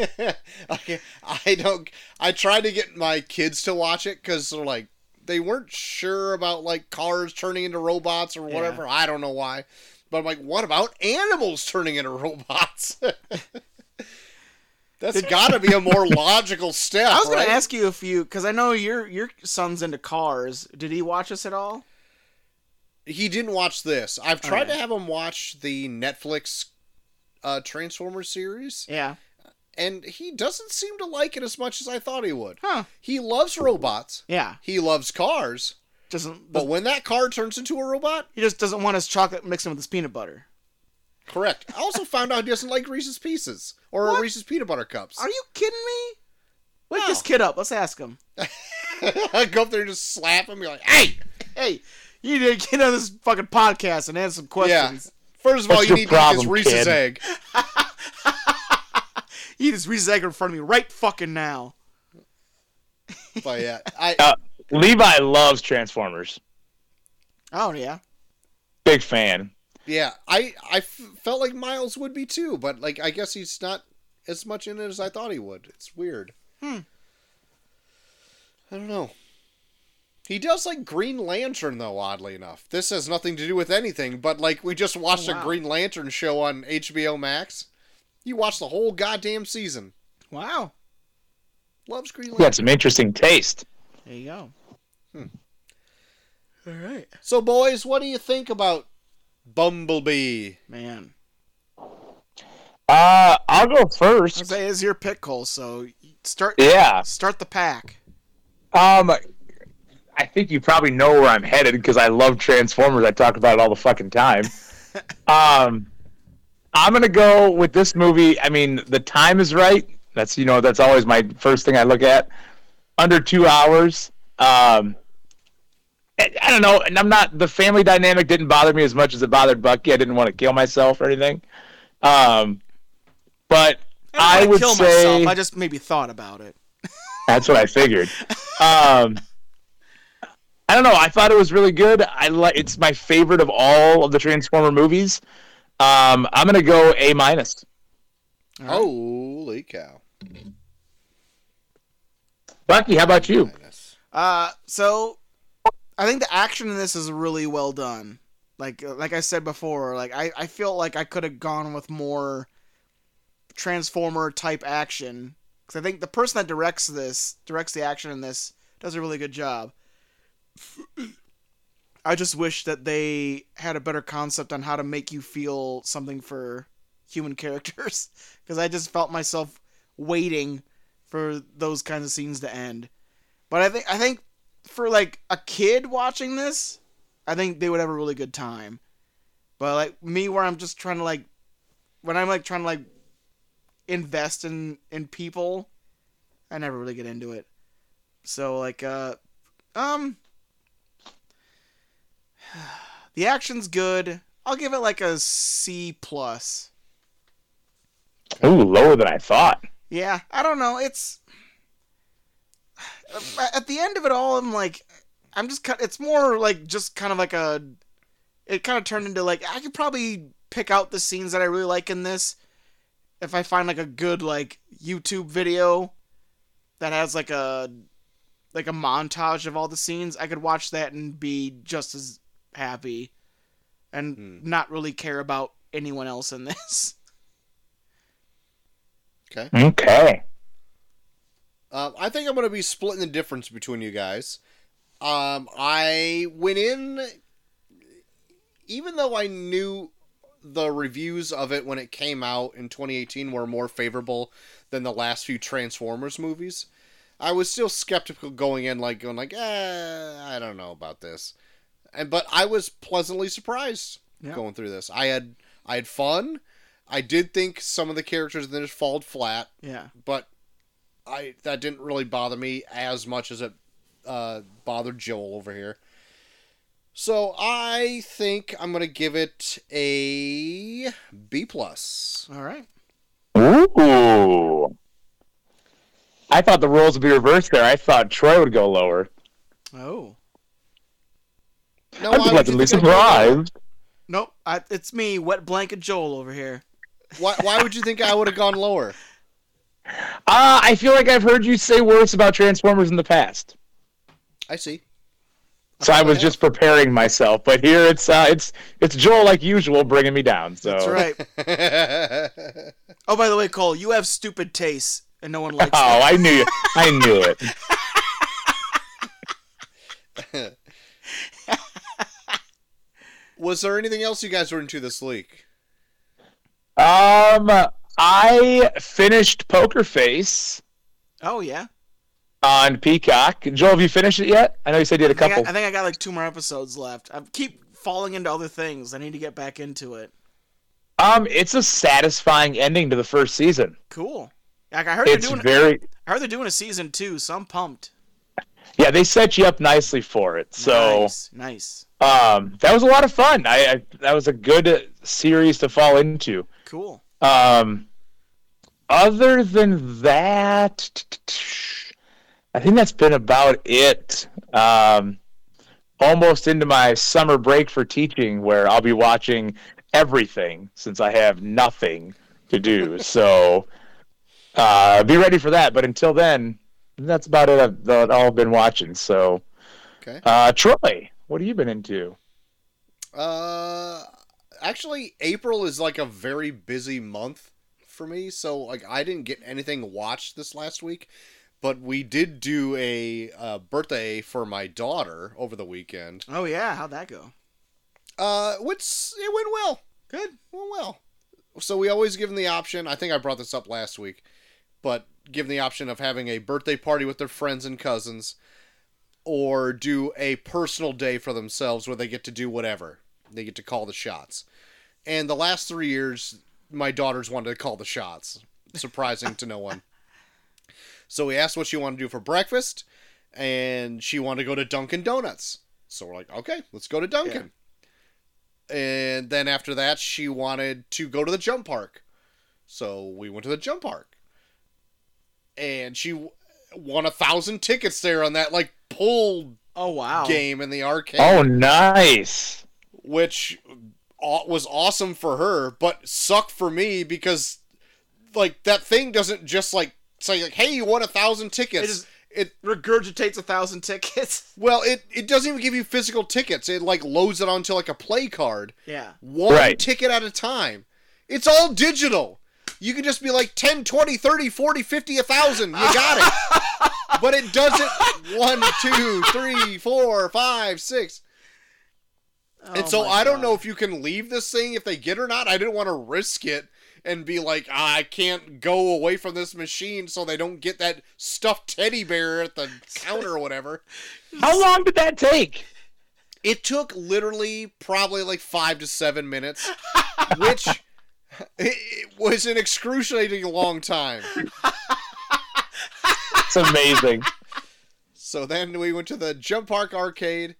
S3: I, I don't. I tried to get my kids to watch it because they're like they weren't sure about like cars turning into robots or whatever. I don't know why, but I'm like, what about animals turning into *laughs* robots? That's got to be
S1: *laughs*
S3: a more logical step.
S1: I was gonna
S3: right?
S1: ask you if you because I know your your son's into cars. Did he watch this at all?
S3: He didn't watch this. I've tried to
S1: Alright.
S3: have him watch the Netflix uh, Transformers series,
S1: Yeah.
S3: and he doesn't seem to like it as much as I thought he would.
S1: Huh.
S3: He loves robots.
S1: Yeah.
S3: He loves cars.
S1: Doesn't
S3: But when that car turns into a robot,
S1: he just doesn't want his chocolate mixing with his peanut butter.
S3: correct.
S1: *laughs*
S3: I also found out he doesn't like Reese's Pieces or
S1: What?
S3: Reese's Peanut Butter Cups.
S1: Are you kidding me? Wake
S3: No.
S1: this kid up. Let's ask him.
S3: I *laughs* go up there and just slap him. Be like, hey,
S1: Hey, you need to get on this fucking podcast and answer some questions.
S3: first of all,
S2: What's
S3: you
S2: your
S3: need
S2: problem,
S3: to eat this Reese's
S2: kid?"
S3: egg.
S1: Eat this Reese's egg in front of me right fucking now.
S3: But yeah, I
S2: Uh, Levi loves Transformers.
S1: Oh yeah.
S2: Big fan.
S3: yeah, I I f- felt like Miles would be too, but like I guess he's not as much in it as I thought he would. It's weird.
S1: Hmm.
S3: I don't know. He does like Green Lantern though, oddly enough. This has nothing to do with anything, but like we just watched
S1: Oh, wow.
S3: a Green Lantern show on HBO Max. You watched the whole goddamn season.
S1: Wow.
S3: Loves Green
S2: He had
S3: Lantern.
S2: some interesting taste.
S1: There you go. Hmm. All right,
S3: So boys, what do you think about Bumblebee?
S1: man.
S2: Uh, I'll go
S1: I
S2: first.
S1: say is your pick, Cole. So start
S2: Yeah.
S1: start the pack.
S2: Um, I think you probably know where I'm headed because I love Transformers. I talk about it all the
S1: *laughs*
S2: fucking time. um, I'm gonna go with this movie. I mean, the time is right. That's you know that's always my first thing I look at. Under two hours. Um, I, I don't know, and I'm not the family dynamic didn't bother me as much as it bothered Bucky. I didn't want to kill myself or anything. Um, but
S1: I,
S2: I
S1: didn't
S2: would
S1: kill
S2: say
S1: myself. I just maybe thought about it.
S2: That's what I figured. Um, I don't know. I thought it was really good. I like. It's my favorite of all of the Transformer movies. Um, I'm gonna go A minus.
S3: Holy cow.
S2: Bucky, how about you?
S3: Minus.
S1: Uh, so I think the action in this is really well done. Like uh, like I said before, like I I feel like I could have gone with more transformer type action because I think the person that directs this directs the action in this does a really good job. *clears throat* I just wish that they had a better concept on how to make you feel something for human *laughs* characters because I just felt myself waiting for those kinds of scenes to end. But I think I think for like a kid watching this, I think they would have a really good time. But like me, where I'm just trying to like, when I'm like trying to like invest in in people, I never really get into it. So like, uh, um, *sighs* the action's good. I'll give it like a C plus.
S2: Ooh, lower than I thought.
S1: Yeah, I don't know. It's *sighs* at the end of it all. I'm like, I'm just. cut- It's more like just kind of like a. It kind of turned into like I could probably pick out the scenes that I really like in this if I find like a good like YouTube video that has like a like a montage of all the scenes. I could watch that and be just as happy and not really care about anyone else in *laughs* this.
S2: Okay.
S3: Um, I think I'm going to be splitting the difference between you guys. Um, I went in, even though I knew the reviews of it when it came out in 2018 were more favorable than the last few Transformers movies. I was still skeptical going in, like going like, eh, I don't know about this, and but I was pleasantly surprised
S1: Yeah.
S3: going through this. I had I had fun. I did think some of the characters in this fall flat
S1: Yeah.
S3: but I that didn't really bother me as much as it uh, bothered Joel over here. So I think I'm gonna give it a B plus.
S1: All right.
S2: Ooh. I thought the roles would be reversed there. I thought Troy would go lower.
S1: Oh.
S3: No,
S2: I'm
S3: Oh, I was
S2: pleasantly
S3: just gonna-
S2: surprised.
S1: Nope, I, it's me, wet blanket Joel over here.
S3: Why, why would you think I would have gone lower?
S2: Uh, I feel like I've heard you say worse about Transformers in the past.
S3: I see. *laughs*
S2: So I was
S3: Okay.
S2: just preparing myself, but here it's uh, it's it's Joel like usual bringing me down. So
S1: That's
S3: Oh.
S1: right.
S3: I
S1: Oh, by the way, Cole, you have stupid tastes, and no one likes
S3: *laughs*
S2: Oh,
S1: that.
S2: I knew you. I knew it.
S3: was there anything else you guys were into this week?
S2: Um, I finished Poker Face
S1: Oh yeah.
S2: on Peacock. Joel, have you finished it yet? I know you said you had a
S1: I think I,
S2: couple.
S1: I think I got like two more episodes left. I keep falling into other things. I need to get back into it.
S2: Um, it's a satisfying ending to the first season.
S1: Cool. Like I heard
S2: It's
S1: they're doing.
S2: very
S1: I heard they're doing a season two, so I'm pumped.
S2: yeah. They set you up nicely for it. So.
S1: nice. nice.
S2: um, that was a lot of fun. I, I that was a good uh, series to fall into.
S1: Cool.
S2: Um, other than that, I think that's been about it. Um, almost into my summer break for teaching, where I'll be watching everything since I have nothing to do. so uh, be ready for that. But until then, that's about it. I've, that I've been watching. So,
S3: Okay.
S2: uh, Troy, what have you been into?
S3: Uh, actually, April is like a very busy month for me. So like, I didn't get anything watched this last week, but we did do a uh, birthday for my daughter over the weekend.
S1: Oh yeah, how'd that go?
S3: Uh, which it went well. Good, went well. So we always give them the option. I think I brought this up last week, but give them the option of having a birthday party with their friends and cousins, or do a personal day for themselves where they get to do whatever. They get to call the shots. And the last three years, my daughters wanted to call the shots. Surprising to no one. So we asked what she wanted to do for breakfast, and she wanted to go to Dunkin' Donuts. So we're like, okay, let's go to Dunkin' and then after that she wanted to go to the jump park So we went to the jump park, and she w- won a thousand tickets there on that like pull
S1: Oh wow.
S3: game in the arcade
S2: Oh, nice.
S3: which aw- was awesome for her, but sucked for me because like that thing doesn't just like say like, "Hey, you won a thousand tickets."
S1: It
S3: It,
S1: just regurgitates a thousand tickets. *laughs*
S3: well, it it doesn't even give you physical tickets. It like loads it onto like a play card,
S1: Yeah.
S3: one
S2: Right.
S3: ticket at a time. It's all digital. You can just be like 10, 20, 30, 40, 50, 1,000. You got it. but it doesn't one, two, three, four, five, six. and
S1: Oh
S3: so
S1: my
S3: I don't
S1: God.
S3: know if you can leave this thing if they get or not. I didn't want to risk it and be like, "Ah, I can't go away from this machine so they don't get that stuffed teddy bear at the counter or whatever.
S2: How long did that take?
S3: It took literally probably like five to seven minutes, which *laughs* it, it was an excruciating long time.
S2: It's amazing.
S3: So then we went to the Jump Park arcade,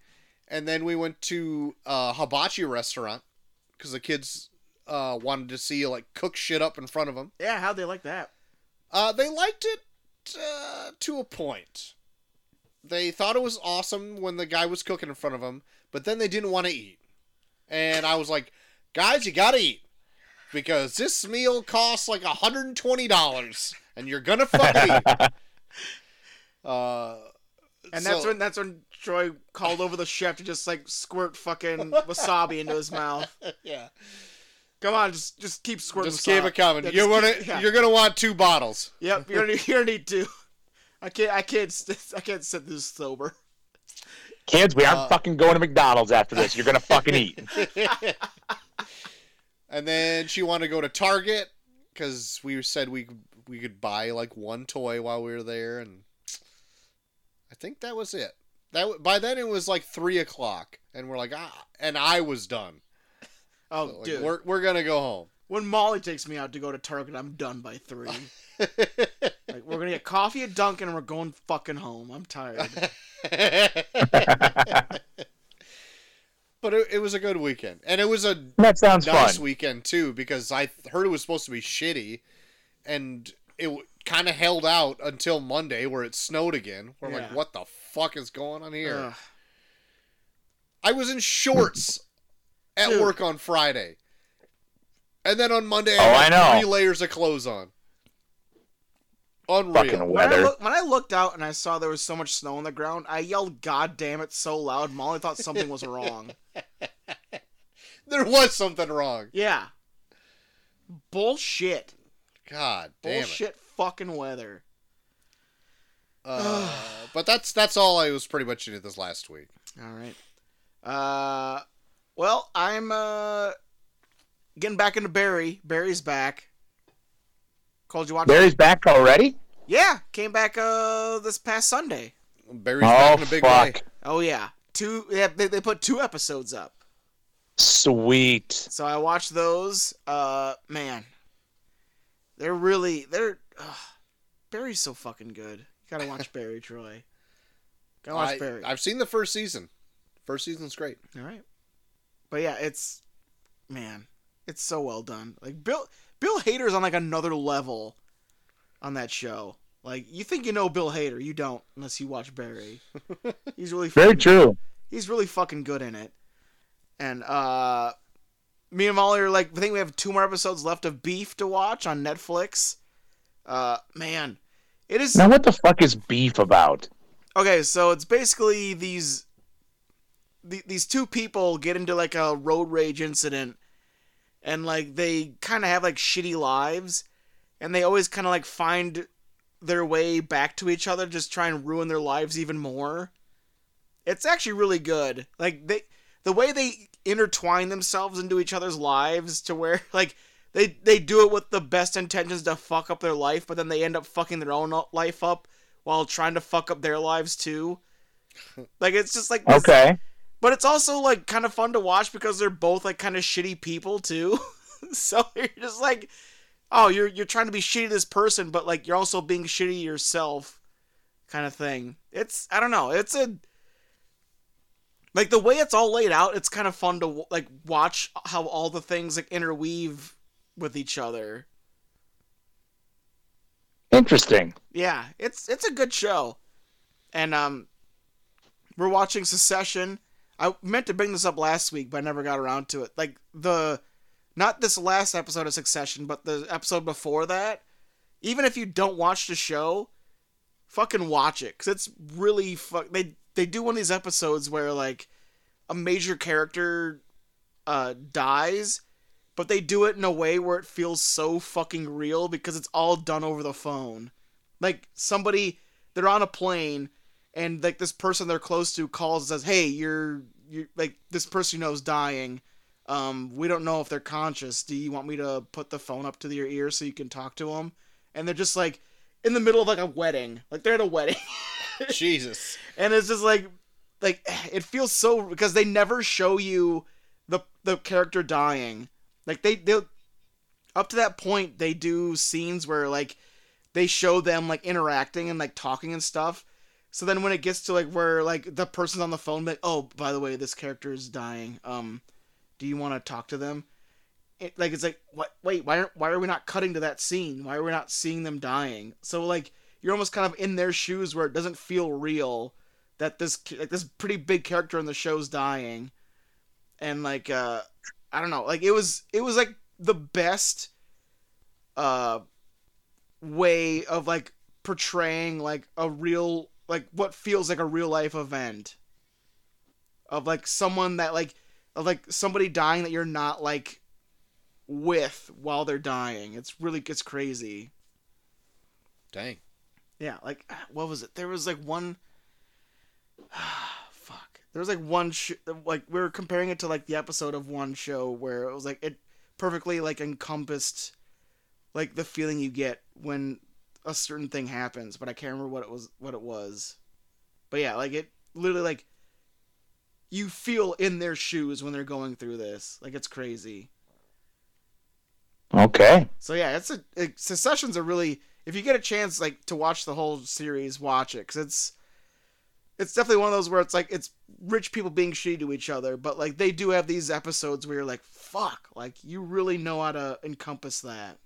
S3: and then we went to a hibachi restaurant because the kids uh, wanted to see like cook shit up in front of them.
S1: Yeah, how'd they like that?
S3: Uh, they liked it uh, to a point. They thought it was awesome when the guy was cooking in front of them, but then they didn't want to eat. And I was like, guys, you gotta eat because this meal costs like hundred and twenty dollars, and you're gonna fucking eat. Uh,
S1: And that's
S3: so-
S1: when that's when Troy called over the chef to just like squirt fucking wasabi into his mouth.
S3: yeah.
S1: Come on, just just keep squirting.
S3: Just gave a
S1: wasabi.
S3: comment.
S1: Yeah, just
S3: you're gonna
S1: keep- yeah.
S3: you're gonna want two bottles.
S1: Yep, you're gonna *laughs* you're gonna need to. I can't I can't st- I can't sit this sober.
S2: Kids, we aren't
S3: Uh,
S2: fucking going to McDonald's after this.
S3: *laughs*
S2: You're going to fucking eat.
S3: And then she wanted to go to Target because we said we we could buy like one toy while we were there, and I think that was it. That w- by then it was like three o'clock, and we're like ah, and I was done.
S1: Oh,
S3: Like,
S1: dude.
S3: we're we're gonna go home. *laughs*
S1: When Molly takes me out to go to Target, I'm done by three. like we're gonna get coffee at Dunkin' and we're going fucking home. I'm tired.
S3: but it, it was a good weekend, and it was a
S2: That sounds
S3: nice
S2: fun.
S3: weekend too because I th- heard it was supposed to be shitty, and it kind of held out until Monday where it snowed again. We're like,
S1: Yeah.
S3: what the fuck is going on *laughs* here?
S2: Uh.
S1: Ugh.
S3: I was
S2: *laughs*
S3: in shorts at
S1: Dude.
S3: work on Friday, and then on Monday,
S2: Oh,
S3: I had
S2: I know.
S3: three layers of clothes on. Unreal.
S2: Fucking
S1: When I,
S2: weather.
S1: look, when I looked out and I saw there was so much snow on the ground, I yelled "God damn it!" so loud. Molly thought something was wrong.
S3: *laughs* there was something wrong.
S1: Yeah. Bullshit.
S3: God damn it.
S1: Bullshit. Fucking weather.
S2: *sighs*
S3: Uh, but that's that's all I was pretty much into this last week.
S1: All right. Uh, well, I'm uh getting back into Barry. Barry's back. Called you watch.
S2: Barry's back already?
S1: Yeah, came back uh this past Sunday.
S3: Barry's
S2: Oh,
S3: back in a big way.
S2: fuck.
S1: Oh yeah, two. Yeah, they, they put two episodes up,
S2: Sweet.
S1: so I watched those. Uh, man, they're really they're ugh, Barry's so fucking good. You gotta
S3: *laughs*
S1: watch Barry, Troy. Gotta watch
S3: I,
S1: Barry.
S3: I've seen the first season. First season's great.
S1: All right. But yeah, it's man, it's so well done. Like Bill Bill Hader's on like another level on that show. Like you think you know Bill Hader, you don't unless you watch Barry. He's really
S2: Very
S1: fucking-
S2: true.
S1: He's really fucking good in it. And uh me and Molly are like I think we have two more episodes left of Beef to watch on Netflix. Uh man, it is
S2: Now, what the fuck is beef about?
S1: Okay, so it's basically these the, these two people get into like a road rage incident and like they kind of have like shitty lives and they always kind of like find their way back to each other just try and ruin their lives even more. It's actually really good. Like they the way they intertwine themselves into each other's lives to where *laughs* like they they do it with the best intentions to fuck up their life, but then they end up fucking their own life up while trying to fuck up their lives too. Like it's just like this-
S2: Okay.
S1: but it's also like kind of fun to watch because they're both like kind of shitty people too. *laughs* so you're just like, oh, you're you're trying to be shitty to this person, but like you're also being shitty to yourself, kind of thing. It's I don't know. It's a like the way it's all laid out. It's kind of fun to like watch how all the things like interweave with each other.
S2: Interesting.
S1: Yeah, it's it's a good show, and um, we're watching Secession. I meant to bring this up last week, but I never got around to it. Like the, not this last episode of Succession, but the episode before that. Even if you don't watch the show, fucking watch it because it's really fuck. They they do one of these episodes where like a major character uh dies, but they do it in a way where it feels so fucking real because it's all done over the phone. Like somebody, they're on a plane, and like this person they're close to calls and says, "Hey, you're you like this person you know is dying. Um, we don't know if they're conscious. Do you want me to put the phone up to your ear so you can talk to them?" And they're just like in the middle of like a wedding, like they're at a wedding,
S3: Jesus.
S1: and it's just like like it feels so because they never show you the the character dying. Like they they up to that point they do scenes where like they show them like interacting and like talking and stuff. So then when it gets to like where like the person's on the phone like, "Oh, by the way, this character is dying. Um do you want to talk to them?" It, like it's like, "What wait, why aren't why are we not cutting to that scene? Why are we not seeing them dying?" So like you're almost kind of in their shoes where it doesn't feel real that this ki- like this pretty big character in the show's dying and like uh i don't know like it was it was like the best uh way of like portraying like a real like what feels like a real life event of like someone that like of like somebody dying that you're not like with while they're dying it's really it's crazy
S3: Dang.
S1: yeah, like *sighs* what was it? There was like one. *sighs* Fuck. There was like one sh- like we were comparing it to like the episode of one show where it was like it perfectly like encompassed like the feeling you get when a certain thing happens, but I can't remember what it was what it was. But yeah, like it literally like you feel in their shoes when they're going through this. Like it's crazy.
S2: Okay.
S1: So yeah, it's a it, Secession's a really if you get a chance like to watch the whole series, watch it cuz it's it's definitely one of those where it's like it's rich people being shitty to each other, but like they do have these episodes where you're like, "Fuck!" Like you really know how to encompass that.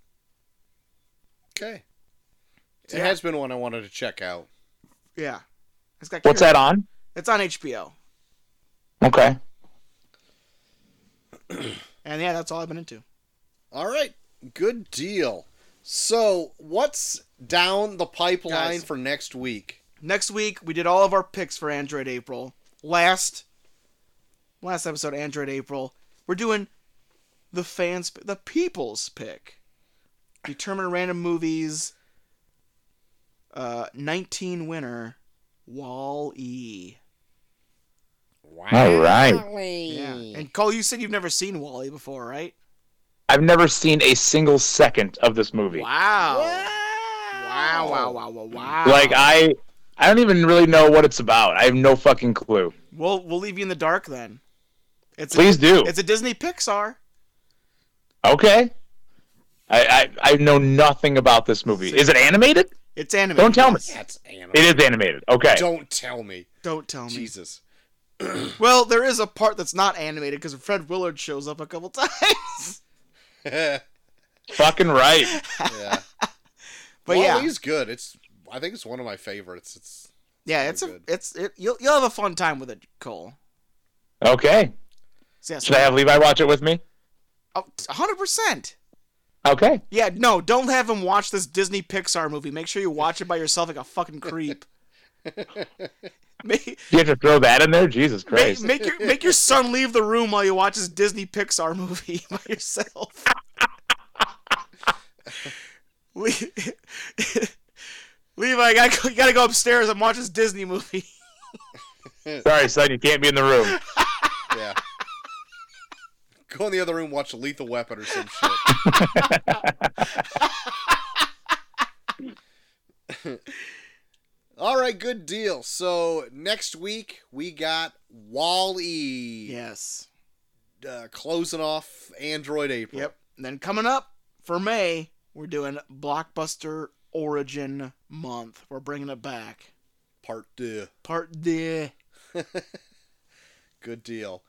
S3: Okay. It
S1: Yeah.
S3: has been one I wanted to check out.
S1: Yeah, it's got.
S2: What's that on?
S1: It's on HBO,
S2: Okay.
S1: and yeah, that's all I've been into.
S3: All right. Good deal. So, what's down the pipeline
S1: Guys.
S3: for next week?
S1: Next week we did all of our picks for Android April. Last, last episode Android April. We're doing the fans, the people's pick. Determine random movies. Uh, 19 winner, Wall E.
S2: All right.
S1: Yeah. And Cole, you said you've never seen Wall E before, right?
S2: I've never seen a single second of this movie.
S1: Wow. Wow! Wow! Wow! Wow! Wow!
S2: Like I, I don't even really know what it's about. I have no fucking clue.
S1: we'll we'll leave you in the dark then. It's
S2: Please
S1: a,
S2: do.
S1: It's a Disney Pixar.
S2: Okay. I, I I know nothing about this movie. Is it animated?
S1: It's animated.
S2: Don't tell me.
S3: That's anime.
S2: It is animated. Okay.
S3: Don't tell me.
S1: Don't tell me.
S3: Jesus. *laughs*
S1: Well, there is a part that's not animated because Fred Willard shows up a couple *laughs* times.
S3: yeah.
S2: Fucking right.
S1: But
S3: Well,
S1: yeah,
S3: he's good. It's I think it's one of my favorites. It's
S1: yeah, it's a,
S3: good.
S1: it's it, you'll you'll have a fun time with it, Cole.
S2: Okay.
S1: So, yes,
S2: Should I have Levi watch it with me?
S1: hundred percent.
S2: Okay.
S1: Yeah, no, don't have him watch this Disney Pixar movie. Make sure you watch it by yourself like a fucking
S3: *laughs*
S1: creep. make,
S2: You have to throw that in there. Jesus
S1: make,
S2: Christ.
S1: make your make your son leave the room while you watch this Disney Pixar movie *laughs* by yourself. *laughs* Le- *laughs* Levi, I gotta go, you gotta go upstairs and watch this Disney movie.
S2: Sorry, son. You can't be in the room.
S3: yeah. Go in the other room, watch Lethal Weapon or some shit. *laughs* All right, good deal. So next week we got Wall E
S1: Yes.
S3: uh, closing off Android April.
S1: Yep. And then coming up for May, we're doing Blockbuster Origin Month. We're bringing it back.
S3: Part two.
S1: Part D.
S3: Good deal.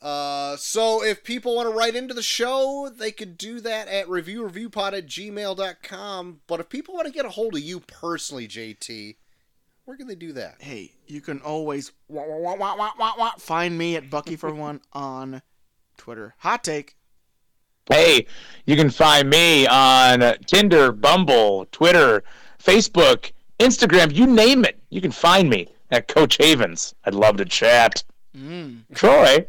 S3: Uh, so if people want to write into the show, they could do that at reviewreviewpod at gmail.com. But if people want to get a hold of you personally, JT, where can they do that?
S1: Hey, you can always wah, wah, wah, wah, wah, wah, wah, find me at Bucky for one on Twitter. Hot take.
S2: Hey, you can find me on Tinder, Bumble, Twitter, Facebook, Instagram, you name it. You can find me at Coach Havens. I'd love to chat.
S1: Mm.
S2: Troy,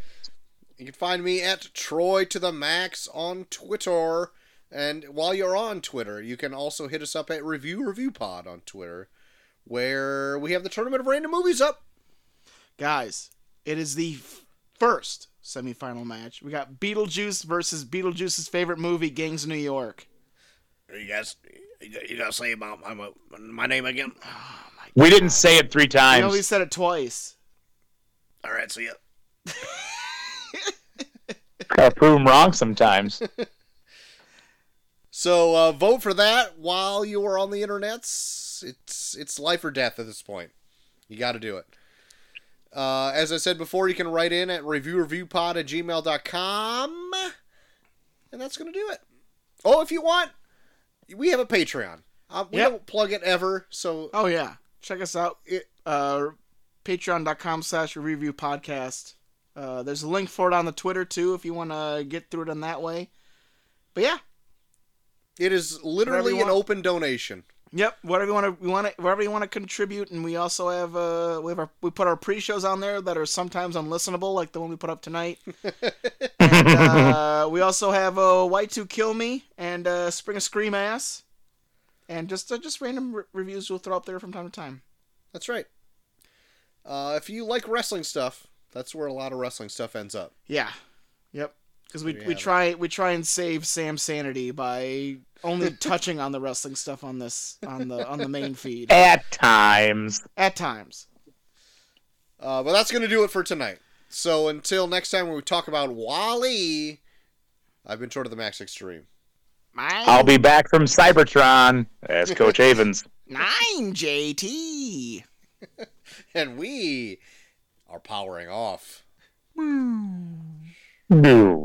S3: You can find me at Troy to the Max on Twitter. And while you're on Twitter, you can also hit us up at Review Review Pod on Twitter, where we have the tournament of random movies up.
S1: Guys, it is the f- first semifinal match. We got Beetlejuice versus Beetlejuice's favorite movie, Gangs of New York.
S5: You guys, you got- you gotta say about my, my, my name again.
S2: we didn't say it three
S1: I
S2: times.
S1: know we said it twice.
S5: All right, see ya.
S2: Gotta prove 'em wrong sometimes.
S3: So uh, vote for that while you are on the internets. It's it's life or death at this point. You got to do it. Uh, as I said before, you can write in at reviewreviewpod at gmail.com. And that's going to do it. Oh, if you want, we have a Patreon. Uh, we
S1: Yep.
S3: don't plug it ever, so
S1: Oh yeah, check us out.
S3: It-
S1: Uh, Patreon.com slash review podcast. Uh, there's a link for it on the Twitter too if you want to get through it in that way. But yeah,
S3: it is
S1: Whatever you
S3: literally an
S1: want.
S3: open donation.
S1: yep. Whatever you want to, we want to, wherever you want to contribute, and we also have uh, we have our, we put our pre-shows on there that are sometimes unlistenable, like the one we put up *laughs* tonight. and, uh, we also have uh, White to Kill Me and uh, Spring of Scream Ass, and just uh, just random re- reviews we'll throw up there from time to time.
S3: That's right. Uh, if you like wrestling stuff, that's where a lot of wrestling stuff ends up.
S1: Yeah. Yep. Because we,
S3: There you
S1: we
S3: have it.
S1: try we try and save Sam's sanity by *laughs* only touching on the wrestling stuff on this on the on the main *laughs* feed
S2: At times.
S1: at times.
S3: Uh, but that's going to do it for tonight. So until next time when we talk about Wally, I've been short of the Max Extreme. *laughs*
S2: I'll
S1: Nine,
S2: be back from Cybertron as Coach Havens.
S1: nine JT.
S3: And we are powering off.
S2: No.